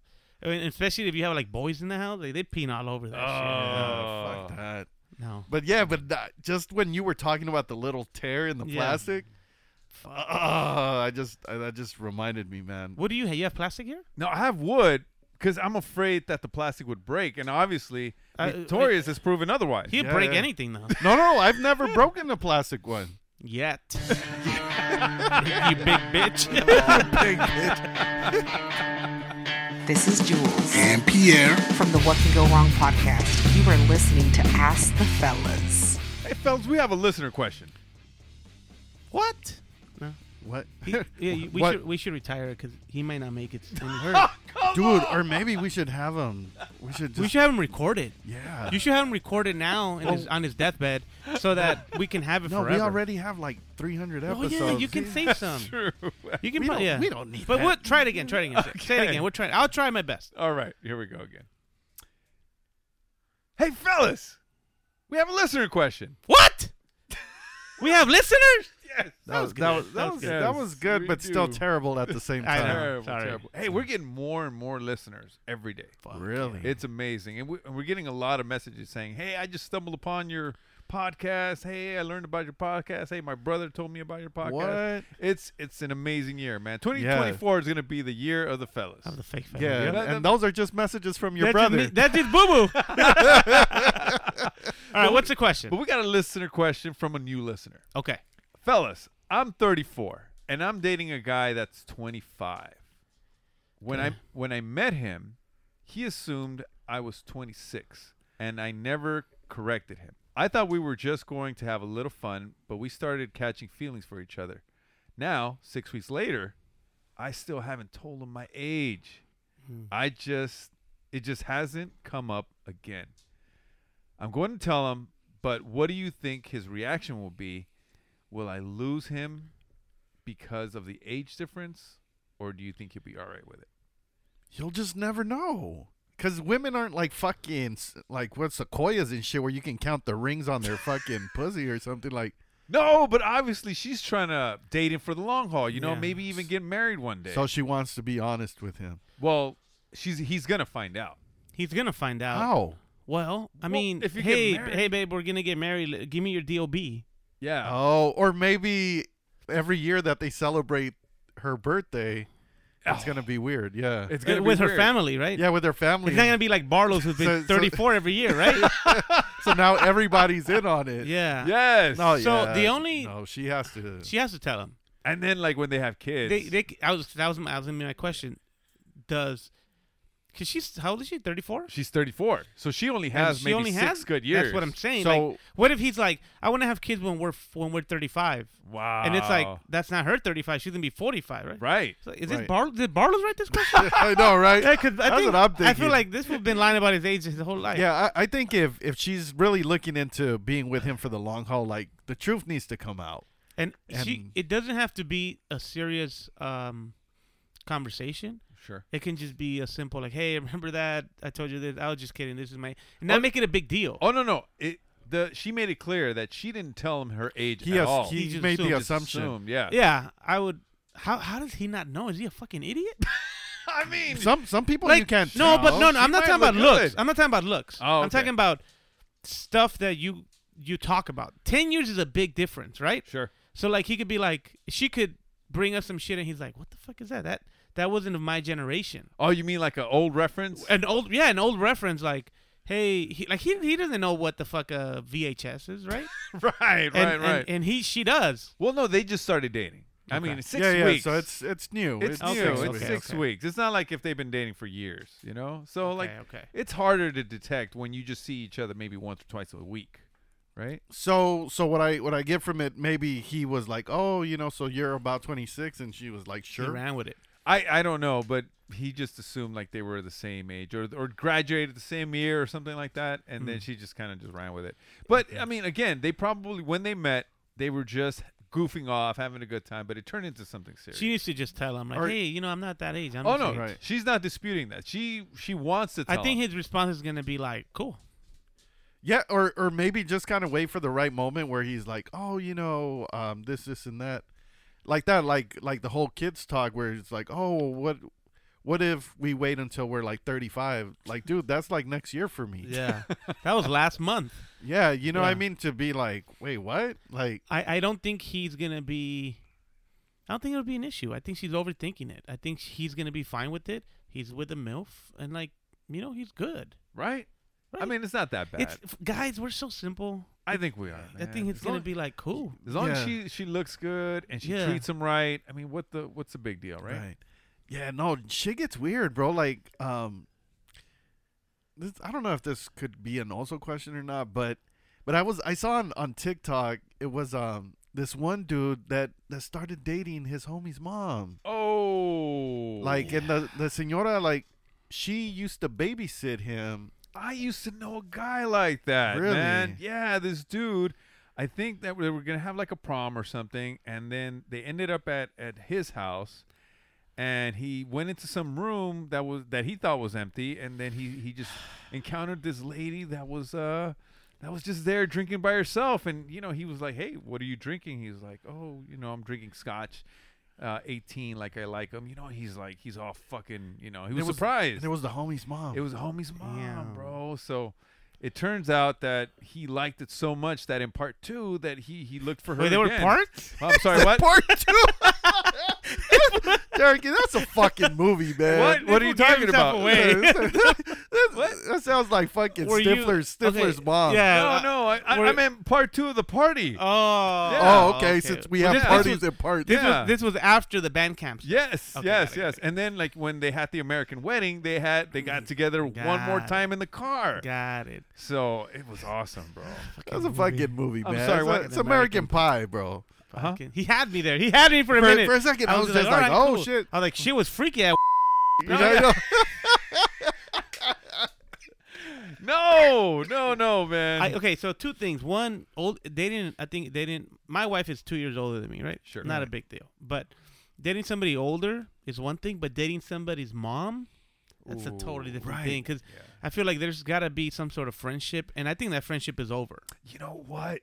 Speaker 7: I mean, especially if you have like boys in the house, like, they peeing all over that
Speaker 5: Yeah, fuck
Speaker 7: shit.
Speaker 5: that.
Speaker 7: No.
Speaker 5: But yeah, but that, just when you were talking about the little tear in the
Speaker 7: Yeah.
Speaker 5: plastic, uh, I just I, that just reminded me, man.
Speaker 7: What do you have? You have plastic here?
Speaker 6: No, I have wood because I'm afraid that the plastic would break, and obviously
Speaker 7: Uh,
Speaker 6: Victoria's has proven otherwise.
Speaker 7: He'd break anything though.
Speaker 5: No, no, I've never broken a plastic one.
Speaker 7: Yet. you big bitch.
Speaker 5: big bitch.
Speaker 13: This is Jules.
Speaker 11: And Pierre.
Speaker 13: From the What Can Go Wrong podcast. You are listening to Ask the Fellas.
Speaker 6: Hey, fellas, we have a listener question.
Speaker 7: What? No.
Speaker 5: What?
Speaker 7: He- yeah, you- we
Speaker 5: What?
Speaker 7: should we should retire because he might not make it in her.
Speaker 5: Dude, or maybe we should have him. We should. Just,
Speaker 7: We should have him recorded.
Speaker 5: Yeah.
Speaker 7: You should have him recorded now in his, on his deathbed so that we can have it
Speaker 5: No,
Speaker 7: forever.
Speaker 5: we already have like 300
Speaker 7: Oh
Speaker 5: episodes.
Speaker 7: yeah, you can save some. You
Speaker 5: We
Speaker 7: can put-
Speaker 5: don't-
Speaker 7: yeah.
Speaker 5: we don't need
Speaker 7: But
Speaker 5: that.
Speaker 7: we'll try it again. Try it again. Say it
Speaker 6: Okay.
Speaker 7: again. We'll try. I'll try my best.
Speaker 6: All right, here we go again. Hey, fellas, we have a listener question.
Speaker 7: What? we have listeners?
Speaker 6: Yes.
Speaker 5: That was that was that was, that was good, but still terrible at the same
Speaker 6: I
Speaker 5: time.
Speaker 6: know. Terrible, terrible. Hey, we're getting more and more listeners every day.
Speaker 5: Really?
Speaker 6: It's amazing. And, we, and we're getting a lot of messages saying, hey, I just stumbled upon your podcast. Hey, I learned about your podcast. Hey, my brother told me about your podcast.
Speaker 5: What?
Speaker 6: It's it's an amazing year, man.
Speaker 5: Yeah.
Speaker 6: 2024 is going to be the year of the fellas. Of
Speaker 7: the fake
Speaker 5: Yeah, and, and those are just messages from your
Speaker 6: That's
Speaker 5: brother.
Speaker 6: admi-
Speaker 7: That's just boo boo. All right,
Speaker 6: But
Speaker 7: what's
Speaker 6: we-
Speaker 7: the question?
Speaker 6: But we got a listener question from a new listener.
Speaker 7: Okay.
Speaker 6: Fellas, I'm 34 and I'm dating a guy that's 25. When I
Speaker 7: Okay.
Speaker 6: when I met him, he assumed I was 26 and I never corrected him. I thought we were just going to have a little fun, but we started catching feelings for each other. Now, 6 weeks later, I still haven't told him my age. I just it just hasn't come up again. I'm going to tell him, but what do you think his reaction will be? Will I lose him because of the age difference, or do you think he'll be all right with it?
Speaker 5: You'll just never know. Because women aren't like fucking, s- like what sequoias and shit where you can count the rings on their fucking pussy or something. Like,
Speaker 6: No, but obviously she's trying to date him for the long haul. You know,
Speaker 7: Yeah.
Speaker 6: maybe even get married one day.
Speaker 5: so she wants to be honest with him.
Speaker 6: well, she's he's gonna find out.
Speaker 7: He's gonna find out.
Speaker 5: How?
Speaker 7: Well, I
Speaker 6: Well,
Speaker 7: mean,
Speaker 6: if you get
Speaker 7: hey, b-
Speaker 6: married-
Speaker 7: uh, hey, babe, we're gonna get married. L- Give me your DOB.
Speaker 6: Yeah.
Speaker 5: Oh, or Oh, maybe every year that they celebrate her birthday, it's gonna be weird. Yeah,
Speaker 7: Oh. It's gonna Uh, With be her weird. family, right?
Speaker 5: Yeah, with her family.
Speaker 7: It's not gonna be like Barlow's who's been 34 every year, right?
Speaker 5: so now everybody's in on it.
Speaker 7: Yeah.
Speaker 6: Yes.
Speaker 5: No.
Speaker 7: So
Speaker 5: yeah.
Speaker 7: the only
Speaker 5: no, she has to.
Speaker 7: she has to tell him.
Speaker 6: And then like when they have kids,
Speaker 7: They, they, I was that was my, that was gonna be my question. Does because she's how old is she? Thirty four.
Speaker 6: she's 34, so she only
Speaker 7: And
Speaker 6: has
Speaker 7: she
Speaker 6: maybe
Speaker 7: only
Speaker 6: six
Speaker 7: has-
Speaker 6: good years.
Speaker 7: That's what I'm saying.
Speaker 6: So
Speaker 7: like, what if he's like, I want to have kids when we're f- when we're 35.
Speaker 6: Wow.
Speaker 7: And it's like that's not her 35. She's gonna be 45, right?
Speaker 6: Right.
Speaker 7: So is
Speaker 6: Right.
Speaker 7: this Barlow? Did Barlow's write this question?
Speaker 5: I know, right?
Speaker 7: Yeah, 'cause I
Speaker 5: That's
Speaker 7: think,
Speaker 5: what I'm
Speaker 7: I
Speaker 5: thinking.
Speaker 7: feel like this would have been lying about his age his whole life.
Speaker 5: Yeah, I, I think if if she's really looking into being with him for the long haul, like the truth needs to come out.
Speaker 7: And, she, it doesn't have to be a serious um, conversation.
Speaker 6: Sure.
Speaker 7: It can just be a simple like, "Hey, remember that? I told you this. I was just kidding. This is my." And not make it a big deal.
Speaker 6: Oh no no it. The, she made it clear that she didn't tell him her age
Speaker 5: He
Speaker 6: at
Speaker 5: as-
Speaker 6: all.
Speaker 5: he He just made the
Speaker 6: assumed- just
Speaker 5: assumption.
Speaker 6: assumed, yeah.
Speaker 7: Yeah, I would. How how does he not know? Is he a fucking idiot?
Speaker 6: I mean,
Speaker 5: some some people you
Speaker 7: like,
Speaker 5: can't.
Speaker 7: No, but
Speaker 5: tell.
Speaker 7: no, no.
Speaker 5: She
Speaker 7: I'm not
Speaker 5: might
Speaker 7: talking about
Speaker 5: look
Speaker 7: looks.
Speaker 5: good.
Speaker 7: I'm not talking about looks.
Speaker 5: Oh,
Speaker 7: I'm
Speaker 5: okay.
Speaker 7: talking about stuff that you you talk about. Ten years is a big difference, right?
Speaker 6: Sure.
Speaker 7: So like he could be like, she could bring up some shit, and he's like, "What the fuck is that? That that wasn't of my generation."
Speaker 6: Oh, you mean like an old reference?
Speaker 7: An old, yeah, an old reference like. Hey, he, like he, he doesn't know what the fuck a VHS is, right?
Speaker 6: right, right,
Speaker 7: and, and-
Speaker 6: right.
Speaker 7: And he she does.
Speaker 6: Well, no, they just started dating. I
Speaker 7: Okay.
Speaker 6: mean, it's six
Speaker 5: Yeah, yeah,
Speaker 6: weeks.
Speaker 5: so it's- it's new.
Speaker 6: It's,
Speaker 5: It's
Speaker 6: new.
Speaker 5: six
Speaker 6: it's
Speaker 5: weeks.
Speaker 6: six
Speaker 5: Okay.
Speaker 6: weeks. It's not like if they've been dating for years, you know. So like,
Speaker 7: okay.
Speaker 6: it's harder to detect when you just see each other maybe once or twice a week, right?
Speaker 5: So so what I what I get from it, maybe he was like, oh, you know, so you're about 26, and she was like, sure.
Speaker 6: I I don't know, but he just assumed like they were the same age or or graduated the same year or something like that, and then
Speaker 1: Hmm.
Speaker 6: she just kind of just ran with it. But I mean, again, they probably when they met, they were just goofing off, having a good time, but it turned into something serious.
Speaker 7: She needs to just tell him like,
Speaker 6: Or-
Speaker 7: "Hey, you know, I'm not that age." I'm
Speaker 6: oh
Speaker 7: this
Speaker 6: no,
Speaker 7: age."
Speaker 6: she's not disputing that. She she wants to. Tell
Speaker 7: I think
Speaker 6: him.
Speaker 7: his response is gonna be like, "Cool."
Speaker 5: Yeah, or or maybe just kind of wait for the right moment where he's like, oh, you know, um, this, this, and that, like that, like like the whole kids talk where it's like, oh, what, what if we wait until we're like thirty five? Like, dude, that's like next year for me.
Speaker 7: Yeah. that was last month.
Speaker 5: Yeah, you know,
Speaker 7: Yeah.
Speaker 5: what I mean, to be like, wait, what? Like,
Speaker 7: I, I don't think he's gonna be. I don't think it'll be an issue. I think she's overthinking it. I think he's gonna be fine with it. He's with a milf, and like you know, he's good.
Speaker 6: Right. I
Speaker 7: Right.
Speaker 6: mean, it's not that bad.
Speaker 7: It's f- guys, we're so simple.
Speaker 6: I think we are.
Speaker 7: I
Speaker 6: man.
Speaker 7: think it's
Speaker 6: As
Speaker 7: gonna
Speaker 6: long-
Speaker 7: be like cool.
Speaker 6: As long as
Speaker 5: Yeah.
Speaker 6: she she looks good and she
Speaker 5: Yeah.
Speaker 6: treats him right. I mean, what the what's the big deal, right?
Speaker 5: Right. Yeah, no, shit gets weird, bro. Like, um, this, I don't know if this could be an also question or not, but, but I was I saw on on TikTok it was um this one dude that that started dating his homie's mom.
Speaker 6: Oh,
Speaker 5: Like, and the the senora like, she used to babysit him.
Speaker 6: I used to know a guy like that,
Speaker 5: Really?
Speaker 6: man. Yeah, this dude. I think that they were gonna have like a prom or something, and then they ended up at at his house, and he went into some room that was that he thought was empty, and then he he just encountered this lady that was uh that was just there drinking by herself, and you know he was like, hey, what are you drinking? He was like, oh, you know, I'm drinking scotch. Uh, 18, like I like him, you know. He's like, he's all fucking, you know. He
Speaker 5: And
Speaker 6: was,
Speaker 5: it was-
Speaker 6: surprised.
Speaker 5: and it was the homie's mom.
Speaker 6: It was the homie's mom, bro. So it turns out that he liked it so much that in part two that he he looked for her.
Speaker 7: Wait, they were
Speaker 6: again.
Speaker 7: parked?
Speaker 6: Oh, I'm sorry, what?
Speaker 5: part two. Derek, that's a fucking movie, man.
Speaker 6: What? What are you People gave talking himself about? away.
Speaker 5: that, that sounds like fucking
Speaker 6: Were you-
Speaker 5: Stifler's Stifler's
Speaker 6: okay,
Speaker 5: mom.
Speaker 6: no, no, I, I, I meant part two of the party.
Speaker 7: Oh,
Speaker 5: Oh, okay, since we have
Speaker 7: this- this
Speaker 5: parties
Speaker 7: was-
Speaker 5: and parties.
Speaker 7: This
Speaker 6: Yeah.
Speaker 7: was this was after the band camps.
Speaker 6: Yes,
Speaker 7: Okay,
Speaker 6: yes,
Speaker 7: got it,
Speaker 6: yes. And then like when they had the American wedding, they had they got together one more
Speaker 7: Got it.
Speaker 6: time in the car.
Speaker 7: Got it.
Speaker 6: So it was awesome, bro.
Speaker 5: That's a fucking movie,
Speaker 6: I'm
Speaker 5: man.
Speaker 6: sorry,
Speaker 5: it's,
Speaker 6: what?
Speaker 5: it's American, Pie, bro. Uh-huh.
Speaker 7: Fucking- He had me there. He had me for a
Speaker 5: For-
Speaker 7: minute.
Speaker 5: for a second, I was just like,
Speaker 7: "All
Speaker 5: oh, shit."
Speaker 7: I was like, she was freaky. At
Speaker 5: You know, you know-
Speaker 6: No, no, no, man.
Speaker 7: I, okay, so two things. One, old they didn't. I think they didn't. My wife is two years older than me, right?
Speaker 6: Sure.
Speaker 7: Not a
Speaker 6: Right.
Speaker 7: big deal. But dating somebody older is one thing, but dating somebody's mom, that's a totally different
Speaker 6: right.
Speaker 7: thing. Because I feel like there's got to be some sort of friendship, and I think that friendship is over.
Speaker 6: You know what?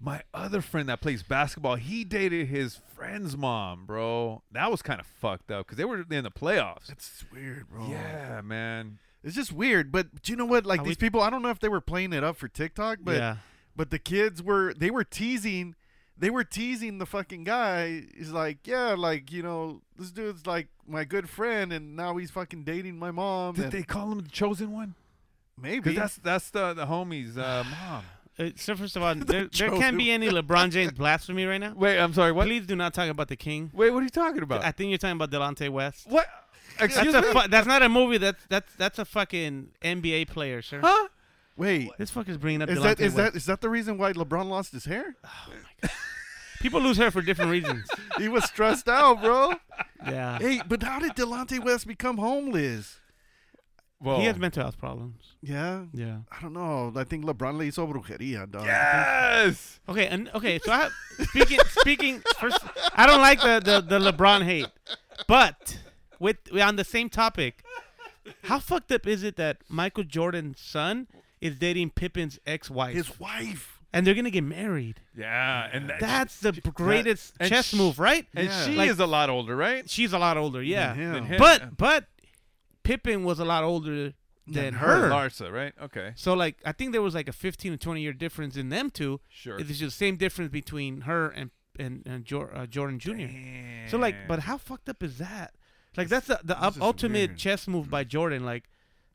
Speaker 6: My other friend that plays basketball, he dated his friend's mom, bro. That was kind of fucked up because they were in the playoffs.
Speaker 5: It's weird, bro.
Speaker 6: Yeah, man.
Speaker 5: It's just weird. But do you know what? Like
Speaker 6: Are
Speaker 5: these
Speaker 6: we-
Speaker 5: people, I don't know if they were playing it up for TikTok, but
Speaker 6: Yeah.
Speaker 5: but the kids were they were teasing they were teasing the fucking guy. He's like, yeah, like you know, this dude's like my good friend, and now he's fucking dating my mom.
Speaker 6: Did
Speaker 5: and-
Speaker 6: they call him the chosen one?
Speaker 5: Maybe
Speaker 6: that's that's the the homies uh, mom.
Speaker 7: so first of all, there, there can't be any LeBron James blasphemy right now.
Speaker 6: Wait, I'm sorry. What?
Speaker 7: Please do not talk about the king.
Speaker 6: Wait, what are you talking about?
Speaker 7: I think you're talking about Delonte West.
Speaker 6: What? Excuse
Speaker 7: that's,
Speaker 6: me?
Speaker 7: A fu- that's not a movie. That's that's that's a fucking NBA player, sir.
Speaker 6: Huh?
Speaker 5: Wait,
Speaker 7: this fucker's bringing up
Speaker 5: is
Speaker 7: Delonte
Speaker 5: that is
Speaker 7: West.
Speaker 5: that is that the reason why LeBron lost his hair?
Speaker 7: People lose hair for different reasons.
Speaker 5: he was stressed out, bro.
Speaker 7: Yeah.
Speaker 5: Hey, but how did Delonte West become homeless?
Speaker 6: Oh.
Speaker 7: He has mental health problems.
Speaker 5: Yeah.
Speaker 7: Yeah.
Speaker 5: I don't know. I think LeBron le hizo brujería, dog.
Speaker 6: Yes.
Speaker 7: Okay, and okay, so I have, speaking speaking first I don't like the, the, the LeBron hate. But with on the same topic, how fucked up is it that Michael Jordan's son is dating Pippin's ex-wife?
Speaker 5: His wife.
Speaker 7: And they're going to get married.
Speaker 6: Yeah, and that-
Speaker 7: That's the
Speaker 6: that-
Speaker 7: greatest
Speaker 6: and
Speaker 7: chess
Speaker 6: sh-
Speaker 7: move, right?
Speaker 6: And she
Speaker 7: Like,
Speaker 6: is a lot older, right?
Speaker 7: She's a lot older, yeah.
Speaker 5: Mm-hmm.
Speaker 6: him. Than him, yeah.
Speaker 7: But but Pippin was a lot older than her.
Speaker 6: Larsa, right? Okay.
Speaker 7: So like I think there was like a 15 to 20 year difference in them two.
Speaker 6: Sure.
Speaker 7: It's just the same difference between her and and, and Jor, uh, Jordan Jr. So like but how fucked up is that? Like that's the, the up, ultimate chess move by Jordan like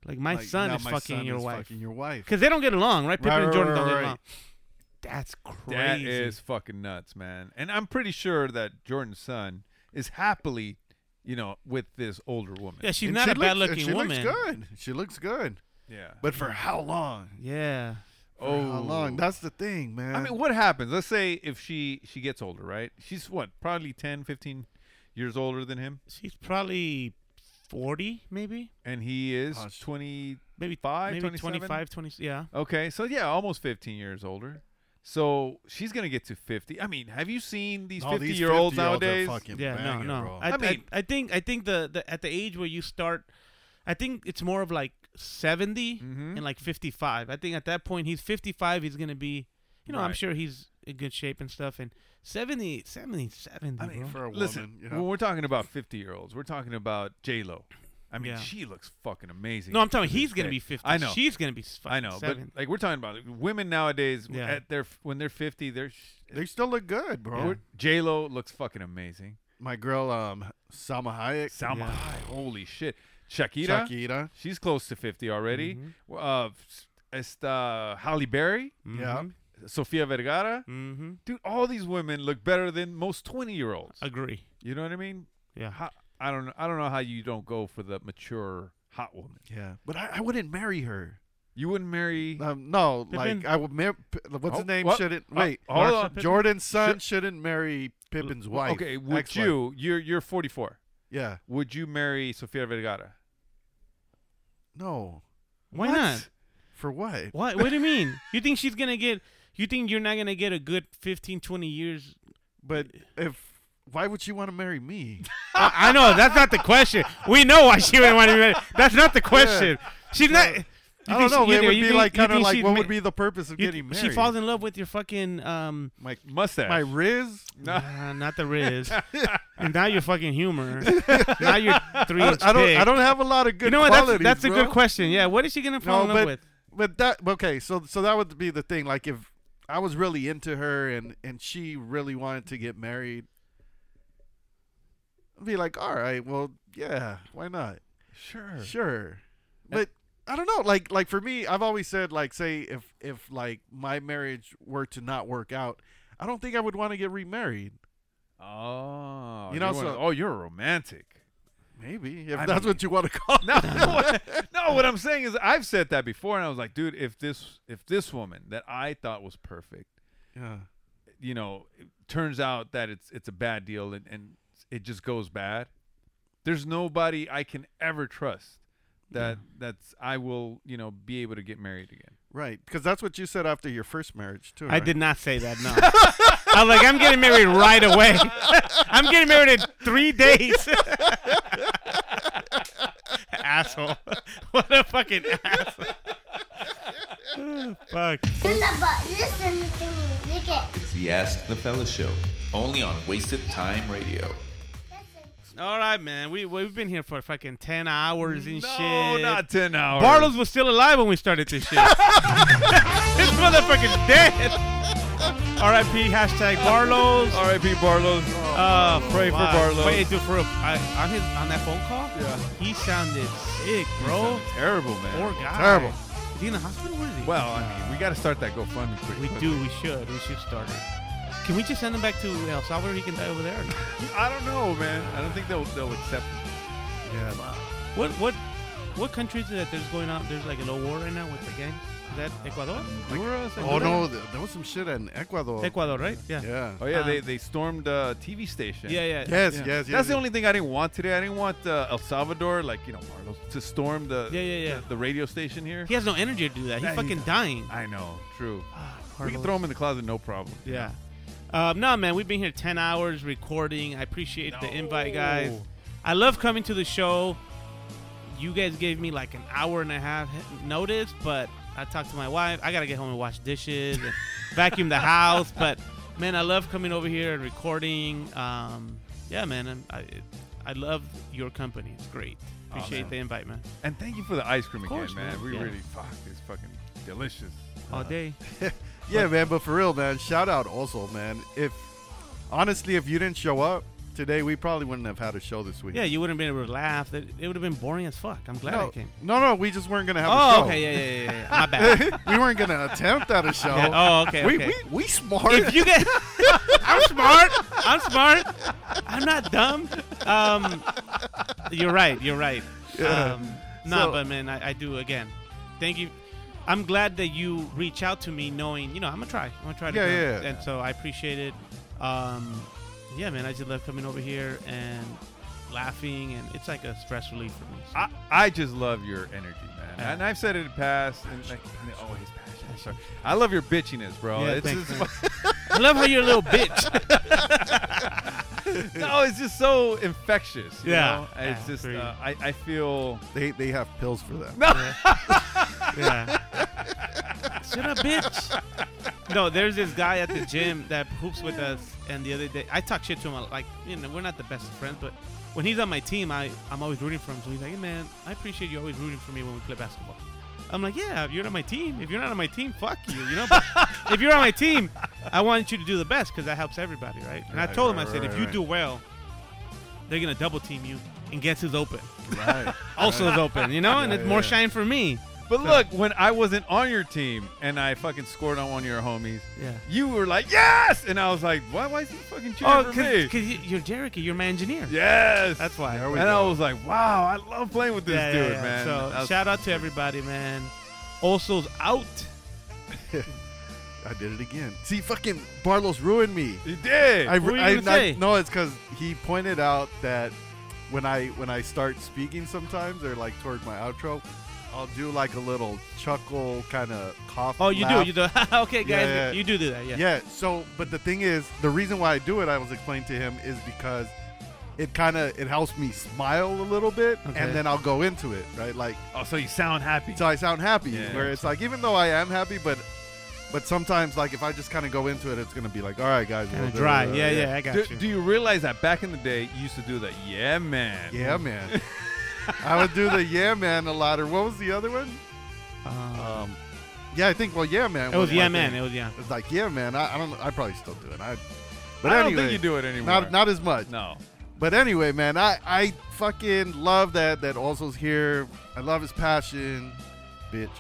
Speaker 7: like my
Speaker 5: Like,
Speaker 7: son
Speaker 5: now
Speaker 7: is
Speaker 5: my
Speaker 7: fucking
Speaker 5: son
Speaker 7: your
Speaker 5: is
Speaker 7: wife.
Speaker 5: fucking your wife.
Speaker 7: Cuz they don't get along, right? Pippen
Speaker 5: Right,
Speaker 7: and
Speaker 5: right,
Speaker 7: Jordan
Speaker 5: right,
Speaker 7: don't get
Speaker 5: right.
Speaker 7: along. That's crazy.
Speaker 6: That is fucking nuts, man. And I'm pretty sure that Jordan's son is happily, you know, with this older woman.
Speaker 7: Yeah, she's
Speaker 5: And
Speaker 7: not
Speaker 5: she
Speaker 7: a bad
Speaker 5: looks-
Speaker 7: looking
Speaker 5: she
Speaker 7: woman.
Speaker 5: Looks good. She looks good.
Speaker 6: Yeah. Oh.
Speaker 5: But for how long?
Speaker 7: Yeah.
Speaker 5: For
Speaker 7: Oh.
Speaker 5: how long? That's the thing, man.
Speaker 6: I mean, what happens? Let's say if she she gets older, right? She's what, probably 10, 15 years older than him.
Speaker 7: She's probably 40 maybe.
Speaker 6: And he is
Speaker 7: Gosh.
Speaker 6: 20
Speaker 7: Maybe-
Speaker 6: 5,
Speaker 7: maybe 25, 20 yeah.
Speaker 6: Okay, so yeah, almost 15 years older. So she's gonna get to 50. I mean, have you seen these
Speaker 5: No,
Speaker 6: 50
Speaker 5: these
Speaker 6: year olds
Speaker 5: 50-year-olds are
Speaker 6: nowadays?
Speaker 5: fucking
Speaker 7: yeah,
Speaker 5: banging,
Speaker 7: no, no.
Speaker 5: bro.
Speaker 7: I,
Speaker 6: I
Speaker 7: I
Speaker 6: mean-
Speaker 7: I, think I think the, the at the age where you start, I think it's more of like 70
Speaker 6: Mm-hmm.
Speaker 7: and like fifty five. I think at that point he's fifty five. He's gonna be, you know, I'm
Speaker 6: Right.
Speaker 7: sure he's in good shape and stuff. And 70, 70, 70 bro.
Speaker 6: Listen, when we're talking about 50 year olds, we're talking about J Lo. I mean,
Speaker 7: Yeah.
Speaker 6: she looks fucking amazing.
Speaker 7: No, I'm talking
Speaker 6: to this
Speaker 7: he's gonna
Speaker 6: day.
Speaker 7: be 50.
Speaker 6: I know
Speaker 7: She's gonna be
Speaker 6: I know,
Speaker 7: fucking
Speaker 6: but like we're talking about women nowadays.
Speaker 7: Yeah.
Speaker 6: At their when they're 50, they're
Speaker 5: they still look good, bro.
Speaker 6: J Lo looks fucking amazing.
Speaker 5: My girl, um, Salma Hayek.
Speaker 6: Salma Hayek, holy shit. Shakira,
Speaker 5: Shakira.
Speaker 6: she's close to 50 already.
Speaker 7: Mm-hmm.
Speaker 6: Uh, esta Halle Berry,
Speaker 5: Yeah.
Speaker 6: Sofia Vergara,
Speaker 7: Mhm.
Speaker 6: dude, all these women look better than most 20 year olds.
Speaker 7: Agree.
Speaker 6: You know what I mean?
Speaker 7: Yeah.
Speaker 6: How, I don't know. I don't know how you don't go for the mature hot woman.
Speaker 5: Yeah, but I, I wouldn't marry her.
Speaker 6: You wouldn't marry?
Speaker 5: Um, no,
Speaker 6: Pippin?
Speaker 5: like I would marry. What's
Speaker 6: Oh,
Speaker 5: his name?
Speaker 6: what?
Speaker 5: Shouldn't
Speaker 6: Uh,
Speaker 5: wait.
Speaker 6: hold on. Pippin?
Speaker 5: Jordan's son
Speaker 6: Should-
Speaker 5: shouldn't marry Pippin's wife.
Speaker 6: Okay, would
Speaker 5: ex-wife.
Speaker 6: you? You're you're 44.
Speaker 5: Yeah.
Speaker 6: Would you marry Sofia Vergara?
Speaker 5: No.
Speaker 7: Why
Speaker 5: What?
Speaker 7: not?
Speaker 5: For what?
Speaker 7: What? What do you mean? You think she's gonna get? You think you're not gonna get a good 15, 20 years?
Speaker 5: But if why would she want to marry me?
Speaker 7: I, I know that's not the question. We know why she wouldn't want to be married. That's not the question. She's not.
Speaker 5: I
Speaker 7: you
Speaker 5: don't
Speaker 7: think
Speaker 5: know.
Speaker 7: she- you
Speaker 5: It
Speaker 7: think-
Speaker 5: would
Speaker 7: you
Speaker 5: be
Speaker 7: think-
Speaker 5: like
Speaker 7: you
Speaker 5: kind of
Speaker 7: think
Speaker 5: like
Speaker 7: she'd
Speaker 5: what
Speaker 7: ma-
Speaker 5: would be the purpose of
Speaker 7: you
Speaker 5: getting
Speaker 7: th-
Speaker 5: married?
Speaker 7: She falls in love with your fucking um
Speaker 5: my
Speaker 6: mustache,
Speaker 5: my Riz.
Speaker 7: Nah, not the Riz. and now your fucking humor. now you're three
Speaker 5: I,
Speaker 7: inch
Speaker 5: don't- I don't.
Speaker 7: dick.
Speaker 5: I don't have a lot of good.
Speaker 7: You know what? That's,
Speaker 5: Qualities,
Speaker 7: that's a good
Speaker 5: bro.
Speaker 7: question. Yeah. What is she gonna fall in
Speaker 5: no,
Speaker 7: love
Speaker 5: but, But
Speaker 7: with?
Speaker 5: that okay. So so that would be the thing. Like if I was really into her and and she really wanted to get married, I'd be like, all right, well, yeah, why not?
Speaker 6: Sure.
Speaker 5: Sure. But I don't know. Like like for me, I've always said like say if if like my marriage were to not work out, I don't think I would want to get remarried.
Speaker 6: Oh,
Speaker 5: You know,
Speaker 6: you're one of-
Speaker 5: so-
Speaker 6: oh, you're a romantic.
Speaker 5: Maybe if
Speaker 6: I
Speaker 5: that's
Speaker 6: mean-
Speaker 5: what you want to call.
Speaker 6: No, what- no. What I'm saying is, I've said that before, and I was like, dude, if this if this woman that I thought was perfect,
Speaker 5: Yeah.
Speaker 6: you know, it turns out that it's it's a bad deal and, and it just goes bad. There's nobody I can ever trust that that's I will you know be able to get married again.
Speaker 5: Right, because that's what you said after your first marriage too.
Speaker 7: I
Speaker 5: right?
Speaker 7: did not say that. No. I was like, I'm getting married right away. I'm getting married in three days. asshole. what a fucking asshole. Fuck.
Speaker 12: Fill the butt, listen to music.
Speaker 1: It's the Ask the Fella Show, only on Wasted Time Radio.
Speaker 7: All right, man. We we've been here for fucking ten hours and shit.
Speaker 6: No, not 10 hours.
Speaker 7: Bartles was still alive when we started this shit. this motherfucker's dead. R.I.P. hashtag Barlow's.
Speaker 6: R.I.P. Barlow's.
Speaker 7: Uh,
Speaker 6: Pray for Barlow's.
Speaker 7: Wait, dude, for real, I, on his on that phone call, yeah, he sounded sick, bro.
Speaker 6: terrible, man.
Speaker 7: Poor guy.
Speaker 6: Terrible.
Speaker 7: Is he in the hospital? Where is he?
Speaker 6: Well, I mean, we got to start that GoFundMe pretty
Speaker 7: We
Speaker 6: quickly.
Speaker 7: do. We should. We should start it. Can we just send him back to El Salvador? He can die over there.
Speaker 6: I don't know, man. I don't think they'll they'll accept.
Speaker 5: Yeah.
Speaker 7: What what what country is it that there's going on? There's like a little war right now with the gang. Is that Ecuador? Honduras,
Speaker 5: oh no,
Speaker 7: Ecuador?
Speaker 5: th- there was some shit in Ecuador.
Speaker 7: Ecuador, right? Yeah.
Speaker 5: Yeah.
Speaker 6: Oh yeah,
Speaker 7: Um,
Speaker 6: they, they stormed a TV station.
Speaker 7: Yeah, yeah.
Speaker 5: Yes, yes, yes,
Speaker 6: That's
Speaker 5: yes.
Speaker 6: the only thing I didn't want today. I didn't want uh, El Salvador, like you know, Marlos, to storm the
Speaker 7: Yeah, yeah, yeah.
Speaker 6: The, the radio station here.
Speaker 7: He has no energy to do that. He's
Speaker 6: Nah, he-
Speaker 7: fucking dying.
Speaker 6: I know, true. we can
Speaker 7: Marlos.
Speaker 6: throw him in the closet, no problem.
Speaker 7: Yeah. Um, no, man, we've been here 10 hours recording. I appreciate the invite, guys. I love coming to the show. You guys gave me like an hour and a half he- notice, but I talked to my wife. I got to get home and wash dishes and vacuum the house. But, man, I love coming over here and recording. Um, yeah, man, I'm, I, I love your company. It's great.
Speaker 6: Oh,
Speaker 7: Appreciate
Speaker 6: man.
Speaker 7: the invite, man.
Speaker 6: And thank you for the ice cream
Speaker 7: Of
Speaker 6: again,
Speaker 7: course,
Speaker 6: man.
Speaker 7: man.
Speaker 6: We
Speaker 7: Yeah.
Speaker 6: really fuck. It's fucking delicious.
Speaker 7: All day.
Speaker 5: Yeah, man, but for real, man, shout out also, man. If honestly, if you didn't show up today, we probably wouldn't have had a show this week.
Speaker 7: Yeah, you wouldn't have been able to laugh. It, it would have been boring as fuck. I'm glad I
Speaker 5: no,
Speaker 7: came.
Speaker 5: no, no, we just weren't gonna have a
Speaker 7: Oh,
Speaker 5: show.
Speaker 7: okay, yeah, yeah, yeah, yeah. My bad.
Speaker 5: we weren't gonna attempt at a show.
Speaker 7: Yeah, oh, okay,
Speaker 5: We,
Speaker 7: okay.
Speaker 5: we we smart.
Speaker 7: If you get, I'm smart. I'm smart. I'm not dumb. Um, you're right. You're right.
Speaker 5: Yeah.
Speaker 7: Um, no,
Speaker 5: So-
Speaker 7: but man, I, I do again. Thank you. I'm glad that you reach out to me, knowing you know I'm gonna try. I'm gonna try to.
Speaker 5: Yeah,
Speaker 7: come.
Speaker 5: yeah, yeah.
Speaker 7: And so I appreciate it. Um, yeah, man, I just love coming over here and laughing, and it's like a stress relief for me. So-
Speaker 6: I, I just love your energy, man.
Speaker 7: Yeah.
Speaker 6: And I've said it in the past. And like, oh, his passion. Sorry. I love your bitchiness, bro.
Speaker 5: Ah,
Speaker 7: Yeah,
Speaker 6: it's
Speaker 7: thanks,
Speaker 6: just,
Speaker 7: man. I love how you're a little bitch.
Speaker 6: no, oh, it's just so infectious. you
Speaker 7: Yeah.
Speaker 6: know? And It's
Speaker 7: Yeah,
Speaker 6: just,
Speaker 7: agreed.
Speaker 6: uh, I, I feel.
Speaker 5: they they have pills for that.
Speaker 6: No.
Speaker 7: Yeah. Shut up, bitch. No, there's this guy at the gym that hoops with us, and the other day I talk shit to him. Like, you know, we're not the best of friends, but when he's on my team, I I'm always rooting for him. So he's like, hey man, I appreciate you always rooting for me when we play basketball. I'm like, yeah, you're on my team. If you're not on my team, fuck you. You know, but if you're on my team, I want you to do the best because that helps everybody, right? And I
Speaker 6: Right,
Speaker 7: told him,
Speaker 6: right,
Speaker 7: I said,
Speaker 6: right,
Speaker 7: if you
Speaker 6: right.
Speaker 7: do well, they're gonna double team you, and guess who's open?
Speaker 6: Right.
Speaker 7: also is open, you know, and
Speaker 6: Yeah,
Speaker 7: it's
Speaker 6: yeah,
Speaker 7: more
Speaker 6: yeah.
Speaker 7: shine for me.
Speaker 6: But
Speaker 7: So-
Speaker 6: look, when I wasn't on your team and I fucking scored on one of your homies,
Speaker 7: Yeah.
Speaker 6: you were like, yes! And I was like, why, why is he fucking cheering
Speaker 7: Oh,
Speaker 6: for me?
Speaker 7: because you're Jericho, you're my engineer.
Speaker 6: Yes!
Speaker 7: that's why.
Speaker 6: And I was like, wow, I love playing with this
Speaker 7: Yeah, yeah,
Speaker 6: dude,
Speaker 7: yeah.
Speaker 6: man.
Speaker 7: So
Speaker 6: That was-
Speaker 7: shout out to everybody, man. Oso's out.
Speaker 5: I did it again. See, fucking Barlos ruined me.
Speaker 6: He did.
Speaker 5: I,
Speaker 6: What were you
Speaker 5: I,
Speaker 6: gonna
Speaker 5: I-
Speaker 6: say?
Speaker 5: no, it's because he pointed out that when I when I start speaking sometimes or like toward my outro, I'll do like a little chuckle kind of cough.
Speaker 7: Oh, you do,
Speaker 5: laugh.
Speaker 7: you do. Okay, guys, you do do that, yeah.
Speaker 5: Yeah. So, but the thing is, the reason why I do it, I was explaining to him, is because it kind of it helps me smile a little bit,
Speaker 6: Okay.
Speaker 5: and then I'll go into it, right? Like,
Speaker 6: oh, so you sound happy.
Speaker 5: So I sound happy.
Speaker 6: Yeah.
Speaker 5: Where it's like, even though I am happy, but. But sometimes, like if I just kind of go into it, it's gonna be like, "All right, guys, we'll do- uh,
Speaker 6: do, Do you realize that back in the day, you used to do that? Yeah, man.
Speaker 5: Yeah, man. I would do the yeah man a lot. Or what was the other one? Um, yeah, I think. Well, yeah man.
Speaker 7: It was yeah,
Speaker 5: my
Speaker 7: man.
Speaker 5: thing.
Speaker 7: It was yeah.
Speaker 5: It's like yeah man. I, I don't. I probably still do it. I. But
Speaker 6: I don't
Speaker 5: anyway,
Speaker 6: think you do it anymore.
Speaker 5: Not not as much.
Speaker 6: No.
Speaker 5: But anyway, man, I I fucking love that that also's here. I love his passion, bitch.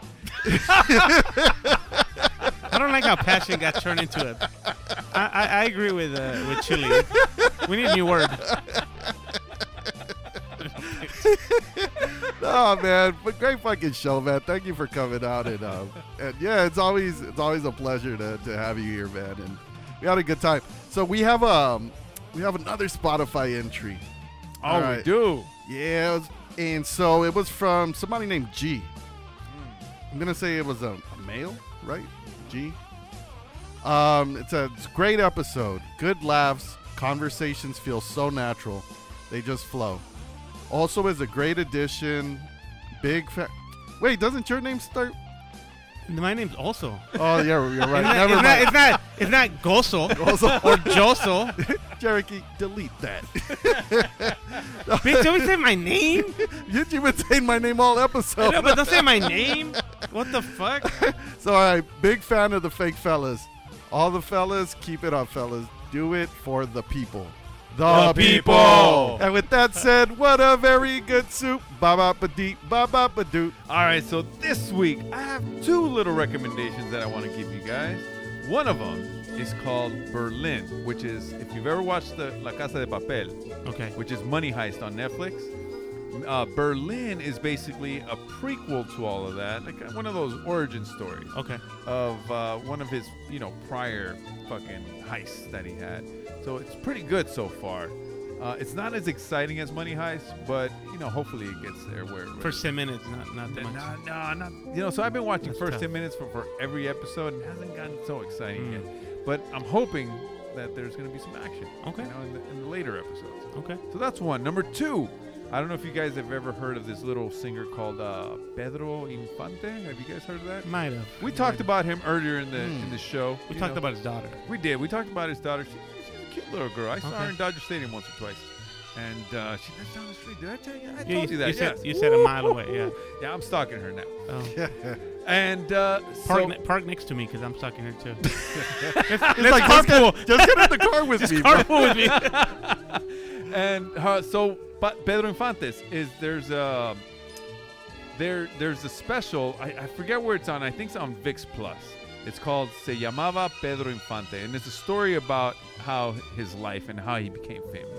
Speaker 7: I don't like how passion got turned into a. I, I, I agree with uh, with chili. We need a new word.
Speaker 5: oh man, but great fucking show, man. Thank you for coming out and um and yeah, it's always it's always a pleasure to, to have you here, man. And we had a good time. So we have um we have another Spotify entry.
Speaker 6: Oh, we do.
Speaker 5: Yeah, it was- and so it was from somebody named G. I'm gonna say it was a, a male, right? G. Um, it's a, it's a great episode. Good laughs, conversations feel so natural, they just flow. Also, is a great addition. Big fa- wait, doesn't your name start?
Speaker 7: My name's also.
Speaker 5: Oh yeah, you're right.
Speaker 7: It's not-
Speaker 5: Never
Speaker 7: it's
Speaker 5: mind.
Speaker 7: Not, it's not. It's not Goso.
Speaker 5: Goso.
Speaker 7: or Joso.
Speaker 5: Jericho, delete that.
Speaker 7: Bitch, you always say my name.
Speaker 5: you, you been saying my name all
Speaker 7: I
Speaker 5: episode.
Speaker 7: know, but don't say my name. What the fuck?
Speaker 5: So, all right, big fan of the fake fellas. All the fellas, keep it up, fellas. Do it for the people.
Speaker 6: The people.
Speaker 5: And with that said, what a very good soup. Ba ba ba dee, ba ba ba doo.
Speaker 6: All right, so this week I have two little recommendations that I want to give you guys. One of them is called Berlin, which is if you've ever watched the La Casa de Papel,
Speaker 7: Okay.
Speaker 6: which is Money Heist on Netflix. Uh, Berlin is basically a prequel to all of that, like uh, one of those origin stories.
Speaker 7: Okay.
Speaker 6: Of uh, one of his, you know, prior fucking heists that he had. So it's pretty good so far. Uh, it's not as exciting as Money Heist, but you know, hopefully it gets there where. where
Speaker 7: First 10 minutes, not, not that much.
Speaker 6: no, not. you know, so I've been watching
Speaker 7: That's
Speaker 6: first
Speaker 7: tough.
Speaker 6: 10 minutes for, for every episode and it hasn't gotten so exciting
Speaker 7: Mm.
Speaker 6: yet. But I'm hoping that there's going to be some action. Okay. You know, in, the, in the later episodes.
Speaker 7: Okay.
Speaker 6: So that's one. Number two, I don't know if you guys have ever heard of this little singer called uh, Pedro Infante. Have you guys heard of that?
Speaker 7: Might have.
Speaker 6: We talked about him earlier in the in the show.
Speaker 7: Hmm. We
Speaker 6: you
Speaker 7: talked about his daughter.
Speaker 6: We did. We talked about his daughter. She, she's a cute little girl. I saw her
Speaker 7: Okay.
Speaker 6: in Dodger Stadium once or twice. And uh, she lives down the street. Did I tell you? I
Speaker 7: Yeah,
Speaker 6: told
Speaker 7: you-
Speaker 6: you that.
Speaker 7: you said-
Speaker 6: yes.
Speaker 7: you said a mile away, yeah.
Speaker 6: Yeah, I'm stalking her now.
Speaker 7: Oh.
Speaker 6: and uh,
Speaker 7: Park,
Speaker 6: so-
Speaker 7: ne- park next to me because I'm stuck in here too.
Speaker 6: It's
Speaker 7: Let's carpool. Just carpool with me.
Speaker 6: and uh, so Pa- Pedro Infantes is there's a there there's a special I, I forget where it's on. I think it's on VIX Plus. It's called Se llamaba Pedro Infante, and it's a story about how his life and how he became famous.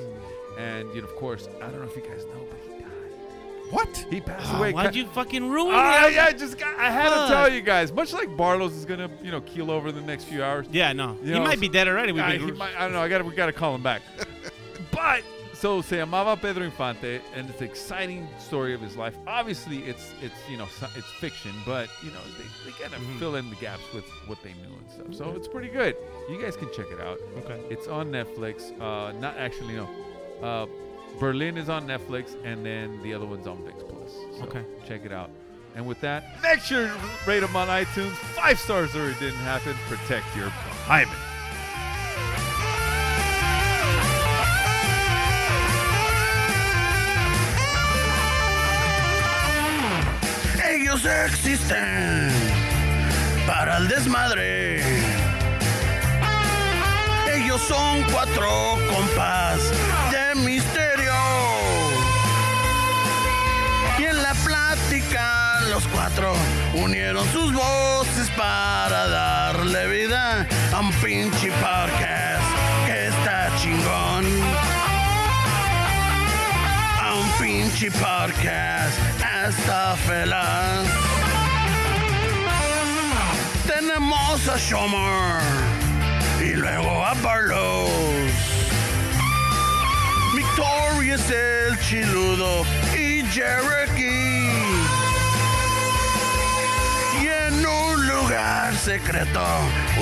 Speaker 6: And you know, of course, I don't know if you guys know, but he died. What? He passed away.
Speaker 7: Ah, why'd
Speaker 6: ca-
Speaker 7: you fucking ruin it?
Speaker 6: I, I just got, I had
Speaker 7: Fuck.
Speaker 6: to tell you guys. Much like Barlos is gonna, you know, keel over in the next few hours.
Speaker 7: Yeah, no.
Speaker 6: You
Speaker 7: He might
Speaker 6: so-
Speaker 7: be dead already. We've
Speaker 6: I,
Speaker 7: been-
Speaker 6: he might- I don't know. I got we gotta call him back. but so se llamaba Pedro Infante, and it's an exciting story of his life. Obviously, it's it's you know so- it's fiction, but you know they, they gotta
Speaker 7: Mhm.
Speaker 6: fill in the gaps with what they knew and stuff. So it's pretty good. You guys can check it out.
Speaker 7: Okay.
Speaker 6: It's on Netflix. Uh, not actually no. Uh, Berlin is on Netflix, and then the other one's on VIX Plus. So
Speaker 7: Okay.
Speaker 6: Check it out. And with that, make sure to rate them on iTunes. Five stars or it didn't happen. Protect your behind it.
Speaker 8: Ellos existen para el desmadre. Ellos son cuatro compas de misterio. Y en la plática los cuatro unieron sus voces para darle vida a un pinche podcast que está chingón. A un pinche podcast está feliz. Tenemos a Shomer y luego a Barlows. Victoria es el chiludo y Cherokee. Y en un lugar secreto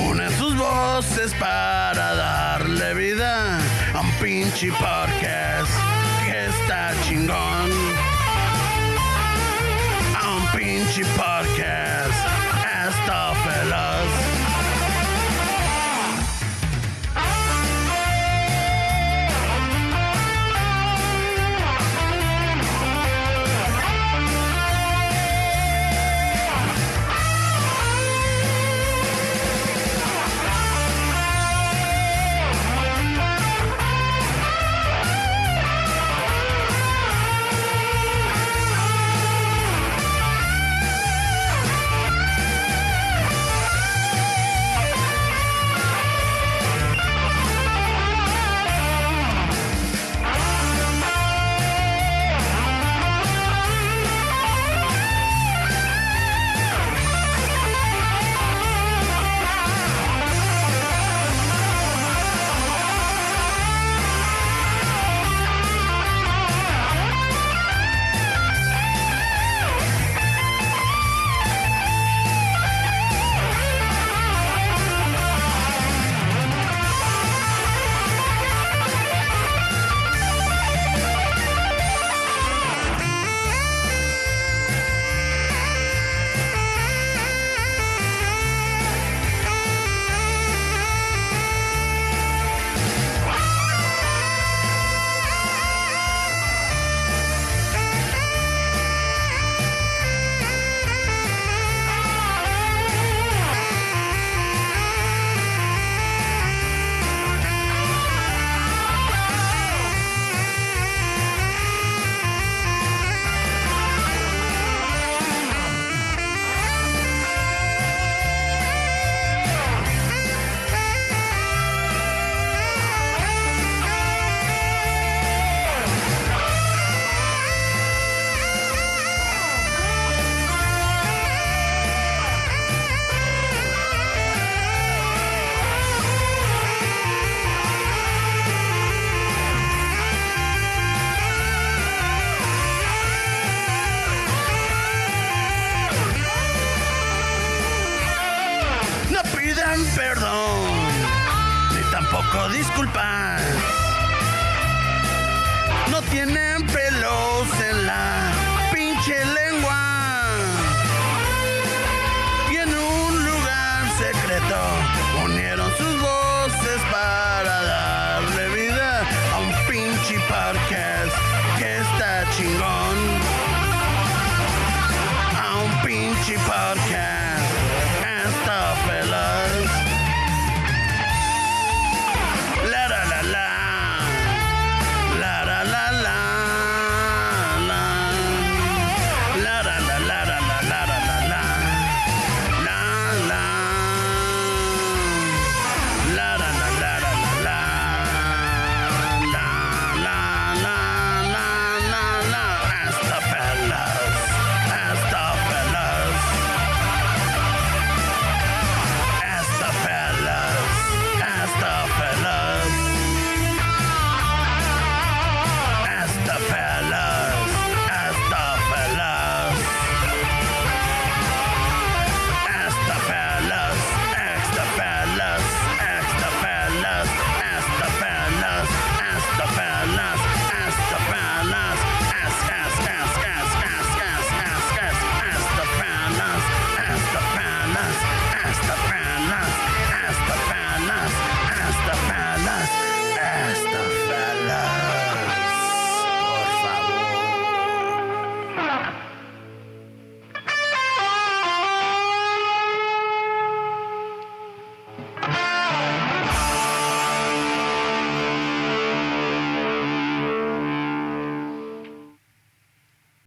Speaker 8: unen sus voces para darle vida a un pinche podcast que está chingón. A un pinche podcast está feliz. dan perdón, ni tampoco disculpas. No tienen pelos en la